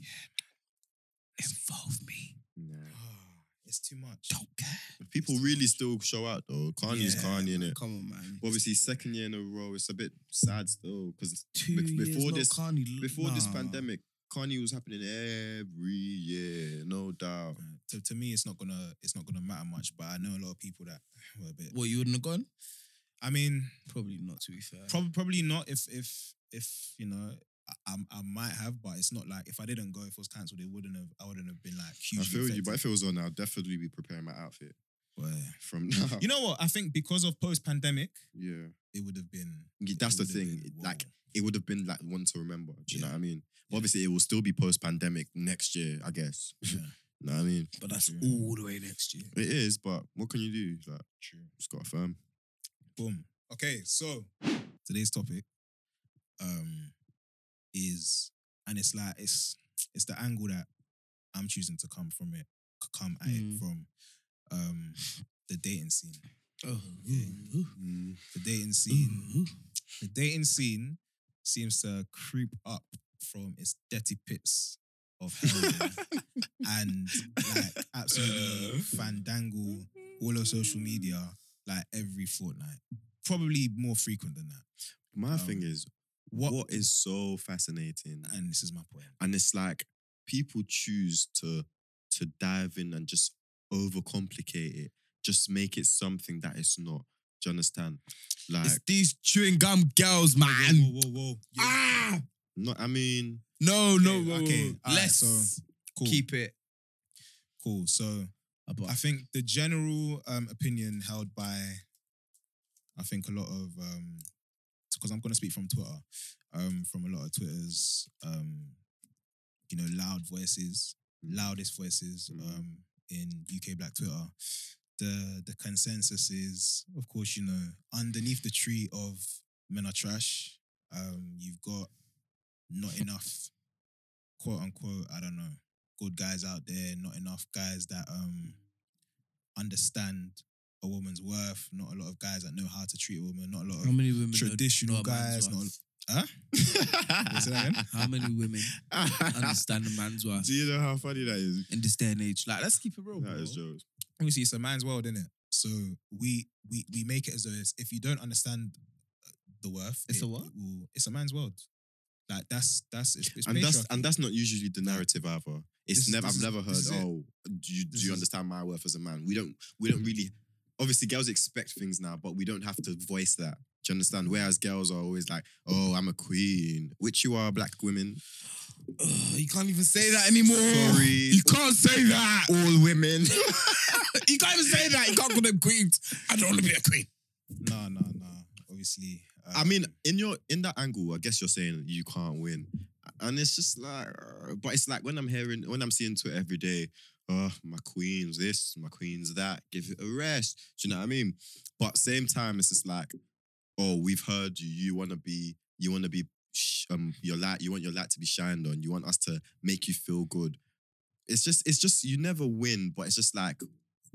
[SPEAKER 4] Involve me.
[SPEAKER 1] Nah.
[SPEAKER 3] Ah, it's too much.
[SPEAKER 4] Don't care.
[SPEAKER 1] People really still show out though. Kanye's
[SPEAKER 4] Yeah,
[SPEAKER 1] Kanye in
[SPEAKER 4] man,
[SPEAKER 1] it.
[SPEAKER 4] Come on, man.
[SPEAKER 1] Obviously, second year in a row. It's a bit sad still because
[SPEAKER 4] Two
[SPEAKER 1] bef-
[SPEAKER 4] years,
[SPEAKER 1] before
[SPEAKER 4] no
[SPEAKER 1] this-
[SPEAKER 4] Kanye,
[SPEAKER 1] before this
[SPEAKER 4] nah.
[SPEAKER 1] pandemic, Kanye was happening every year, no doubt.
[SPEAKER 3] Uh, to, to me, it's not gonna it's not gonna matter much. But I know a lot of people that were a bit.
[SPEAKER 4] What, you wouldn't have gone?
[SPEAKER 3] I mean,
[SPEAKER 4] Probably not, to be fair.
[SPEAKER 3] prob- probably not. If if if you know, I, I'm- I might have, but it's not like if I didn't go, if it was cancelled, it wouldn't have. I wouldn't have been like
[SPEAKER 1] I
[SPEAKER 3] hugely.
[SPEAKER 1] feel you, but
[SPEAKER 3] affected.
[SPEAKER 1] if it was on, I'll definitely be preparing my outfit
[SPEAKER 3] Well,
[SPEAKER 1] from now.
[SPEAKER 3] you know what? I think because of post pandemic,
[SPEAKER 1] yeah,
[SPEAKER 3] it would have been.
[SPEAKER 1] Yeah, that's
[SPEAKER 3] it
[SPEAKER 1] the
[SPEAKER 3] would have
[SPEAKER 1] thing.
[SPEAKER 3] been,
[SPEAKER 1] It- like, it would have been like one to remember. Do you know
[SPEAKER 3] Yeah.
[SPEAKER 1] what I mean?
[SPEAKER 3] Yeah.
[SPEAKER 1] Obviously, it will still be post pandemic next year, I guess.
[SPEAKER 3] Yeah.
[SPEAKER 1] know what I mean?
[SPEAKER 4] But that's
[SPEAKER 3] Yeah.
[SPEAKER 4] all the way next year.
[SPEAKER 1] It is, but what can you do? Like,
[SPEAKER 3] true.
[SPEAKER 1] just got to firm.
[SPEAKER 3] Boom. Okay, so today's topic um is and it's like it's it's the angle that I'm choosing to come from it, c- come at
[SPEAKER 4] Mm.
[SPEAKER 3] it from um the dating scene.
[SPEAKER 4] Oh.
[SPEAKER 3] The dating scene. The dating scene seems to creep up from its dirty pits of hell and like absolutely fandangle all of social media like every fortnight. Probably more frequent than that.
[SPEAKER 1] My
[SPEAKER 3] Um,
[SPEAKER 1] thing is,
[SPEAKER 3] what-
[SPEAKER 1] what is so fascinating,
[SPEAKER 3] and this is my point.
[SPEAKER 1] and it's like people choose to to dive in and just overcomplicate it, just make it something that it's not. Do you understand? Like,
[SPEAKER 4] It's these chewing gum girls, man.
[SPEAKER 3] whoa, whoa, whoa. Yeah.
[SPEAKER 4] Ah!
[SPEAKER 1] no, I mean,
[SPEAKER 4] No, no,
[SPEAKER 3] Okay,
[SPEAKER 4] no.
[SPEAKER 3] okay,
[SPEAKER 4] Okay.
[SPEAKER 3] alright,
[SPEAKER 4] Let's
[SPEAKER 3] so- Cool.
[SPEAKER 4] keep it.
[SPEAKER 3] cool. So
[SPEAKER 4] About
[SPEAKER 3] I think the general um, opinion held by, I think a lot of, um because I'm going to speak from Twitter, um, from a lot of Twitter's, um, you know, loud voices, loudest voices
[SPEAKER 1] Mm.
[SPEAKER 3] um, in UK Black Twitter. The the consensus is, of course, you know, underneath the tree of men are trash. Um, you've got not enough, quote unquote. I don't know, good guys out there. Not enough guys that um understand a woman's worth. Not a lot of guys that know how to treat a woman. Not a lot
[SPEAKER 4] how
[SPEAKER 3] of
[SPEAKER 4] many women know-
[SPEAKER 3] traditional
[SPEAKER 4] know a man's
[SPEAKER 3] guys. Not
[SPEAKER 4] worth?
[SPEAKER 3] huh? Wait, say that again?
[SPEAKER 4] How many women understand a man's worth
[SPEAKER 1] do you know how funny that is?
[SPEAKER 4] in this day and age? Like, let's keep it real.
[SPEAKER 1] That
[SPEAKER 4] Oh, bro.
[SPEAKER 1] is jokes.
[SPEAKER 3] obviously it's a man's world, isn't it? So we we we make it as though it's, if you don't understand uh, the worth,
[SPEAKER 4] It's
[SPEAKER 3] it-
[SPEAKER 4] a what?
[SPEAKER 3] it will- it's a man's world. Like that's that's it's, it's
[SPEAKER 1] and that's
[SPEAKER 3] patriarchy.
[SPEAKER 1] and that's not usually the narrative either. It's
[SPEAKER 3] This-
[SPEAKER 1] never I've
[SPEAKER 3] this is-
[SPEAKER 1] never
[SPEAKER 3] this
[SPEAKER 1] heard.
[SPEAKER 3] is it.
[SPEAKER 1] Oh, do you, do
[SPEAKER 3] This
[SPEAKER 1] you
[SPEAKER 3] is-
[SPEAKER 1] understand my worth as a man? We don't we don't really. Obviously, girls expect things now, but we don't have to voice that. Do you understand? Whereas girls are always like, "Oh, I'm a queen," which you are, black women.
[SPEAKER 4] Ugh, you can't even say that anymore.
[SPEAKER 1] Sorry.
[SPEAKER 4] You can't say that.
[SPEAKER 1] All women.
[SPEAKER 4] you can't even say that. You can't call them queens. I don't want to be a queen.
[SPEAKER 3] no no no. Obviously, uh,
[SPEAKER 1] I mean, in your in that angle, I guess you're saying you can't win, and it's just like, uh, but it's like when I'm hearing, when I'm seeing Twitter every day, oh, my queen's this, my queen's that, give it a rest. Do you know what I mean? But same time, it's just like, oh, we've heard you. You want to be, you want to be, sh- um, your light. You want your light to be shined on. You want us to make you feel good. It's just, it's just you never win, but it's just like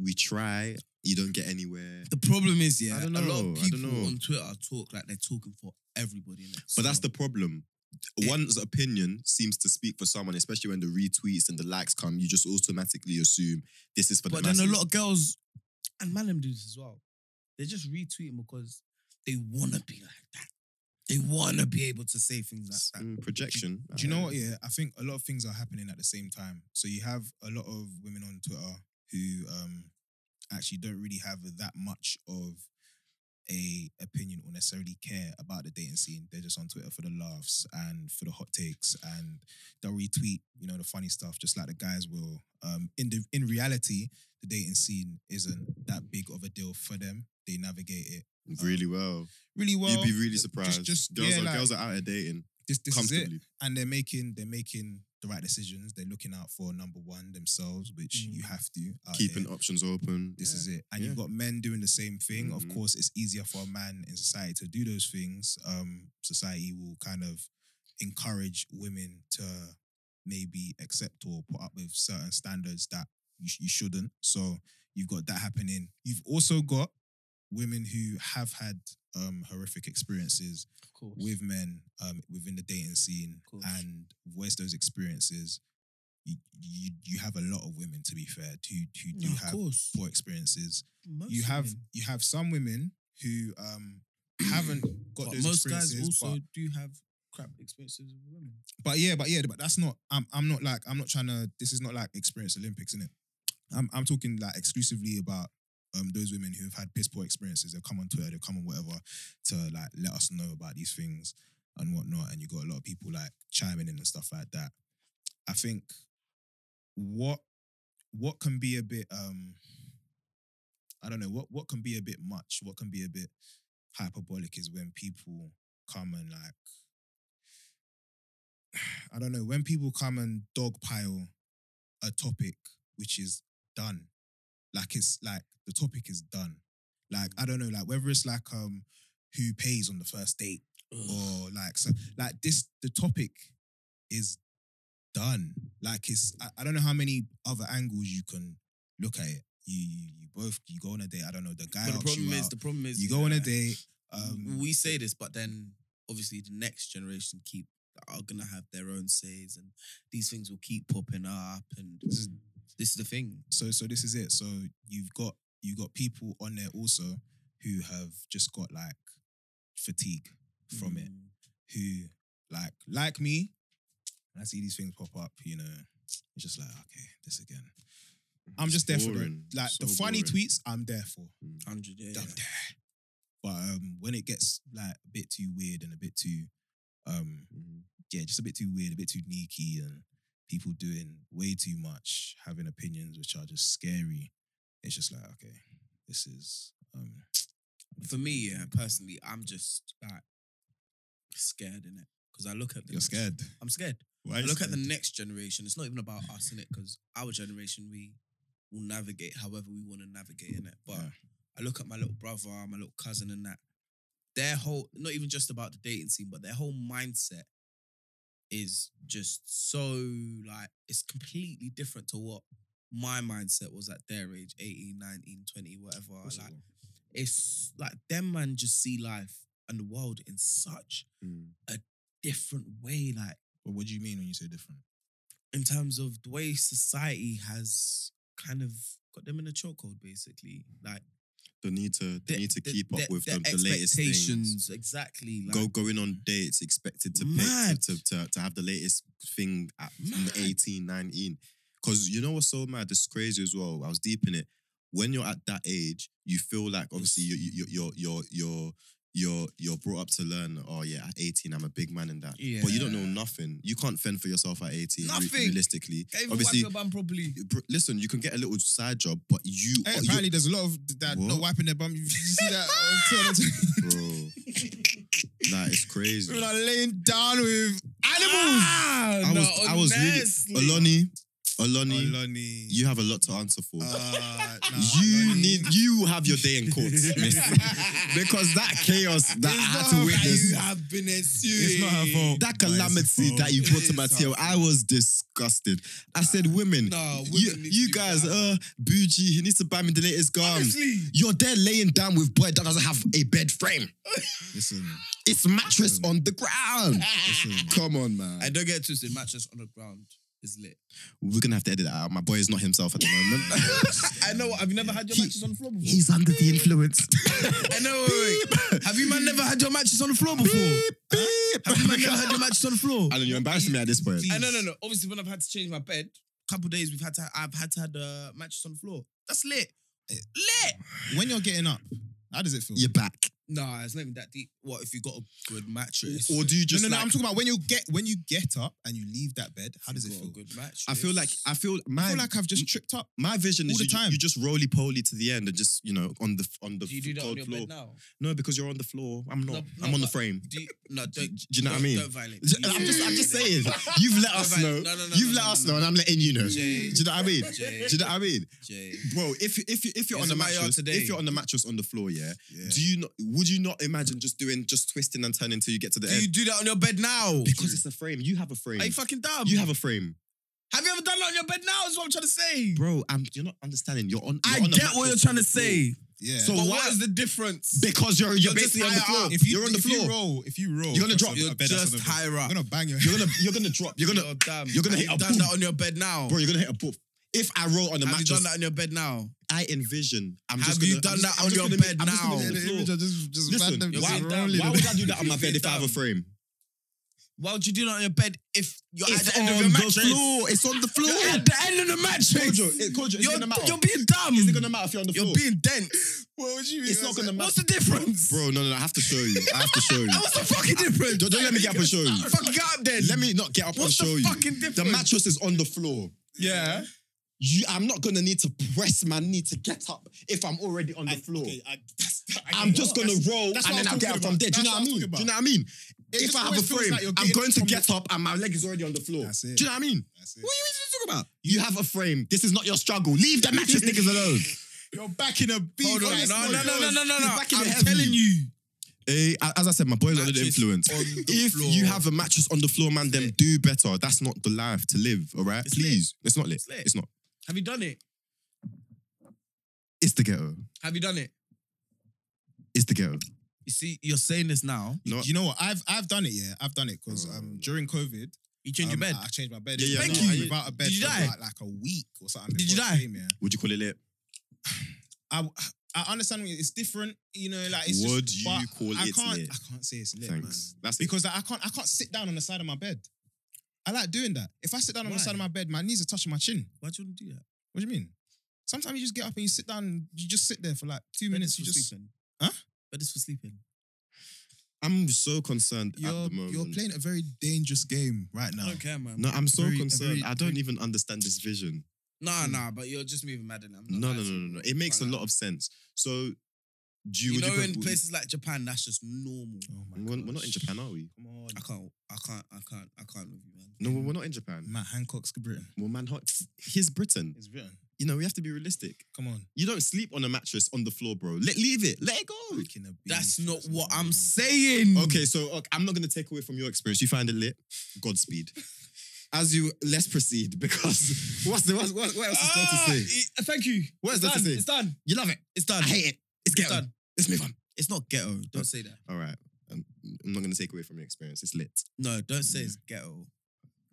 [SPEAKER 1] we try. You don't get anywhere.
[SPEAKER 4] The problem is, yeah,
[SPEAKER 1] I don't
[SPEAKER 4] a lot
[SPEAKER 1] know, I
[SPEAKER 4] of
[SPEAKER 1] don't
[SPEAKER 4] people
[SPEAKER 1] know.
[SPEAKER 4] on Twitter talk like they're talking for everybody. Innit?
[SPEAKER 1] But that's
[SPEAKER 4] So-
[SPEAKER 1] the problem. One's opinion seems to speak for someone, especially when the retweets and the likes come. You just automatically assume this is for
[SPEAKER 4] But
[SPEAKER 1] the
[SPEAKER 4] then
[SPEAKER 1] masses.
[SPEAKER 4] a lot of girls and man them do this as well. They just retweet because they want to be like that. They want to be able to say things like that.
[SPEAKER 1] Mm, projection.
[SPEAKER 3] Do you know what? Yeah, I think a lot of things are happening at the same time. So you have a lot of women on Twitter who um, actually don't really have that much of a opinion or necessarily care about the dating scene. They're just on Twitter for the laughs and for the hot takes, and they'll retweet, you know, the funny stuff, just like the guys will. Um, in the in reality, the dating scene isn't that big of a deal for them. They navigate it
[SPEAKER 1] uh, Really well.
[SPEAKER 3] really well.
[SPEAKER 1] You'd be really surprised.
[SPEAKER 3] just-
[SPEAKER 1] girls,
[SPEAKER 3] yeah,
[SPEAKER 1] are,
[SPEAKER 3] like-
[SPEAKER 1] girls are out here dating.
[SPEAKER 3] This this is it.
[SPEAKER 1] comfortably.
[SPEAKER 3] and they're making they're making the right decisions. They're looking out for number one themselves, which
[SPEAKER 4] Mm.
[SPEAKER 3] you have to out
[SPEAKER 1] Keeping
[SPEAKER 3] there.
[SPEAKER 1] options open.
[SPEAKER 3] This is it, and you've got men doing the same thing. Of
[SPEAKER 1] Mhm.
[SPEAKER 3] course, it's easier for a man in society to do those things. Um, society will kind of encourage women to maybe accept or put up with certain standards that you, sh- you shouldn't. So you've got that happening. You've also got women who have had um, horrific experiences
[SPEAKER 4] Of course.
[SPEAKER 3] with men um, within the dating scene
[SPEAKER 4] Of course.
[SPEAKER 3] and voice those experiences. You, you you have a lot of women, to be fair, who who do
[SPEAKER 4] No, of
[SPEAKER 3] have
[SPEAKER 4] course.
[SPEAKER 3] poor experiences.
[SPEAKER 4] Most
[SPEAKER 3] you have
[SPEAKER 4] women.
[SPEAKER 3] you have some women who um haven't got
[SPEAKER 4] But
[SPEAKER 3] those
[SPEAKER 4] most guys
[SPEAKER 3] experiences.
[SPEAKER 4] also
[SPEAKER 3] but,
[SPEAKER 4] do have crap experiences with women.
[SPEAKER 3] but yeah, but yeah, but that's not. I'm I'm not like I'm not trying to. This is not like experience Olympics, innit? I'm I'm talking like exclusively about um those women who have had piss poor experiences. They'll come on Twitter, they'll come on whatever to like let us know about these things and whatnot. And you got a lot of people like chiming in and stuff like that. I think what what can be a bit um I don't know what what can be a bit much, what can be a bit hyperbolic is when people come and like I don't know when people come and dogpile a topic which is done, like it's like the topic is done. Like
[SPEAKER 4] Mm.
[SPEAKER 3] I don't know, like whether it's like um who pays on the first date or like so like this the topic is done. Like it's I, I don't know how many other angles you can look at it. You you, you both you go on a date. I don't know the guy.
[SPEAKER 4] But the
[SPEAKER 3] asks
[SPEAKER 4] problem
[SPEAKER 3] you
[SPEAKER 4] is,
[SPEAKER 3] out,
[SPEAKER 4] the problem is,
[SPEAKER 3] you go on a
[SPEAKER 4] yeah,
[SPEAKER 3] date. Um,
[SPEAKER 4] we say this, but then obviously the next generation keep are gonna have their own says, and these things will keep popping up. And this is, this is the thing.
[SPEAKER 3] so so this is it. So you've got you've got people on there also who have just got like fatigue from it.
[SPEAKER 4] Mm.
[SPEAKER 3] Who like like me, when I see these things pop up, you know, it's just like, okay, this again. I'm just there for the
[SPEAKER 1] boring.
[SPEAKER 3] like the
[SPEAKER 1] So
[SPEAKER 3] funny
[SPEAKER 1] boring.
[SPEAKER 3] tweets, I'm there for.
[SPEAKER 4] Hundred, yeah,
[SPEAKER 3] I'm
[SPEAKER 4] yeah.
[SPEAKER 3] there. But um when it gets like a bit too weird and a bit too um
[SPEAKER 1] Mhm.
[SPEAKER 3] yeah, just a bit too weird, a bit too sneaky, and people doing way too much, having opinions which are just scary. It's just like, okay, this is um
[SPEAKER 4] For me, yeah, personally, I'm just like scared in it because I look at the
[SPEAKER 3] you're
[SPEAKER 4] next-
[SPEAKER 3] scared.
[SPEAKER 4] I'm scared.
[SPEAKER 3] Why
[SPEAKER 4] I look at the next generation. It's not even about us in it because our generation we will navigate however we want to navigate in it. But
[SPEAKER 3] Yeah.
[SPEAKER 4] I look at my little brother, my little cousin, and that their whole not even just about the dating scene, but their whole mindset is just so like it's completely different to what my mindset was at their age 18 19 20 whatever like it's like them man just see life and the world in such
[SPEAKER 1] Mm.
[SPEAKER 4] different way like
[SPEAKER 3] But what do you mean when you say different?
[SPEAKER 4] in terms of the way society has kind of got them in a chokehold, basically. Like
[SPEAKER 1] The need to the, need to
[SPEAKER 4] the-
[SPEAKER 1] keep
[SPEAKER 4] the-
[SPEAKER 1] up with
[SPEAKER 4] their
[SPEAKER 1] the, the latest things.
[SPEAKER 4] expectations, exactly. Like,
[SPEAKER 1] Go going on dates, expected to pay,
[SPEAKER 4] Mad.
[SPEAKER 1] to, to, to to have the latest thing at
[SPEAKER 4] Mad.
[SPEAKER 1] 18, 19. Because you know what's so mad? This is crazy as well. I was deep in it. When you're at that age, you feel like obviously you you you you're you're you're you're, you're brought up to learn. Oh yeah, at 18, I'm a big man in that. But you don't know
[SPEAKER 4] Yeah.
[SPEAKER 1] nothing. You can't fend for yourself at 18. re-
[SPEAKER 4] Nothing.
[SPEAKER 1] realistically,
[SPEAKER 4] Can't even
[SPEAKER 1] obviously,
[SPEAKER 4] wipe your bum properly.
[SPEAKER 1] br- listen, you can get a little side job, but you,
[SPEAKER 3] Hey,
[SPEAKER 1] you-
[SPEAKER 3] apparently, there's a lot of that
[SPEAKER 1] What?
[SPEAKER 3] not wiping their bum. You see that? on Twitter?
[SPEAKER 1] bro, that is crazy.
[SPEAKER 3] People are laying down with animals.
[SPEAKER 4] Ah,
[SPEAKER 1] I
[SPEAKER 4] no,
[SPEAKER 1] was, I was really,
[SPEAKER 4] honestly.
[SPEAKER 1] Oloni, Oloni,
[SPEAKER 3] Lonnie.
[SPEAKER 1] you have a lot to answer for.
[SPEAKER 3] Uh, nah,
[SPEAKER 1] you
[SPEAKER 3] Lonnie.
[SPEAKER 1] need, you have your day in court, miss. because that chaos that
[SPEAKER 3] It's
[SPEAKER 1] I
[SPEAKER 3] not
[SPEAKER 1] had to
[SPEAKER 3] her
[SPEAKER 1] witness,
[SPEAKER 3] fault.
[SPEAKER 4] have been
[SPEAKER 3] It's not her
[SPEAKER 1] that
[SPEAKER 3] fault. But it's her
[SPEAKER 1] calamity
[SPEAKER 3] fault.
[SPEAKER 1] that you brought to
[SPEAKER 3] It is
[SPEAKER 1] Mateo,
[SPEAKER 3] her fault. Uh,
[SPEAKER 1] I was disgusted. I said, women,
[SPEAKER 4] No, women
[SPEAKER 1] you,
[SPEAKER 4] need to
[SPEAKER 1] you
[SPEAKER 4] do
[SPEAKER 1] guys,
[SPEAKER 4] that.
[SPEAKER 1] uh, bougie, he needs to buy me the latest garms.
[SPEAKER 4] Honestly,
[SPEAKER 1] You're there laying down with boy that doesn't have a bed frame.
[SPEAKER 3] Listen,
[SPEAKER 1] It's mattress on the ground. Come on, man.
[SPEAKER 4] and don't get it twisted. Mattress on the ground is lit.
[SPEAKER 1] We're gonna have to edit that out. My boy is not himself at the moment.
[SPEAKER 4] I know. Have you never had your
[SPEAKER 1] He-
[SPEAKER 4] mattress on the floor before?
[SPEAKER 1] He's under the influence.
[SPEAKER 4] I know. Wait, wait. Oh Have you man never had your mattress on the floor before? Have you man never had your mattress on the floor?
[SPEAKER 1] Alan, you're embarrassing me at this point.
[SPEAKER 4] I no no no. Obviously, when I've had to change my bed, couple days we've had to. I've had to have the mattress on the floor. That's lit. Lit.
[SPEAKER 3] when you're getting up, how does it feel?
[SPEAKER 1] You're back.
[SPEAKER 4] Nah, it's not even that deep. What if you got a good mattress?
[SPEAKER 1] Or do you just
[SPEAKER 3] no, no, no.
[SPEAKER 1] like-
[SPEAKER 3] I'm talking about when you get when you get up and you leave that bed. How does it
[SPEAKER 4] Got a
[SPEAKER 3] feel?
[SPEAKER 4] good mattress.
[SPEAKER 1] I feel like I feel my
[SPEAKER 3] I feel like I've just tripped up.
[SPEAKER 1] my vision
[SPEAKER 3] all
[SPEAKER 1] is
[SPEAKER 3] the
[SPEAKER 1] you, ju-
[SPEAKER 3] time.
[SPEAKER 1] you just roly poly to the end and just you know on the on the
[SPEAKER 4] do you do that on
[SPEAKER 1] cold
[SPEAKER 4] your
[SPEAKER 1] floor.
[SPEAKER 4] bed now?
[SPEAKER 1] No, because you're on the floor. I'm not.
[SPEAKER 4] No, no,
[SPEAKER 1] I'm on the
[SPEAKER 4] but-
[SPEAKER 1] frame.
[SPEAKER 4] Do you, no, don't.
[SPEAKER 1] Do, do you know
[SPEAKER 4] don't,
[SPEAKER 1] what I mean?
[SPEAKER 4] Don't violate.
[SPEAKER 1] I'm just, I'm just saying. You've let
[SPEAKER 4] No,
[SPEAKER 1] us
[SPEAKER 4] but-
[SPEAKER 1] know.
[SPEAKER 4] no, no, no,
[SPEAKER 1] You've
[SPEAKER 4] no,
[SPEAKER 1] let
[SPEAKER 4] no,
[SPEAKER 1] us
[SPEAKER 4] no,
[SPEAKER 1] know, and I'm letting you know.
[SPEAKER 4] Jay.
[SPEAKER 1] Do you know what I mean?
[SPEAKER 4] Jay.
[SPEAKER 1] Do you know what I mean,
[SPEAKER 4] Jay.
[SPEAKER 1] bro? If if you- if you're
[SPEAKER 4] It's
[SPEAKER 1] on the
[SPEAKER 4] in my yard
[SPEAKER 1] mattress,
[SPEAKER 4] today.
[SPEAKER 1] if you're on the mattress on the floor, yeah,
[SPEAKER 3] Yeah.
[SPEAKER 1] Do you not? Would you not imagine just doing, just twisting and turning until you get to the
[SPEAKER 4] Do
[SPEAKER 1] end?
[SPEAKER 4] you do that on your bed now?
[SPEAKER 1] because it's a frame. You have a frame.
[SPEAKER 4] Are you fucking dumb?
[SPEAKER 1] you have a frame,
[SPEAKER 4] Have you ever done that on your bed now? Is what I'm trying to say.
[SPEAKER 1] bro. I'm, you're not understanding. You're on.
[SPEAKER 4] I
[SPEAKER 1] you're on a
[SPEAKER 4] get what
[SPEAKER 1] mattress
[SPEAKER 4] you're trying
[SPEAKER 1] on
[SPEAKER 4] to
[SPEAKER 1] the floor.
[SPEAKER 4] say.
[SPEAKER 3] Yeah.
[SPEAKER 1] So
[SPEAKER 4] But
[SPEAKER 1] why-
[SPEAKER 4] what is the difference?
[SPEAKER 1] Because you're you're,
[SPEAKER 4] You're just
[SPEAKER 1] basically on the
[SPEAKER 4] higher
[SPEAKER 1] floor.
[SPEAKER 4] up.
[SPEAKER 3] if you
[SPEAKER 1] are on the
[SPEAKER 3] if you
[SPEAKER 1] floor.
[SPEAKER 3] roll, if you roll,
[SPEAKER 1] You're gonna
[SPEAKER 3] across
[SPEAKER 1] drop-
[SPEAKER 3] a-
[SPEAKER 1] you're
[SPEAKER 3] a
[SPEAKER 4] You're
[SPEAKER 3] bed that's on
[SPEAKER 4] just
[SPEAKER 3] the-
[SPEAKER 4] higher
[SPEAKER 3] I'm
[SPEAKER 4] up.
[SPEAKER 3] gonna bang your head.
[SPEAKER 1] You're gonna you're gonna drop. You're gonna
[SPEAKER 4] You're dumb.
[SPEAKER 1] you're gonna hit
[SPEAKER 4] Have
[SPEAKER 1] a
[SPEAKER 4] you done
[SPEAKER 1] boom.
[SPEAKER 4] that on your bed now.
[SPEAKER 1] bro. You're gonna hit a poof. If I roll on the
[SPEAKER 4] Have you
[SPEAKER 1] mattress,
[SPEAKER 4] done that on your bed now?
[SPEAKER 1] I envision. I'm
[SPEAKER 4] Have
[SPEAKER 1] just gonna-
[SPEAKER 4] you done
[SPEAKER 1] I'm just-
[SPEAKER 4] that
[SPEAKER 1] I'm
[SPEAKER 4] on
[SPEAKER 1] just
[SPEAKER 4] your
[SPEAKER 1] gonna
[SPEAKER 4] bed
[SPEAKER 1] make- I'm just gonna
[SPEAKER 4] now?
[SPEAKER 1] make the floor.
[SPEAKER 3] just, just
[SPEAKER 1] Listen,
[SPEAKER 4] just
[SPEAKER 1] why,
[SPEAKER 4] randomly-
[SPEAKER 1] why would I do that on my bed if I have a
[SPEAKER 4] Dumb.
[SPEAKER 1] frame?
[SPEAKER 4] Why would you do that on your bed if you're at
[SPEAKER 1] It's
[SPEAKER 4] the end
[SPEAKER 1] on
[SPEAKER 4] of your
[SPEAKER 1] the
[SPEAKER 4] mattress?
[SPEAKER 1] floor. It's on the floor.
[SPEAKER 4] You're at the end of the mattress.
[SPEAKER 1] Kojo, it- Kojo, it's
[SPEAKER 4] you're,
[SPEAKER 1] gonna matter.
[SPEAKER 4] you're being dumb.
[SPEAKER 1] Is it gonna matter if you're on the
[SPEAKER 4] you're
[SPEAKER 1] floor?
[SPEAKER 4] being dense.
[SPEAKER 3] What would you?
[SPEAKER 1] It's not gonna matter.
[SPEAKER 4] What's the difference?
[SPEAKER 1] Bro, no, no, no, I have to show you. I have to show you.
[SPEAKER 4] What's the fucking difference?
[SPEAKER 1] Don't, don't let me get up and show you.
[SPEAKER 4] Fucking get up then.
[SPEAKER 1] Let me not get up
[SPEAKER 4] What's
[SPEAKER 1] and show
[SPEAKER 4] the
[SPEAKER 1] you.
[SPEAKER 4] fucking difference?
[SPEAKER 1] The mattress is on the floor.
[SPEAKER 3] Yeah.
[SPEAKER 1] You, I'm not gonna need to press my knee to get up if I'm already on the floor. I'm just gonna roll
[SPEAKER 3] that's what
[SPEAKER 1] and then
[SPEAKER 3] I'm
[SPEAKER 1] I get up
[SPEAKER 3] talking
[SPEAKER 1] from there. Do you know
[SPEAKER 3] about.
[SPEAKER 1] what I mean? Do you
[SPEAKER 3] That's what I'm talking
[SPEAKER 1] know what I mean? if
[SPEAKER 3] just
[SPEAKER 1] I have a
[SPEAKER 3] always feels
[SPEAKER 1] frame,
[SPEAKER 3] like you're
[SPEAKER 1] I'm
[SPEAKER 3] getting
[SPEAKER 1] going to
[SPEAKER 3] from
[SPEAKER 1] get up and my leg is already on the floor.
[SPEAKER 3] That's it.
[SPEAKER 1] Do you know what I mean?
[SPEAKER 3] That's it.
[SPEAKER 1] What are you talking about? You have a frame. This is not your struggle. Leave the mattress niggas alone.
[SPEAKER 3] You're back in a beat.
[SPEAKER 4] Hold on.
[SPEAKER 3] honest
[SPEAKER 4] No,
[SPEAKER 3] boy.
[SPEAKER 4] no, no, no, no, no,
[SPEAKER 1] He's
[SPEAKER 4] no.
[SPEAKER 1] back in
[SPEAKER 4] I'm
[SPEAKER 1] the heavy.
[SPEAKER 4] telling you.
[SPEAKER 1] Eh, as I said, my boy's under the
[SPEAKER 4] Mattress
[SPEAKER 1] influence.
[SPEAKER 4] on the
[SPEAKER 1] if
[SPEAKER 4] floor.
[SPEAKER 1] you have a mattress on the floor, man, then do better. That's not the life to live, all right?
[SPEAKER 4] It's lit.
[SPEAKER 1] Please. It's not lit. It's,
[SPEAKER 4] It's lit.
[SPEAKER 1] not.
[SPEAKER 4] Have you done it?
[SPEAKER 1] It's the ghetto.
[SPEAKER 4] Have you done it?
[SPEAKER 1] It's the ghetto.
[SPEAKER 4] You see, you're saying this now.
[SPEAKER 1] You know what?
[SPEAKER 3] You know what? I've I've done it. Yeah, I've done it because
[SPEAKER 1] Oh,
[SPEAKER 3] um
[SPEAKER 1] no.
[SPEAKER 3] during COVID,
[SPEAKER 4] You change
[SPEAKER 3] um,
[SPEAKER 4] your bed.
[SPEAKER 3] I changed my bed.
[SPEAKER 1] Yeah, yeah,
[SPEAKER 3] Thank
[SPEAKER 1] no,
[SPEAKER 3] you.
[SPEAKER 1] I-
[SPEAKER 3] Without a bed
[SPEAKER 4] Did you
[SPEAKER 3] for
[SPEAKER 4] die?
[SPEAKER 3] Like, like a week or something.
[SPEAKER 4] Did you
[SPEAKER 3] before it
[SPEAKER 4] die?
[SPEAKER 3] Came, yeah.
[SPEAKER 1] Would you call it lit?
[SPEAKER 3] I I understand what- it's different. You know, like it's
[SPEAKER 1] Would
[SPEAKER 3] just,
[SPEAKER 1] you
[SPEAKER 3] but
[SPEAKER 1] call
[SPEAKER 3] I
[SPEAKER 1] it
[SPEAKER 3] can't,
[SPEAKER 1] lit?
[SPEAKER 3] I can't say it's lit, man.
[SPEAKER 1] Thanks. That's it.
[SPEAKER 3] Because like, I can't I can't sit down on the side of my bed. I like doing that. If I sit down on the
[SPEAKER 4] Why?
[SPEAKER 3] side of my bed, my knees are touching my chin.
[SPEAKER 4] Why'd you want to do that?
[SPEAKER 3] What do you mean? Sometimes you just get up and you sit down. and You just sit there for like two
[SPEAKER 4] Bed
[SPEAKER 3] minutes.
[SPEAKER 4] is
[SPEAKER 3] You
[SPEAKER 4] for
[SPEAKER 3] just
[SPEAKER 4] sleeping.
[SPEAKER 3] Huh?
[SPEAKER 4] Bed is for sleeping.
[SPEAKER 1] I'm so concerned
[SPEAKER 3] you're,
[SPEAKER 1] at the moment.
[SPEAKER 3] you're playing a very dangerous game right
[SPEAKER 4] I
[SPEAKER 3] now.
[SPEAKER 4] don't care, man.
[SPEAKER 1] No, I'm so
[SPEAKER 3] Very- a
[SPEAKER 1] concerned.
[SPEAKER 3] very-
[SPEAKER 1] I don't even understand this vision.
[SPEAKER 4] Nah, nah, but you're just moving mad in I'm not
[SPEAKER 1] No, no, no,
[SPEAKER 4] actually-
[SPEAKER 1] no, no. It makes a lot of sense. So, do you,
[SPEAKER 4] You,
[SPEAKER 1] would
[SPEAKER 4] know,
[SPEAKER 1] you
[SPEAKER 4] in
[SPEAKER 1] put-
[SPEAKER 4] places like Japan, that's just normal.
[SPEAKER 3] Oh my
[SPEAKER 1] we're, we're not
[SPEAKER 3] gosh.
[SPEAKER 1] in Japan, are we?
[SPEAKER 3] Come on,
[SPEAKER 4] I can't, I can't, I can't, I can't with you, man.
[SPEAKER 1] No, we're- we're not in Japan.
[SPEAKER 3] Matt Hancock's Britain.
[SPEAKER 1] Well, man, hot. He's Britain.
[SPEAKER 3] It's Britain.
[SPEAKER 1] You know, we have to be realistic.
[SPEAKER 3] Come on.
[SPEAKER 1] You don't sleep on a mattress on the floor, bro. Let leave it. Let it go.
[SPEAKER 3] Fucking a
[SPEAKER 4] That's
[SPEAKER 3] beast.
[SPEAKER 4] not what
[SPEAKER 3] Come
[SPEAKER 4] I'm
[SPEAKER 3] on.
[SPEAKER 4] saying.
[SPEAKER 1] Okay, so okay, I'm not gonna take away from your experience. You find it lit. Godspeed. As you let's proceed because what's the what's, what, what else is there
[SPEAKER 4] Ah,
[SPEAKER 1] to say?
[SPEAKER 4] eh, Thank you.
[SPEAKER 1] What is
[SPEAKER 4] it's
[SPEAKER 1] there to
[SPEAKER 4] done.
[SPEAKER 1] say?
[SPEAKER 4] It's done.
[SPEAKER 1] You love it.
[SPEAKER 4] It's done.
[SPEAKER 1] I hate it. It's
[SPEAKER 4] It's
[SPEAKER 1] ghetto.
[SPEAKER 4] done.
[SPEAKER 1] Let's move on.
[SPEAKER 4] It's not ghetto. Don't say that.
[SPEAKER 1] All right. I'm, I'm not gonna take away from your experience. It's lit.
[SPEAKER 4] No, don't say it's ghetto.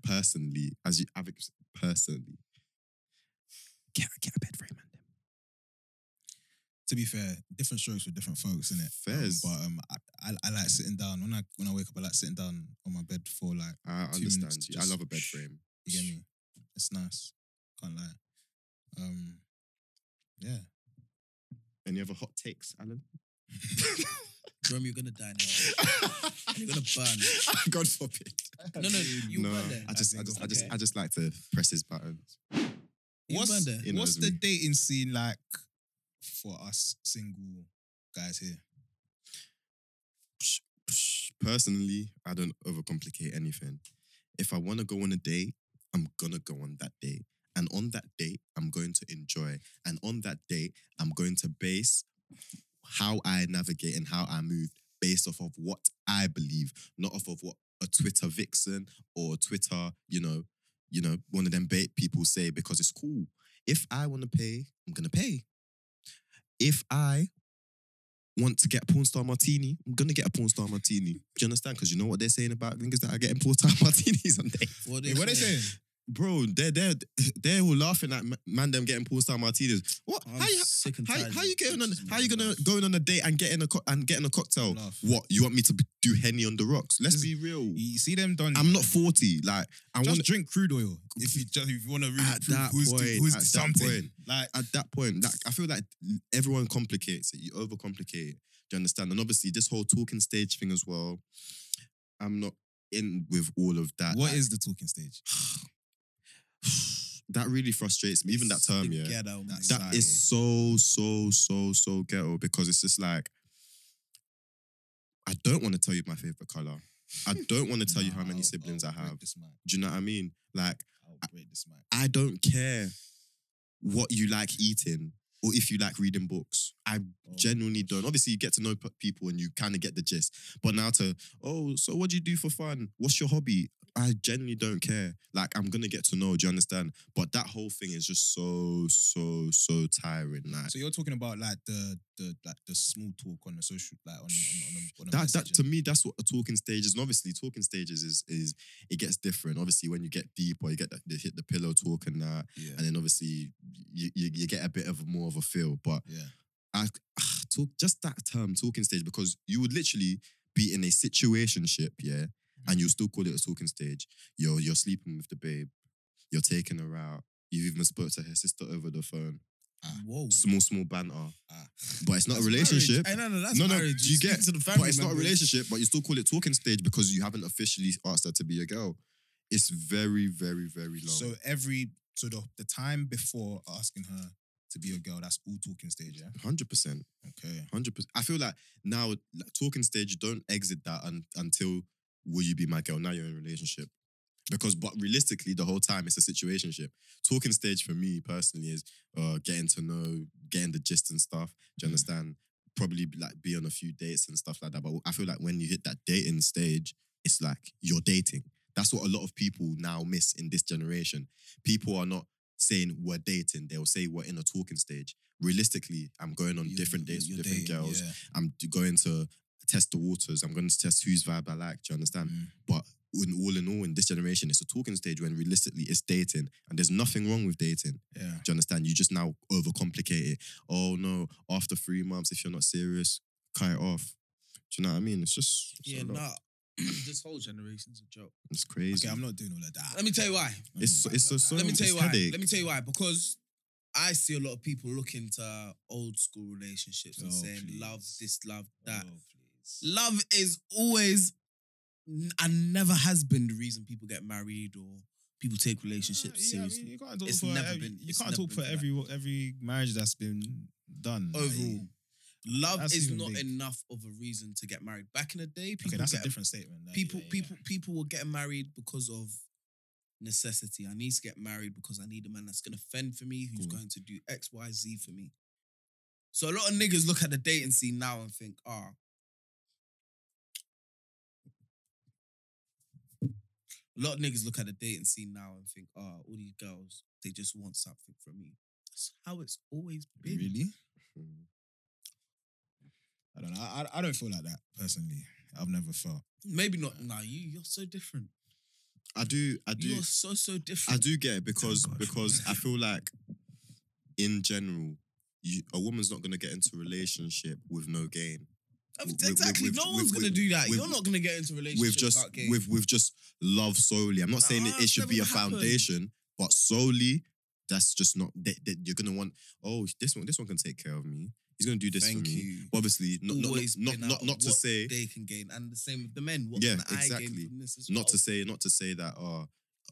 [SPEAKER 1] Personally, as you I've ex- personally. Get get a bed frame, man.
[SPEAKER 3] To be fair, different strokes for different folks, innit?
[SPEAKER 1] Fairs.
[SPEAKER 3] But um, I, I, I like sitting down. When I when I wake up, I like sitting down on my bed for like,
[SPEAKER 1] I
[SPEAKER 3] Two
[SPEAKER 1] understand
[SPEAKER 3] minutes,
[SPEAKER 1] you. I
[SPEAKER 3] just-
[SPEAKER 1] love a bed frame.
[SPEAKER 3] you get me? It's nice. Can't lie. Um, yeah.
[SPEAKER 1] Any other hot takes, Alan?
[SPEAKER 4] Jerome, you're gonna die now. And you're gonna burn.
[SPEAKER 1] God forbid.
[SPEAKER 4] No, no, you
[SPEAKER 1] no,
[SPEAKER 4] burn there.
[SPEAKER 1] I just, I just, I just,
[SPEAKER 4] Okay.
[SPEAKER 1] I just like to press his buttons.
[SPEAKER 4] You burn
[SPEAKER 3] What's,
[SPEAKER 4] there.
[SPEAKER 1] You know,
[SPEAKER 3] what's
[SPEAKER 1] it's
[SPEAKER 3] the
[SPEAKER 1] me.
[SPEAKER 3] dating scene like for us single guys here?
[SPEAKER 1] Personally, I don't overcomplicate anything. If I want to go on a date, I'm gonna go on that date, and on that date, I'm going to enjoy, and on that date, I'm going to base how I navigate and how I move based off of what I believe, not off of what a Twitter vixen or Twitter, you know, you know, one of them bait people say because it's cool. If I want to pay, I'm gonna pay. If I want to get porn star martini, I'm gonna get a porn star martini. Do you understand? Because you know what they're saying about niggas that are getting porn star martinis on dates.
[SPEAKER 4] What
[SPEAKER 3] Wait, what they saying?
[SPEAKER 1] bro, they're they're they're all laughing at ma- man them getting Paul Star Martinez. What?
[SPEAKER 3] I'm
[SPEAKER 1] how you
[SPEAKER 3] sick and
[SPEAKER 1] how,
[SPEAKER 3] tired
[SPEAKER 1] how
[SPEAKER 3] of
[SPEAKER 1] you getting on?
[SPEAKER 3] bitches,
[SPEAKER 1] How you
[SPEAKER 3] man.
[SPEAKER 1] gonna going on a date and getting a co- and getting a cocktail?
[SPEAKER 3] Laugh.
[SPEAKER 1] What you want me to b- do? Henny on the rocks? Let's
[SPEAKER 3] This-
[SPEAKER 1] be real.
[SPEAKER 3] You see them done.
[SPEAKER 1] I'm not forty. Like I
[SPEAKER 3] just
[SPEAKER 1] want
[SPEAKER 3] drink crude oil if you just if you want to really
[SPEAKER 1] At
[SPEAKER 3] prove
[SPEAKER 1] that
[SPEAKER 3] who's,
[SPEAKER 1] point,
[SPEAKER 3] who's
[SPEAKER 1] at that
[SPEAKER 3] something.
[SPEAKER 1] point.
[SPEAKER 3] Like
[SPEAKER 1] at that point. Like I feel like everyone complicates it. You overcomplicate. it. Do you understand? And obviously this whole talking stage thing as well. I'm not in with all of that.
[SPEAKER 3] what
[SPEAKER 1] Like,
[SPEAKER 3] is the talking stage?
[SPEAKER 1] that? Really frustrates me. Even that term, yeah.
[SPEAKER 3] Together, man.
[SPEAKER 1] That is so, so, so, so ghetto because it's just like, I don't want to tell you my favorite color. I don't want to tell you how
[SPEAKER 3] Nah,
[SPEAKER 1] many
[SPEAKER 3] I'll-
[SPEAKER 1] siblings
[SPEAKER 3] I'll
[SPEAKER 1] I
[SPEAKER 3] break
[SPEAKER 1] have.
[SPEAKER 3] This mic.
[SPEAKER 1] Do you know what I mean? Like,
[SPEAKER 3] I'll break this mic.
[SPEAKER 1] I don't care what you like eating or if you like reading books. I
[SPEAKER 3] Oh.
[SPEAKER 1] genuinely don't. Obviously, you get to know p- people and you kind of get the gist. But now to, oh, so what do you do for fun? What's your hobby? I genuinely don't care. Like, I'm going to get to know. Do you understand? But that whole thing is just so, so, so tiring. Like,
[SPEAKER 3] So you're talking about like the the like the small talk on the social like on on on, a, on a
[SPEAKER 1] that, that
[SPEAKER 3] messaging.
[SPEAKER 1] to me that's what a talking stage is and obviously talking stages is is it gets different obviously when you get deep or you get that the hit the pillow talk and that
[SPEAKER 3] yeah.
[SPEAKER 1] and then obviously you, you, you get a bit of more of a feel but
[SPEAKER 3] yeah.
[SPEAKER 1] I ah, talk just that term talking stage because you would literally be in a situationship yeah and
[SPEAKER 3] Mm.
[SPEAKER 1] you'll still call it a talking stage you're you're sleeping with the babe you're taking her out you've even spoke to her sister over the phone
[SPEAKER 4] Whoa.
[SPEAKER 1] small small banter
[SPEAKER 3] Ah.
[SPEAKER 1] but it's not a relationship
[SPEAKER 4] Hey, no, no, that's
[SPEAKER 1] No, no,
[SPEAKER 4] marriage.
[SPEAKER 1] you
[SPEAKER 4] speak
[SPEAKER 1] get-
[SPEAKER 4] to the family
[SPEAKER 1] but it's not a
[SPEAKER 4] members.
[SPEAKER 1] relationship, but you still call it talking stage because you haven't officially asked her to be a girl. It's very, very, very long.
[SPEAKER 3] So every so the the time before asking her to be a girl, that's all talking stage. Yeah.
[SPEAKER 1] hundred percent,
[SPEAKER 3] Okay.
[SPEAKER 1] hundred percent. I feel like now like, talking stage, you don't exit that un- until will you be my girl? Now you're in a relationship. Because, but realistically, the whole time it's a situationship. Talking stage for me personally is uh, getting to know, getting the gist and stuff. Do you
[SPEAKER 3] Yeah.
[SPEAKER 1] understand? Probably like be on a few dates and stuff like that. But I feel like when you hit that dating stage, it's like you're dating. That's what a lot of people now miss in this generation. People are not saying we're dating; they'll say we're in a talking stage. Realistically, I'm going on
[SPEAKER 3] You-
[SPEAKER 1] different
[SPEAKER 3] you-
[SPEAKER 1] dates with
[SPEAKER 3] you're
[SPEAKER 1] different
[SPEAKER 3] dating,
[SPEAKER 1] girls.
[SPEAKER 3] yeah.
[SPEAKER 1] I'm d- going to test the waters. I'm going to test whose vibe I like. Do you understand?
[SPEAKER 3] Mm.
[SPEAKER 1] But in all in all, in this generation, it's a talking stage when realistically it's dating, and there's nothing wrong with dating.
[SPEAKER 3] Yeah.
[SPEAKER 1] Do you understand? You just now overcomplicate it. Oh no! After three months, if you're not serious, cut it off. Do you know what I mean? It's just it's, a
[SPEAKER 4] Yeah,
[SPEAKER 1] lot.
[SPEAKER 4] nah. this whole generation's a joke.
[SPEAKER 1] it's crazy.
[SPEAKER 3] Okay, I'm not doing all of that.
[SPEAKER 4] Let me tell you why.
[SPEAKER 3] I'm
[SPEAKER 1] it's
[SPEAKER 3] not
[SPEAKER 1] it's
[SPEAKER 3] like
[SPEAKER 1] so, so
[SPEAKER 3] that.
[SPEAKER 4] Let me
[SPEAKER 1] it's
[SPEAKER 4] tell you why.
[SPEAKER 1] headache.
[SPEAKER 4] Let me tell you why. Because I see a lot of people looking to old school relationships and
[SPEAKER 3] Oh,
[SPEAKER 4] saying
[SPEAKER 3] please.
[SPEAKER 4] love this, love that.
[SPEAKER 3] Oh, please.
[SPEAKER 4] Love is always n- and never has been the reason people get married or people take relationships
[SPEAKER 3] Yeah, I mean,
[SPEAKER 4] seriously.
[SPEAKER 3] you can't talk
[SPEAKER 4] It's
[SPEAKER 3] for
[SPEAKER 4] never
[SPEAKER 3] every,
[SPEAKER 4] been-
[SPEAKER 3] you
[SPEAKER 4] it's
[SPEAKER 3] can't
[SPEAKER 4] never
[SPEAKER 3] talk
[SPEAKER 4] been
[SPEAKER 3] for
[SPEAKER 4] for
[SPEAKER 3] every every marriage that's been done Like,
[SPEAKER 4] Overall, love
[SPEAKER 3] That's
[SPEAKER 4] is
[SPEAKER 3] even
[SPEAKER 4] not
[SPEAKER 3] big.
[SPEAKER 4] enough of a reason to get married. Back in the day, people
[SPEAKER 3] okay, that's a
[SPEAKER 4] get
[SPEAKER 3] different statement. Like,
[SPEAKER 4] people
[SPEAKER 3] yeah, yeah.
[SPEAKER 4] people people were getting married because of necessity. I need to get married because I need a man that's gonna fend for me,
[SPEAKER 1] Cool.
[SPEAKER 4] who's
[SPEAKER 3] Hmm.
[SPEAKER 4] going to do X, Y, Z for me. So a lot of niggas look at the dating scene now and think, ah. A lot of niggas look at the dating scene now and think, ah, all these girls, they just want something from me. That's how it's always been.
[SPEAKER 3] Really? I don't know. I, I- I don't feel like that personally. I've never felt.
[SPEAKER 4] Maybe not. Nah, you you're so different.
[SPEAKER 1] I do. I do.
[SPEAKER 4] You're so so
[SPEAKER 1] I
[SPEAKER 4] different.
[SPEAKER 1] do get it because
[SPEAKER 4] God.
[SPEAKER 1] because I feel like in general, you, a woman's not gonna get into a relationship with no gain.
[SPEAKER 4] Um,
[SPEAKER 1] with-
[SPEAKER 4] Exactly.
[SPEAKER 1] with-
[SPEAKER 4] no
[SPEAKER 1] with-
[SPEAKER 4] one's
[SPEAKER 1] with-
[SPEAKER 4] gonna do that.
[SPEAKER 1] with-
[SPEAKER 4] You're not gonna get into relationships
[SPEAKER 1] with just
[SPEAKER 4] without games.
[SPEAKER 1] with with just love solely. I'm not saying
[SPEAKER 4] Ah,
[SPEAKER 1] it, it
[SPEAKER 4] it's
[SPEAKER 1] should
[SPEAKER 4] never
[SPEAKER 1] be a
[SPEAKER 4] gonna happen.
[SPEAKER 1] foundation, but solely, that's just not that, that you're gonna want. Oh, this one, this one can take care of me. He's gonna do this for me.
[SPEAKER 4] you.
[SPEAKER 1] But obviously, not not
[SPEAKER 4] Always
[SPEAKER 1] not
[SPEAKER 4] been
[SPEAKER 1] not,
[SPEAKER 4] out
[SPEAKER 1] not,
[SPEAKER 4] of
[SPEAKER 1] to
[SPEAKER 4] what
[SPEAKER 1] say
[SPEAKER 4] they can gain, and the same with the men. What
[SPEAKER 1] Yeah,
[SPEAKER 4] can I
[SPEAKER 1] exactly.
[SPEAKER 4] gain from this as
[SPEAKER 1] not
[SPEAKER 4] well?
[SPEAKER 1] to say not to say that. Uh,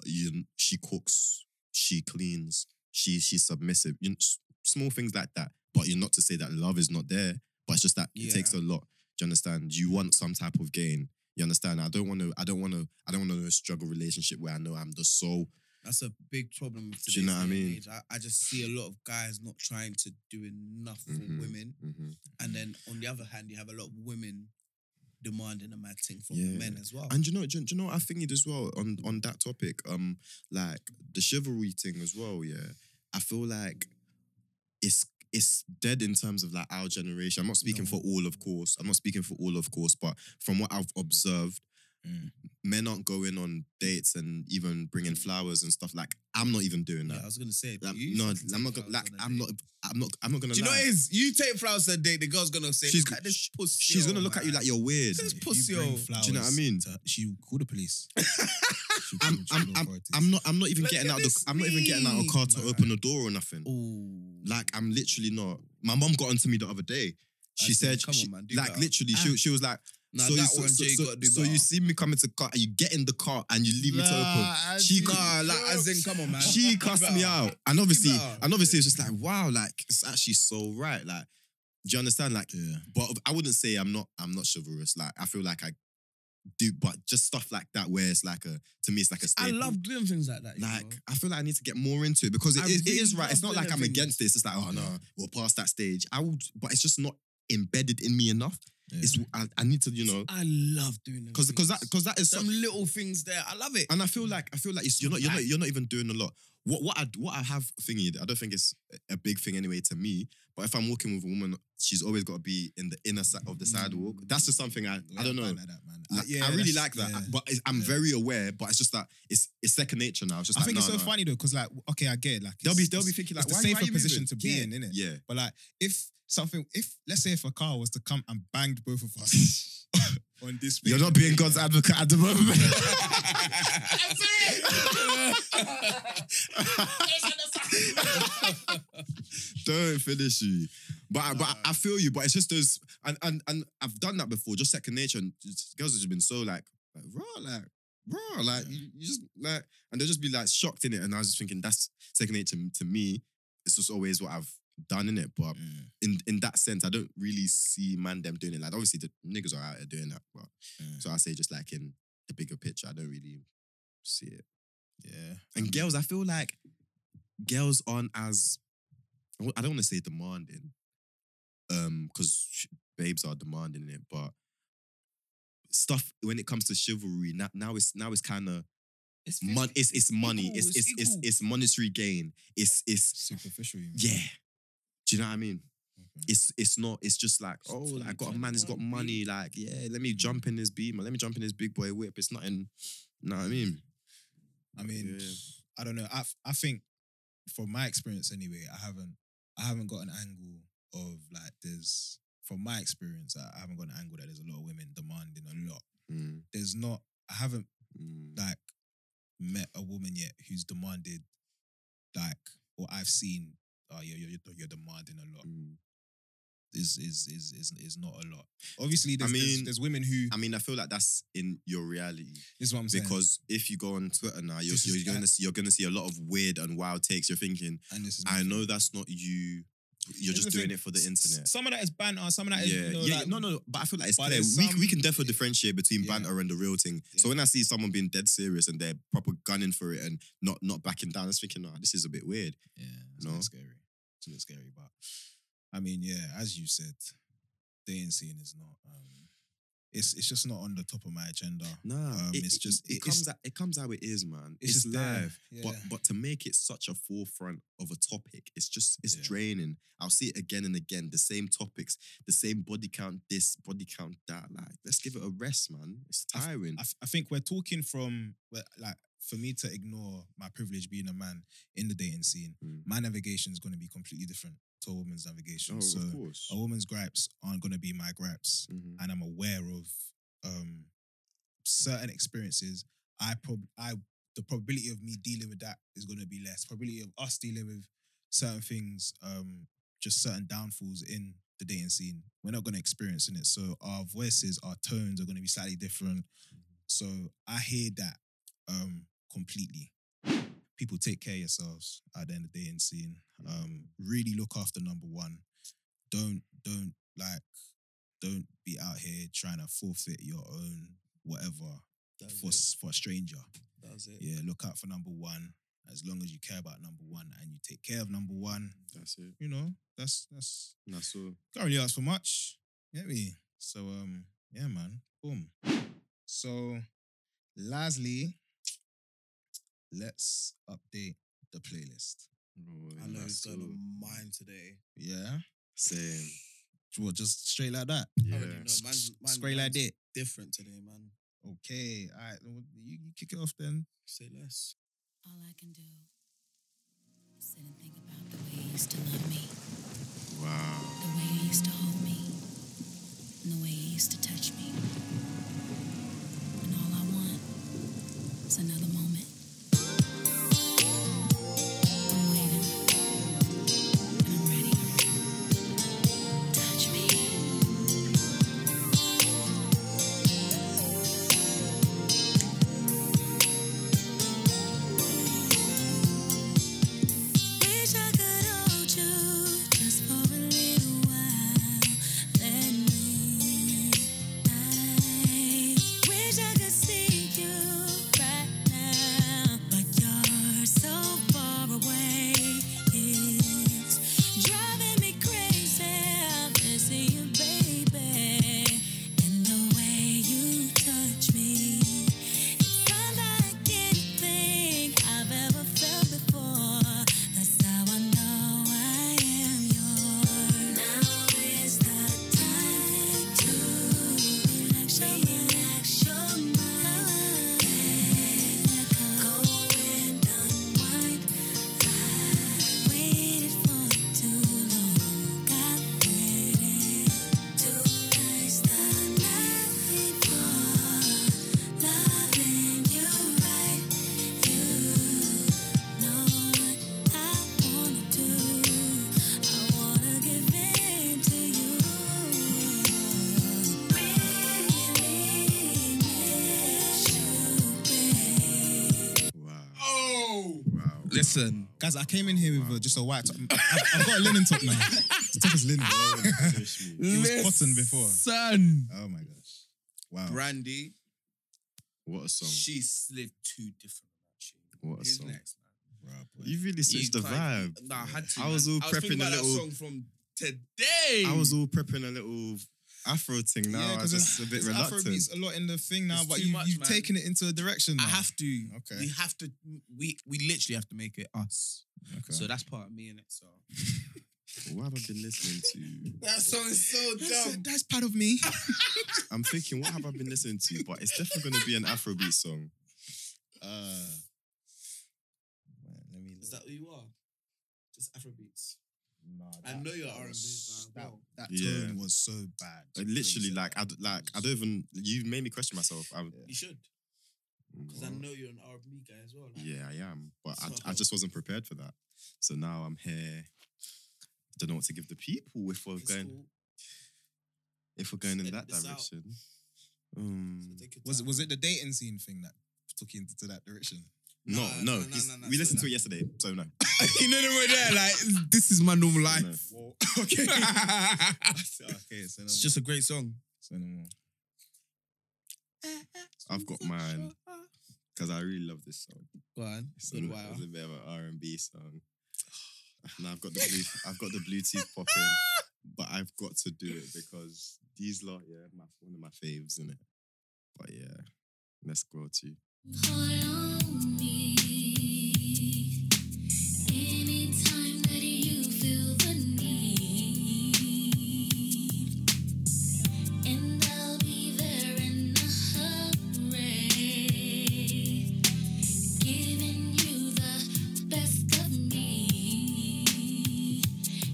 [SPEAKER 1] you she cooks, she cleans, she she's submissive. You know, s- small things like that. But you're not to say that love is not there. But it's just that
[SPEAKER 4] Yeah.
[SPEAKER 1] it takes a lot. Do you understand? You want some type of gain. You understand? I don't want to. I don't want to. I don't want to struggle relationship where I know I'm the sole
[SPEAKER 4] That's a big problem with today's
[SPEAKER 1] Do you know what I
[SPEAKER 4] day and
[SPEAKER 1] mean?
[SPEAKER 4] age. I, I just see a lot of guys not trying to do enough for
[SPEAKER 1] Mhm.
[SPEAKER 4] women, and then on the other hand, you have a lot of women demanding a mad thing from the
[SPEAKER 1] Yeah.
[SPEAKER 4] men as well.
[SPEAKER 1] And you know, do, you- do you know what I think it as well on on that topic? Um, like the chivalry thing as well. Yeah, I feel like it's it's dead in terms of like our generation. I'm not speaking
[SPEAKER 4] No.
[SPEAKER 1] for all, of course. I'm not speaking for all, of course, but from what I've observed,
[SPEAKER 3] Mm.
[SPEAKER 1] Men aren't going on dates and even bringing flowers and stuff. Like I'm not even doing
[SPEAKER 4] Yeah,
[SPEAKER 1] that.
[SPEAKER 4] I was gonna say. but
[SPEAKER 1] Like,
[SPEAKER 4] you
[SPEAKER 1] no,
[SPEAKER 4] fucking
[SPEAKER 1] I'm not.
[SPEAKER 4] take
[SPEAKER 1] Gonna,
[SPEAKER 4] flowers
[SPEAKER 1] like
[SPEAKER 4] on a
[SPEAKER 1] I'm
[SPEAKER 4] date.
[SPEAKER 1] not. I'm not. I'm not gonna.
[SPEAKER 4] Do you know
[SPEAKER 1] lie.
[SPEAKER 4] what it is? You take flowers on a date, the girl's gonna say,
[SPEAKER 1] She's-
[SPEAKER 4] "Look at this pussy."
[SPEAKER 1] She's gonna
[SPEAKER 4] oh,
[SPEAKER 1] look at you
[SPEAKER 4] man."
[SPEAKER 1] like you're weird.
[SPEAKER 4] This
[SPEAKER 3] If
[SPEAKER 4] pussy,
[SPEAKER 3] you bring
[SPEAKER 4] oh.
[SPEAKER 1] Do you know what I
[SPEAKER 3] flowers
[SPEAKER 1] mean?
[SPEAKER 3] to her, she will call the police. She'll call
[SPEAKER 1] I'm-
[SPEAKER 3] the
[SPEAKER 1] I'm-
[SPEAKER 3] local authorities.
[SPEAKER 1] I'm not. I'm not even
[SPEAKER 4] Look
[SPEAKER 1] getting
[SPEAKER 4] at
[SPEAKER 1] out.
[SPEAKER 4] this
[SPEAKER 1] The, I'm not even getting out of a car to
[SPEAKER 4] meme,
[SPEAKER 1] open the door or nothing.
[SPEAKER 4] Ooh.
[SPEAKER 1] Like I'm literally not. My mom got onto me the other day. She
[SPEAKER 4] That's it.
[SPEAKER 1] said,
[SPEAKER 4] Come
[SPEAKER 1] she-
[SPEAKER 4] on, man, do
[SPEAKER 1] like
[SPEAKER 4] better.
[SPEAKER 1] literally,
[SPEAKER 4] Ah.
[SPEAKER 1] she, she was like,
[SPEAKER 4] Nah,
[SPEAKER 1] so, you,
[SPEAKER 4] that
[SPEAKER 1] so,
[SPEAKER 4] one,
[SPEAKER 1] so,
[SPEAKER 4] Jay,
[SPEAKER 1] so-
[SPEAKER 4] gotta do
[SPEAKER 1] so
[SPEAKER 4] better.
[SPEAKER 1] you see me come into the car and you get in the car and you leave me to open.
[SPEAKER 3] Nah,
[SPEAKER 1] She
[SPEAKER 3] I-
[SPEAKER 1] can't-
[SPEAKER 4] Nah, like as in, come on, man.
[SPEAKER 1] She
[SPEAKER 4] You
[SPEAKER 1] cussed
[SPEAKER 4] better.
[SPEAKER 1] me out, and obviously,
[SPEAKER 4] better.
[SPEAKER 1] and obviously, it's just like wow, like it's actually so right. Like, do you understand? Like,
[SPEAKER 3] Yeah.
[SPEAKER 1] but I wouldn't say I'm not. I'm not chivalrous. Like, I feel like I do, but just stuff like that where it's like a to me, it's like a
[SPEAKER 4] I
[SPEAKER 1] staple.
[SPEAKER 4] love doing things like that. you
[SPEAKER 1] Like,
[SPEAKER 4] know?
[SPEAKER 1] I feel like I need to get more into it because it
[SPEAKER 4] I
[SPEAKER 1] is it
[SPEAKER 4] really
[SPEAKER 1] is right. It's
[SPEAKER 4] love
[SPEAKER 1] not like I'm
[SPEAKER 4] everything.
[SPEAKER 1] against this. It's like, oh no, we're past that stage. I would, but it's just not embedded in me enough.
[SPEAKER 3] Yeah.
[SPEAKER 1] It's I, I need to, you know,
[SPEAKER 4] I love doing them
[SPEAKER 1] because because that
[SPEAKER 4] things.
[SPEAKER 1] because that is
[SPEAKER 4] some
[SPEAKER 1] some,
[SPEAKER 4] little things there. I love it.
[SPEAKER 1] and I feel like I feel like it's, you're not you're not you're not even doing a lot. What what I what I have thingy, I don't think it's a big thing anyway to me. But if I'm walking with a woman, she's always got to be in the inner side of the sidewalk. That's just something I I don't know.
[SPEAKER 3] Like that, man.
[SPEAKER 1] Like,
[SPEAKER 3] yeah,
[SPEAKER 1] I really
[SPEAKER 3] that's-
[SPEAKER 1] like that,
[SPEAKER 3] yeah.
[SPEAKER 1] but it's, I'm
[SPEAKER 3] Yeah.
[SPEAKER 1] very aware. But it's just that it's it's second nature now. It's just
[SPEAKER 3] I
[SPEAKER 1] like,
[SPEAKER 3] think it's so
[SPEAKER 1] nah, nah.
[SPEAKER 3] funny though, because like, okay, I get it. Like,
[SPEAKER 1] They'll be
[SPEAKER 3] it's-
[SPEAKER 1] they'll be
[SPEAKER 3] it's-
[SPEAKER 1] thinking like,
[SPEAKER 3] it's the
[SPEAKER 1] why, why
[SPEAKER 3] safer
[SPEAKER 1] you
[SPEAKER 3] position
[SPEAKER 1] moving?
[SPEAKER 3] to be
[SPEAKER 1] Yeah.
[SPEAKER 3] in, innit?
[SPEAKER 1] Yeah,
[SPEAKER 3] But like, if something, if let's say if a car was to come and banged both of us on this,
[SPEAKER 1] you're not being God's advocate at the moment. Don't finish you. But I but I feel you. But it's just those and and and I've done that before, just second nature. And just- girls have just been so like, like raw, like raw, like you, you just like, and they'll just be like shocked in it. And I was just thinking that's second nature to, to me. It's just always what I've done in it. But
[SPEAKER 3] Mm,
[SPEAKER 1] in in that sense, I don't really see man them doing it. Like obviously the niggas are out there doing that, but
[SPEAKER 3] Mm.
[SPEAKER 1] so I say just like in the bigger picture, I don't really see it.
[SPEAKER 3] yeah.
[SPEAKER 1] And girls, I feel like girls aren't as I don't want to say demanding, um, because babes are demanding it, but stuff when it comes to chivalry now, now it's now it's kind of
[SPEAKER 4] It's
[SPEAKER 1] mon- it's it's money,
[SPEAKER 4] equal,
[SPEAKER 1] it's
[SPEAKER 4] it's
[SPEAKER 1] it's, it's it's
[SPEAKER 4] equal.
[SPEAKER 1] monetary gain, it's it's
[SPEAKER 3] Superficial. you mean?
[SPEAKER 1] yeah. Do you know what I mean?
[SPEAKER 3] Okay.
[SPEAKER 1] It's it's not. It's just like oh,
[SPEAKER 4] fully
[SPEAKER 1] like, I got a
[SPEAKER 4] turned
[SPEAKER 1] man who's got
[SPEAKER 4] on,
[SPEAKER 1] money. Like yeah, let me jump in his beamer. Let me jump in his big boy whip. It's nothing. Know what I mean?
[SPEAKER 3] I mean,
[SPEAKER 1] Yeah.
[SPEAKER 3] I don't know. I I think from my experience anyway, I haven't I haven't got an angle of like there's from my experience, I, I haven't got an angle that there's a lot of women demanding a lot.
[SPEAKER 1] Mm,
[SPEAKER 3] There's not I haven't
[SPEAKER 1] mm,
[SPEAKER 3] like met a woman yet who's demanded like or I've seen oh yeah you're, you're, you're demanding a lot
[SPEAKER 1] mm.
[SPEAKER 3] is is is is is not a lot. Obviously, there's,
[SPEAKER 1] I
[SPEAKER 3] there's,
[SPEAKER 1] mean-
[SPEAKER 3] there's women who
[SPEAKER 1] I mean, I feel like that's in your reality
[SPEAKER 3] this is what I'm saying
[SPEAKER 1] because if you go on Twitter now, you're,
[SPEAKER 3] This is
[SPEAKER 1] you're gonna
[SPEAKER 3] that.
[SPEAKER 1] see, you're gonna see a lot of weird and wild takes. You're thinking,
[SPEAKER 3] and this is
[SPEAKER 1] I know that's not you. You're
[SPEAKER 3] Here's
[SPEAKER 1] just
[SPEAKER 3] the
[SPEAKER 1] doing
[SPEAKER 3] thing,
[SPEAKER 1] it for the
[SPEAKER 3] s- s-
[SPEAKER 1] internet.
[SPEAKER 3] Some of that is banter. Some of that is
[SPEAKER 1] yeah,
[SPEAKER 3] you know,
[SPEAKER 1] yeah,
[SPEAKER 3] like-
[SPEAKER 1] no, no, no, but I feel like it's
[SPEAKER 3] but
[SPEAKER 1] clear.
[SPEAKER 3] there's
[SPEAKER 1] We, we
[SPEAKER 3] some-
[SPEAKER 1] can definitely differentiate between
[SPEAKER 3] Yeah.
[SPEAKER 1] banter and the real thing. So
[SPEAKER 3] Yeah.
[SPEAKER 1] when I see someone being dead serious and they're proper gunning for it and not not backing down, I was thinking, nah, this is a bit weird.
[SPEAKER 3] Yeah, it's
[SPEAKER 1] No.
[SPEAKER 3] a bit scary. It's a bit scary, but I mean, yeah, as you said, dating scene is not. Um, it's it's just not on the top of my agenda.
[SPEAKER 1] Nah,
[SPEAKER 3] Um,
[SPEAKER 1] it,
[SPEAKER 3] it's
[SPEAKER 1] it-
[SPEAKER 3] just-
[SPEAKER 1] it,
[SPEAKER 3] it-
[SPEAKER 1] comes
[SPEAKER 3] it's-
[SPEAKER 1] out, it comes how it is, man.
[SPEAKER 3] It's, just
[SPEAKER 1] live.
[SPEAKER 3] live,
[SPEAKER 1] But but to make it such a forefront of a topic, it's just it's
[SPEAKER 3] Yeah.
[SPEAKER 1] draining. I'll see it again and again. The same topics, the same body count, this body count, that. Like, let's give it a rest, man. It's
[SPEAKER 3] I've-
[SPEAKER 1] tiring.
[SPEAKER 3] I, f- I think we're talking from well, like for me to ignore my privilege being a man in the dating scene.
[SPEAKER 1] Mm.
[SPEAKER 3] My navigation is going to be completely different to a woman's navigation.
[SPEAKER 1] oh,
[SPEAKER 3] so
[SPEAKER 1] of course.
[SPEAKER 3] a woman's gripes aren't going to be my gripes.
[SPEAKER 1] Mhm.
[SPEAKER 3] and I'm aware of um, certain experiences, I prob- I the probability of me dealing with that is going to be less. Probability of us dealing with certain things, um, just certain downfalls in the dating scene, we're not going to experience in it. So our voices, our tones are going to be slightly different. So I hear that um, completely. People take care of yourselves at the end of the dating scene. Um, really look after number one. Don't don't like don't be out here trying to forfeit your own whatever
[SPEAKER 4] That was
[SPEAKER 3] for
[SPEAKER 4] it.
[SPEAKER 3] s- for a stranger.
[SPEAKER 4] That was it.
[SPEAKER 3] Yeah, look out for number one. As long as you care about number one and you take care of number one,
[SPEAKER 1] That's it.
[SPEAKER 3] you know that's that's
[SPEAKER 1] That's all.
[SPEAKER 3] can't really ask for much. You get me? So um, yeah, man. Boom. So lastly, let's update the playlist.
[SPEAKER 4] I know he's got a mime today.
[SPEAKER 3] Yeah.
[SPEAKER 1] Same.
[SPEAKER 3] Well, just straight like that.
[SPEAKER 1] Yeah.
[SPEAKER 4] I already know. Mine's, mine,
[SPEAKER 3] Straight like
[SPEAKER 4] mine's
[SPEAKER 3] that.
[SPEAKER 4] different today, man.
[SPEAKER 3] Okay, all right. then You, you kick it off then.
[SPEAKER 4] Say less.
[SPEAKER 5] All I can do is sit and think about the way you used to love me,
[SPEAKER 1] Wow.
[SPEAKER 5] the way you used to hold me, and the way you used to touch me. And all I want is another moment. I'm waiting, and I'm ready. Touch me. Wish I could hold you just for a little while. Let me Wish I could see you right now, but you're so far away. It's driving me crazy. I'm missing you, baby, and the way you touch me. It's unlike anything I've ever felt before. That's how I know I am yours. Now is the time to show your mind. Go and unwind. I waited for too long. I waited tonight's the night for loving you right. You know what I wanna do. I wanna give in to you. Really miss you, babe.
[SPEAKER 1] Wow.
[SPEAKER 3] Oh,
[SPEAKER 1] Wow.
[SPEAKER 4] Listen,
[SPEAKER 3] guys, I came in here with uh, just a white. Top. I've, I've got a linen top now. The top is linen.
[SPEAKER 4] Oh.
[SPEAKER 3] It was cotton before.
[SPEAKER 4] Son,
[SPEAKER 3] Oh my gosh! Wow.
[SPEAKER 4] Brandy,
[SPEAKER 1] What a song.
[SPEAKER 4] she slid two different.
[SPEAKER 1] Um, What a
[SPEAKER 4] Who's
[SPEAKER 1] song.
[SPEAKER 4] next, man?
[SPEAKER 1] You really switched the vibe.
[SPEAKER 4] Nah, I had to.
[SPEAKER 1] I was
[SPEAKER 4] man.
[SPEAKER 1] all
[SPEAKER 4] I was thinking
[SPEAKER 1] prepping a
[SPEAKER 4] about
[SPEAKER 1] little-
[SPEAKER 4] That song from today.
[SPEAKER 1] I was all prepping a little afro thing now.
[SPEAKER 3] Yeah,
[SPEAKER 1] I'm
[SPEAKER 3] 'cause
[SPEAKER 1] just a bit
[SPEAKER 3] It's
[SPEAKER 1] reluctant.
[SPEAKER 3] Afrobeats a lot in the thing now,
[SPEAKER 4] It's
[SPEAKER 3] but
[SPEAKER 4] too
[SPEAKER 3] you,
[SPEAKER 4] much,
[SPEAKER 3] you've
[SPEAKER 4] man.
[SPEAKER 3] taken it into a direction.
[SPEAKER 4] I
[SPEAKER 3] Now.
[SPEAKER 4] have to.
[SPEAKER 3] Okay.
[SPEAKER 4] We have to. We we literally have to make it us.
[SPEAKER 3] Okay.
[SPEAKER 4] So that's part of me in it. So
[SPEAKER 1] Why have I been listening to?
[SPEAKER 4] that song is so
[SPEAKER 3] That's, that's part of me.
[SPEAKER 1] I'm thinking, what have I been listening to? But it's definitely going to be an Afrobeat song.
[SPEAKER 3] Uh, man, let me.
[SPEAKER 4] Is that who you are? Just Afrobeats.
[SPEAKER 3] Nah,
[SPEAKER 4] I know you're R&B,
[SPEAKER 3] was-
[SPEAKER 4] but I
[SPEAKER 3] That,
[SPEAKER 4] will.
[SPEAKER 3] that
[SPEAKER 1] Yeah.
[SPEAKER 3] tone was so bad.
[SPEAKER 1] Like, literally, like, I, d- like, I don't even. You made me question myself. I, Mm.
[SPEAKER 4] You should, because I know you're an R&B guy as well. like,
[SPEAKER 1] Yeah, I am, but I, I
[SPEAKER 4] So-
[SPEAKER 1] just wasn't prepared for that. So now I'm here. Don't know what to give the people if we're
[SPEAKER 4] it's
[SPEAKER 1] going
[SPEAKER 4] cool.
[SPEAKER 1] if we're going in
[SPEAKER 4] Edit
[SPEAKER 1] that
[SPEAKER 4] this out.
[SPEAKER 1] direction.
[SPEAKER 4] So
[SPEAKER 1] Um,
[SPEAKER 4] take your
[SPEAKER 3] Was it
[SPEAKER 4] time.
[SPEAKER 3] was it the dating scene thing that took you into that direction?
[SPEAKER 1] no, no,
[SPEAKER 4] Nah, nah, nah,
[SPEAKER 1] he's-
[SPEAKER 4] nah, nah,
[SPEAKER 1] we
[SPEAKER 4] so
[SPEAKER 1] listened to
[SPEAKER 4] nah.
[SPEAKER 1] it yesterday, so no.
[SPEAKER 4] you know the way there? Like this is my normal
[SPEAKER 1] life.
[SPEAKER 3] Well,
[SPEAKER 4] Okay.
[SPEAKER 3] okay, so no
[SPEAKER 4] it's
[SPEAKER 3] more.
[SPEAKER 4] just a great song.
[SPEAKER 3] so no more.
[SPEAKER 1] I've got mine because I really love this song.
[SPEAKER 4] Go on.
[SPEAKER 1] It's a,
[SPEAKER 4] Good
[SPEAKER 1] it's
[SPEAKER 4] wow.
[SPEAKER 1] a bit of an R and B song. And I've got the blue, I've got the Bluetooth popping, but I've got to do it because these lot, yeah, my, one of my faves in it. But yeah, let's go to.
[SPEAKER 5] Call on me anytime that you feel the need, and I'll be there in a hurry, giving you the best of me.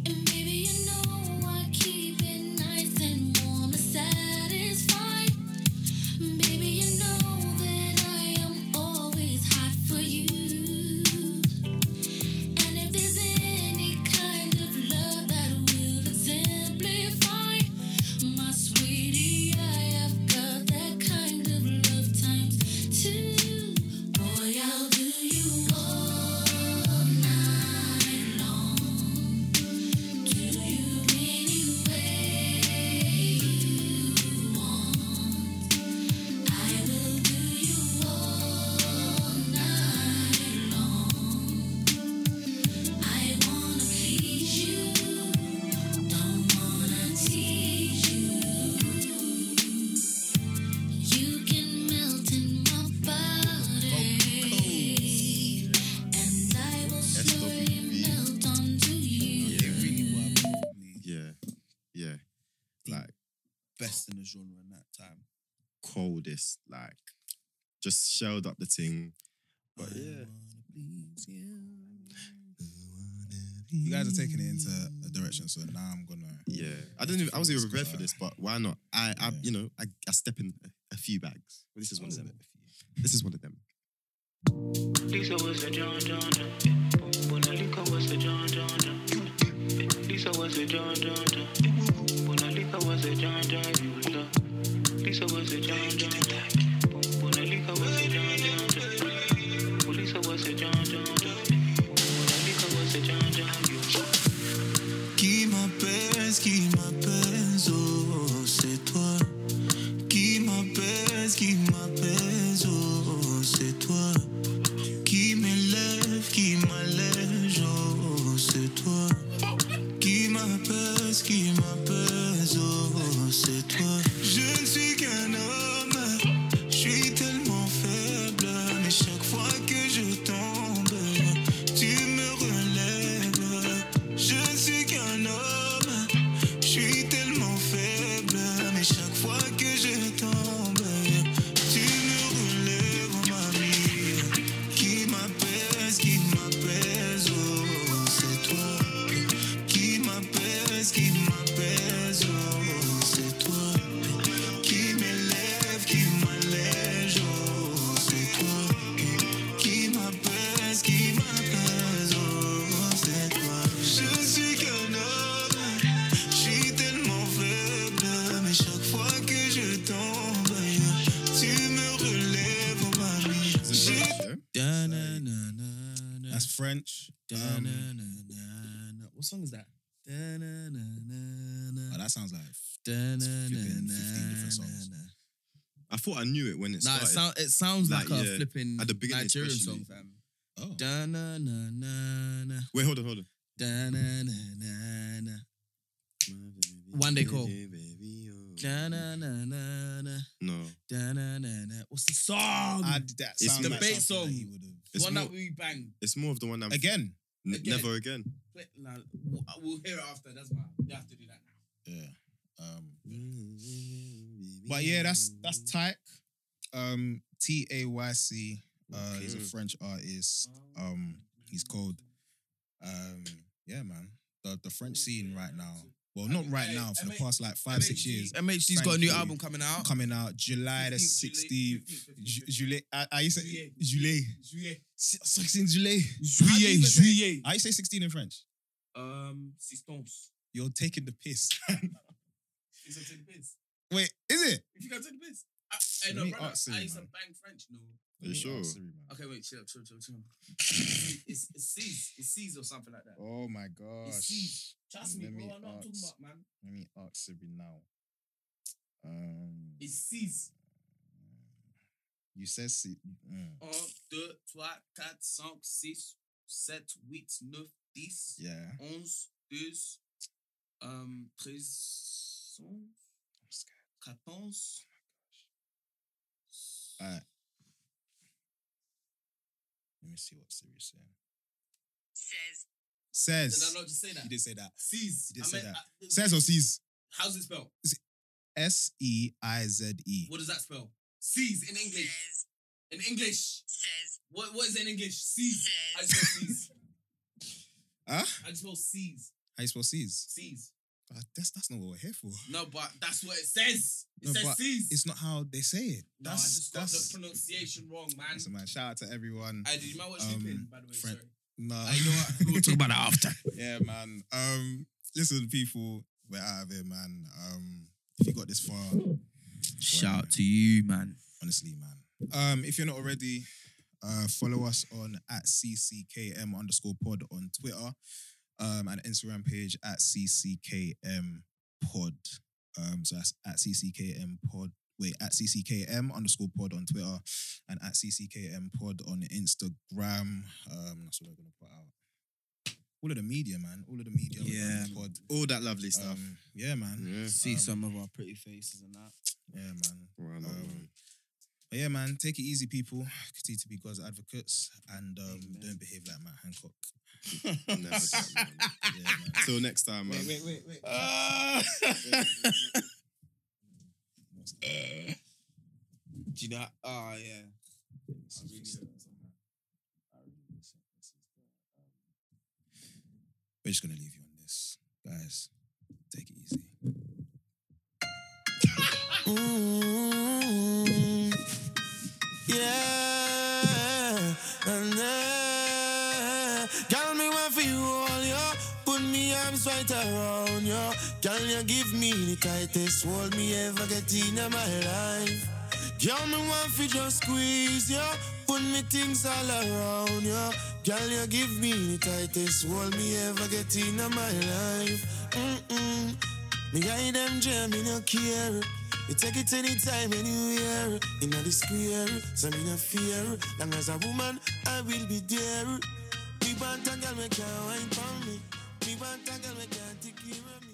[SPEAKER 5] And baby, you know I keep it nice and warm and satisfied. Baby, you know that I am always hot for you. And if there's any kind of love that will exemplify my sweetie, I have got that kind of love times two. Boy, I'll do you all night long. Do you any way you want? I will do you all night long. I wanna please you, don't wanna tease you. You can melt in my body, and I will slowly
[SPEAKER 1] SWV.
[SPEAKER 5] melt onto you.
[SPEAKER 4] They really were probably
[SPEAKER 1] Yeah, yeah. Like
[SPEAKER 4] best in the genre in that time.
[SPEAKER 1] coldest. Like, just shelled up the thing. But yeah.
[SPEAKER 3] You guys are taking it into a direction, so now I'm gonna.
[SPEAKER 1] Yeah. I didn't even, I wasn't even prepared for this, but why not? I, I
[SPEAKER 3] Yeah. Oh,
[SPEAKER 1] you know, I, I step in a, a few bags. Well, this is one of them. This is one of them.
[SPEAKER 6] Lisa was a John John. Bona Lisa was a John John. Lisa was a John John. Bona Lisa was a John John. Lisa was a John John. Bona Lisa was a John John. Lisa was a John John. Bona Lisa was a John John.
[SPEAKER 2] Qui m'apaise, qui m'apaise, oh, c'est toi. Qui m'apaise, qui m'apaise, oh, oh, c'est toi. Qui m'élève, qui m'allège, oh, oh, c'est toi. Qui m'apaise, qui m'apaise, oh, oh, c'est toi. Je ne suis qu'un homme, je suis tellement faible, mais chaque fois que je tombe, tu me relèves. Je ne suis qu'un homme, je suis tellement faible, mais chaque fois que je tombe, tu me relèves, mamie. Qui m'apaise, qui m'apaise, oh, c'est toi. Qui m'apaise, qui m'apaise, oh, c'est toi. Qui m'élève, qui m'allège, oh, c'est toi. Qui m'apaise, qui m'apaise, oh, c'est toi. Je suis qu'un homme, je suis tellement faible, mais chaque fois que je tombe, tu me relèves, oh, mamie.
[SPEAKER 1] Is it
[SPEAKER 2] Je-
[SPEAKER 1] French, yeah?
[SPEAKER 4] Da-na-na-na-na.
[SPEAKER 3] That's French. Um,
[SPEAKER 4] Da-na-na-na-na. What song is that?
[SPEAKER 3] oh,
[SPEAKER 4] Da-na-na-na-na.
[SPEAKER 3] that sounds like flipping 15 different songs.
[SPEAKER 4] Da-na-na-na-na.
[SPEAKER 1] I thought I knew it when it
[SPEAKER 4] Nah,
[SPEAKER 1] started.
[SPEAKER 4] it, sound, it sounds like,
[SPEAKER 1] Like,
[SPEAKER 4] a
[SPEAKER 1] yeah.
[SPEAKER 4] flipping
[SPEAKER 1] At the beginning
[SPEAKER 4] Nigerian
[SPEAKER 1] especially.
[SPEAKER 4] song, fam.
[SPEAKER 3] oh.
[SPEAKER 4] Da na na na na
[SPEAKER 1] Wait, hold on, hold on.
[SPEAKER 4] da na na na na
[SPEAKER 3] Oh,
[SPEAKER 4] One day call. da na na na na
[SPEAKER 1] No.
[SPEAKER 4] da na na na. What's the song?
[SPEAKER 3] Um, I, that
[SPEAKER 1] It's
[SPEAKER 3] sounds
[SPEAKER 1] the
[SPEAKER 3] like
[SPEAKER 4] bass
[SPEAKER 3] something that
[SPEAKER 4] song.
[SPEAKER 3] he would've-
[SPEAKER 1] It's
[SPEAKER 4] One
[SPEAKER 1] more,
[SPEAKER 4] that we bang.
[SPEAKER 1] it's more of the one that I'm
[SPEAKER 3] Again.
[SPEAKER 1] N-
[SPEAKER 4] Again.
[SPEAKER 1] Never again.
[SPEAKER 4] Play- nah, we'll, we'll hear it after. That's my. You have to do that now.
[SPEAKER 3] Yeah. Um, But yeah, that's that's Tyke. Um, T A Y C. Uh, he's a
[SPEAKER 1] Okay.
[SPEAKER 3] French artist. Um, he's called. Um, yeah, man. The the French scene right now. Well, not right now. For the past like five six years,
[SPEAKER 4] MHD's got a
[SPEAKER 3] Thank
[SPEAKER 4] new
[SPEAKER 3] you.
[SPEAKER 4] album coming out.
[SPEAKER 3] coming out July the
[SPEAKER 4] 15th, July-
[SPEAKER 3] sixteenth.
[SPEAKER 4] 15th, 15th.
[SPEAKER 3] July. I, I used to
[SPEAKER 4] Juillet.
[SPEAKER 3] July.
[SPEAKER 4] Juillet.
[SPEAKER 3] Sixteen July.
[SPEAKER 4] Juillet. Juillet.
[SPEAKER 3] I say sixteen in French.
[SPEAKER 4] Um, Sistons.
[SPEAKER 3] You're taking the piss.
[SPEAKER 4] It's a take piss.
[SPEAKER 3] Wait, is it?
[SPEAKER 4] If you can take piss. I, I,
[SPEAKER 3] Let
[SPEAKER 4] Uh, no,
[SPEAKER 3] me
[SPEAKER 4] brother,
[SPEAKER 3] ask him,
[SPEAKER 4] I used to
[SPEAKER 3] man.
[SPEAKER 4] bang French, no.
[SPEAKER 1] Are you sure?
[SPEAKER 4] Okay, wait, chill, chill, chill, chill. it's it's C's, it's C's or something like that.
[SPEAKER 3] Oh my
[SPEAKER 4] It's
[SPEAKER 3] gosh.
[SPEAKER 4] C's. Trust me,
[SPEAKER 3] Let
[SPEAKER 4] bro.
[SPEAKER 3] me
[SPEAKER 4] I'm not talking
[SPEAKER 3] ask.
[SPEAKER 4] about man.
[SPEAKER 3] Let me ask Siri now. Um,
[SPEAKER 4] It's C's.
[SPEAKER 3] you said si- mm,
[SPEAKER 4] 1, 2, 3, 4, 5, 6, 7, 8, 9, 10,
[SPEAKER 3] yeah.
[SPEAKER 4] 11, 12, um, 13,
[SPEAKER 3] I'm scared.
[SPEAKER 4] 14.
[SPEAKER 3] All right. Let me see what Siri's saying.
[SPEAKER 7] says
[SPEAKER 3] Says.
[SPEAKER 4] Did I not just say
[SPEAKER 3] He
[SPEAKER 4] that?
[SPEAKER 3] did say that.
[SPEAKER 4] C's.
[SPEAKER 3] He did
[SPEAKER 4] I
[SPEAKER 3] say
[SPEAKER 4] meant,
[SPEAKER 3] that.
[SPEAKER 4] uh,
[SPEAKER 3] Says or sees?
[SPEAKER 4] How's it spelled?
[SPEAKER 3] S E I Z E.
[SPEAKER 4] What does that spell? C's in English.
[SPEAKER 7] says
[SPEAKER 4] In English.
[SPEAKER 7] says
[SPEAKER 4] What what is it in English? C's. I
[SPEAKER 7] says
[SPEAKER 4] just spell C's.
[SPEAKER 3] Huh?
[SPEAKER 4] I just spell C's.
[SPEAKER 3] How you spell sees?
[SPEAKER 4] C's.
[SPEAKER 3] Uh, that's that's not what we're here for.
[SPEAKER 4] No, but that's what it says. It
[SPEAKER 3] No,
[SPEAKER 4] says
[SPEAKER 3] but
[SPEAKER 4] C's.
[SPEAKER 3] It's not how they say it.
[SPEAKER 4] no, I
[SPEAKER 3] That's-
[SPEAKER 4] just got
[SPEAKER 3] that's-
[SPEAKER 4] the pronunciation wrong, man.
[SPEAKER 3] Listen, man. Shout out to everyone.
[SPEAKER 4] I did you might watch
[SPEAKER 3] Um,
[SPEAKER 4] Lupin, by the way.
[SPEAKER 3] Fred-
[SPEAKER 4] Sorry.
[SPEAKER 3] no,
[SPEAKER 4] I know what- we'll talk
[SPEAKER 3] about that after. Yeah, man. Um, listen, people, we're out of here, man. Um, if you got this far,
[SPEAKER 4] Shout to you, man.
[SPEAKER 3] honestly, man. Um, if you're not already, uh, follow us on at cckm underscore pod on Twitter, um, and Instagram page at cckm pod. Um, so that's at cckm pod. Wait, at cckm underscore pod on Twitter, and at cckm pod on Instagram. Um, that's what we're gonna put out. All of the media, man. All of the media. we're
[SPEAKER 4] Yeah,
[SPEAKER 3] gonna
[SPEAKER 4] man.
[SPEAKER 3] Pod.
[SPEAKER 1] All that lovely stuff.
[SPEAKER 3] Um, yeah, man.
[SPEAKER 1] yeah.
[SPEAKER 4] See
[SPEAKER 3] Um,
[SPEAKER 4] some of our pretty faces and that.
[SPEAKER 3] Yeah, man.
[SPEAKER 1] Well, no,
[SPEAKER 3] um, But yeah, man, take it easy, people. Continue to be God's advocates and um, don't behave like Matt Hancock.
[SPEAKER 1] no. Never that, man.
[SPEAKER 3] Yeah, man.
[SPEAKER 1] Till next time, um, man. Ah.
[SPEAKER 4] wait, wait.
[SPEAKER 3] Ah.
[SPEAKER 8] Do you know?
[SPEAKER 4] oh,
[SPEAKER 8] Ah, yeah.
[SPEAKER 4] um, We're just gonna leave you on this, guys. Take it easy.
[SPEAKER 1] Mm, yeah, and then, girl, me want for you all, yo. Put me arms right around, yo. Girl, you give me the tightest hold me ever get in my life. Girl, me want for just squeeze, yo. Put me things all around, yo. Girl, you give me the tightest hold me ever get in my life. Mm-mm. Me hide them jam, me no care. You take it anytime, anywhere. In the square, so me no fear. Long as a woman, I will be there. Me want a girl, me can wine for me. Me want a girl, me can take care of me.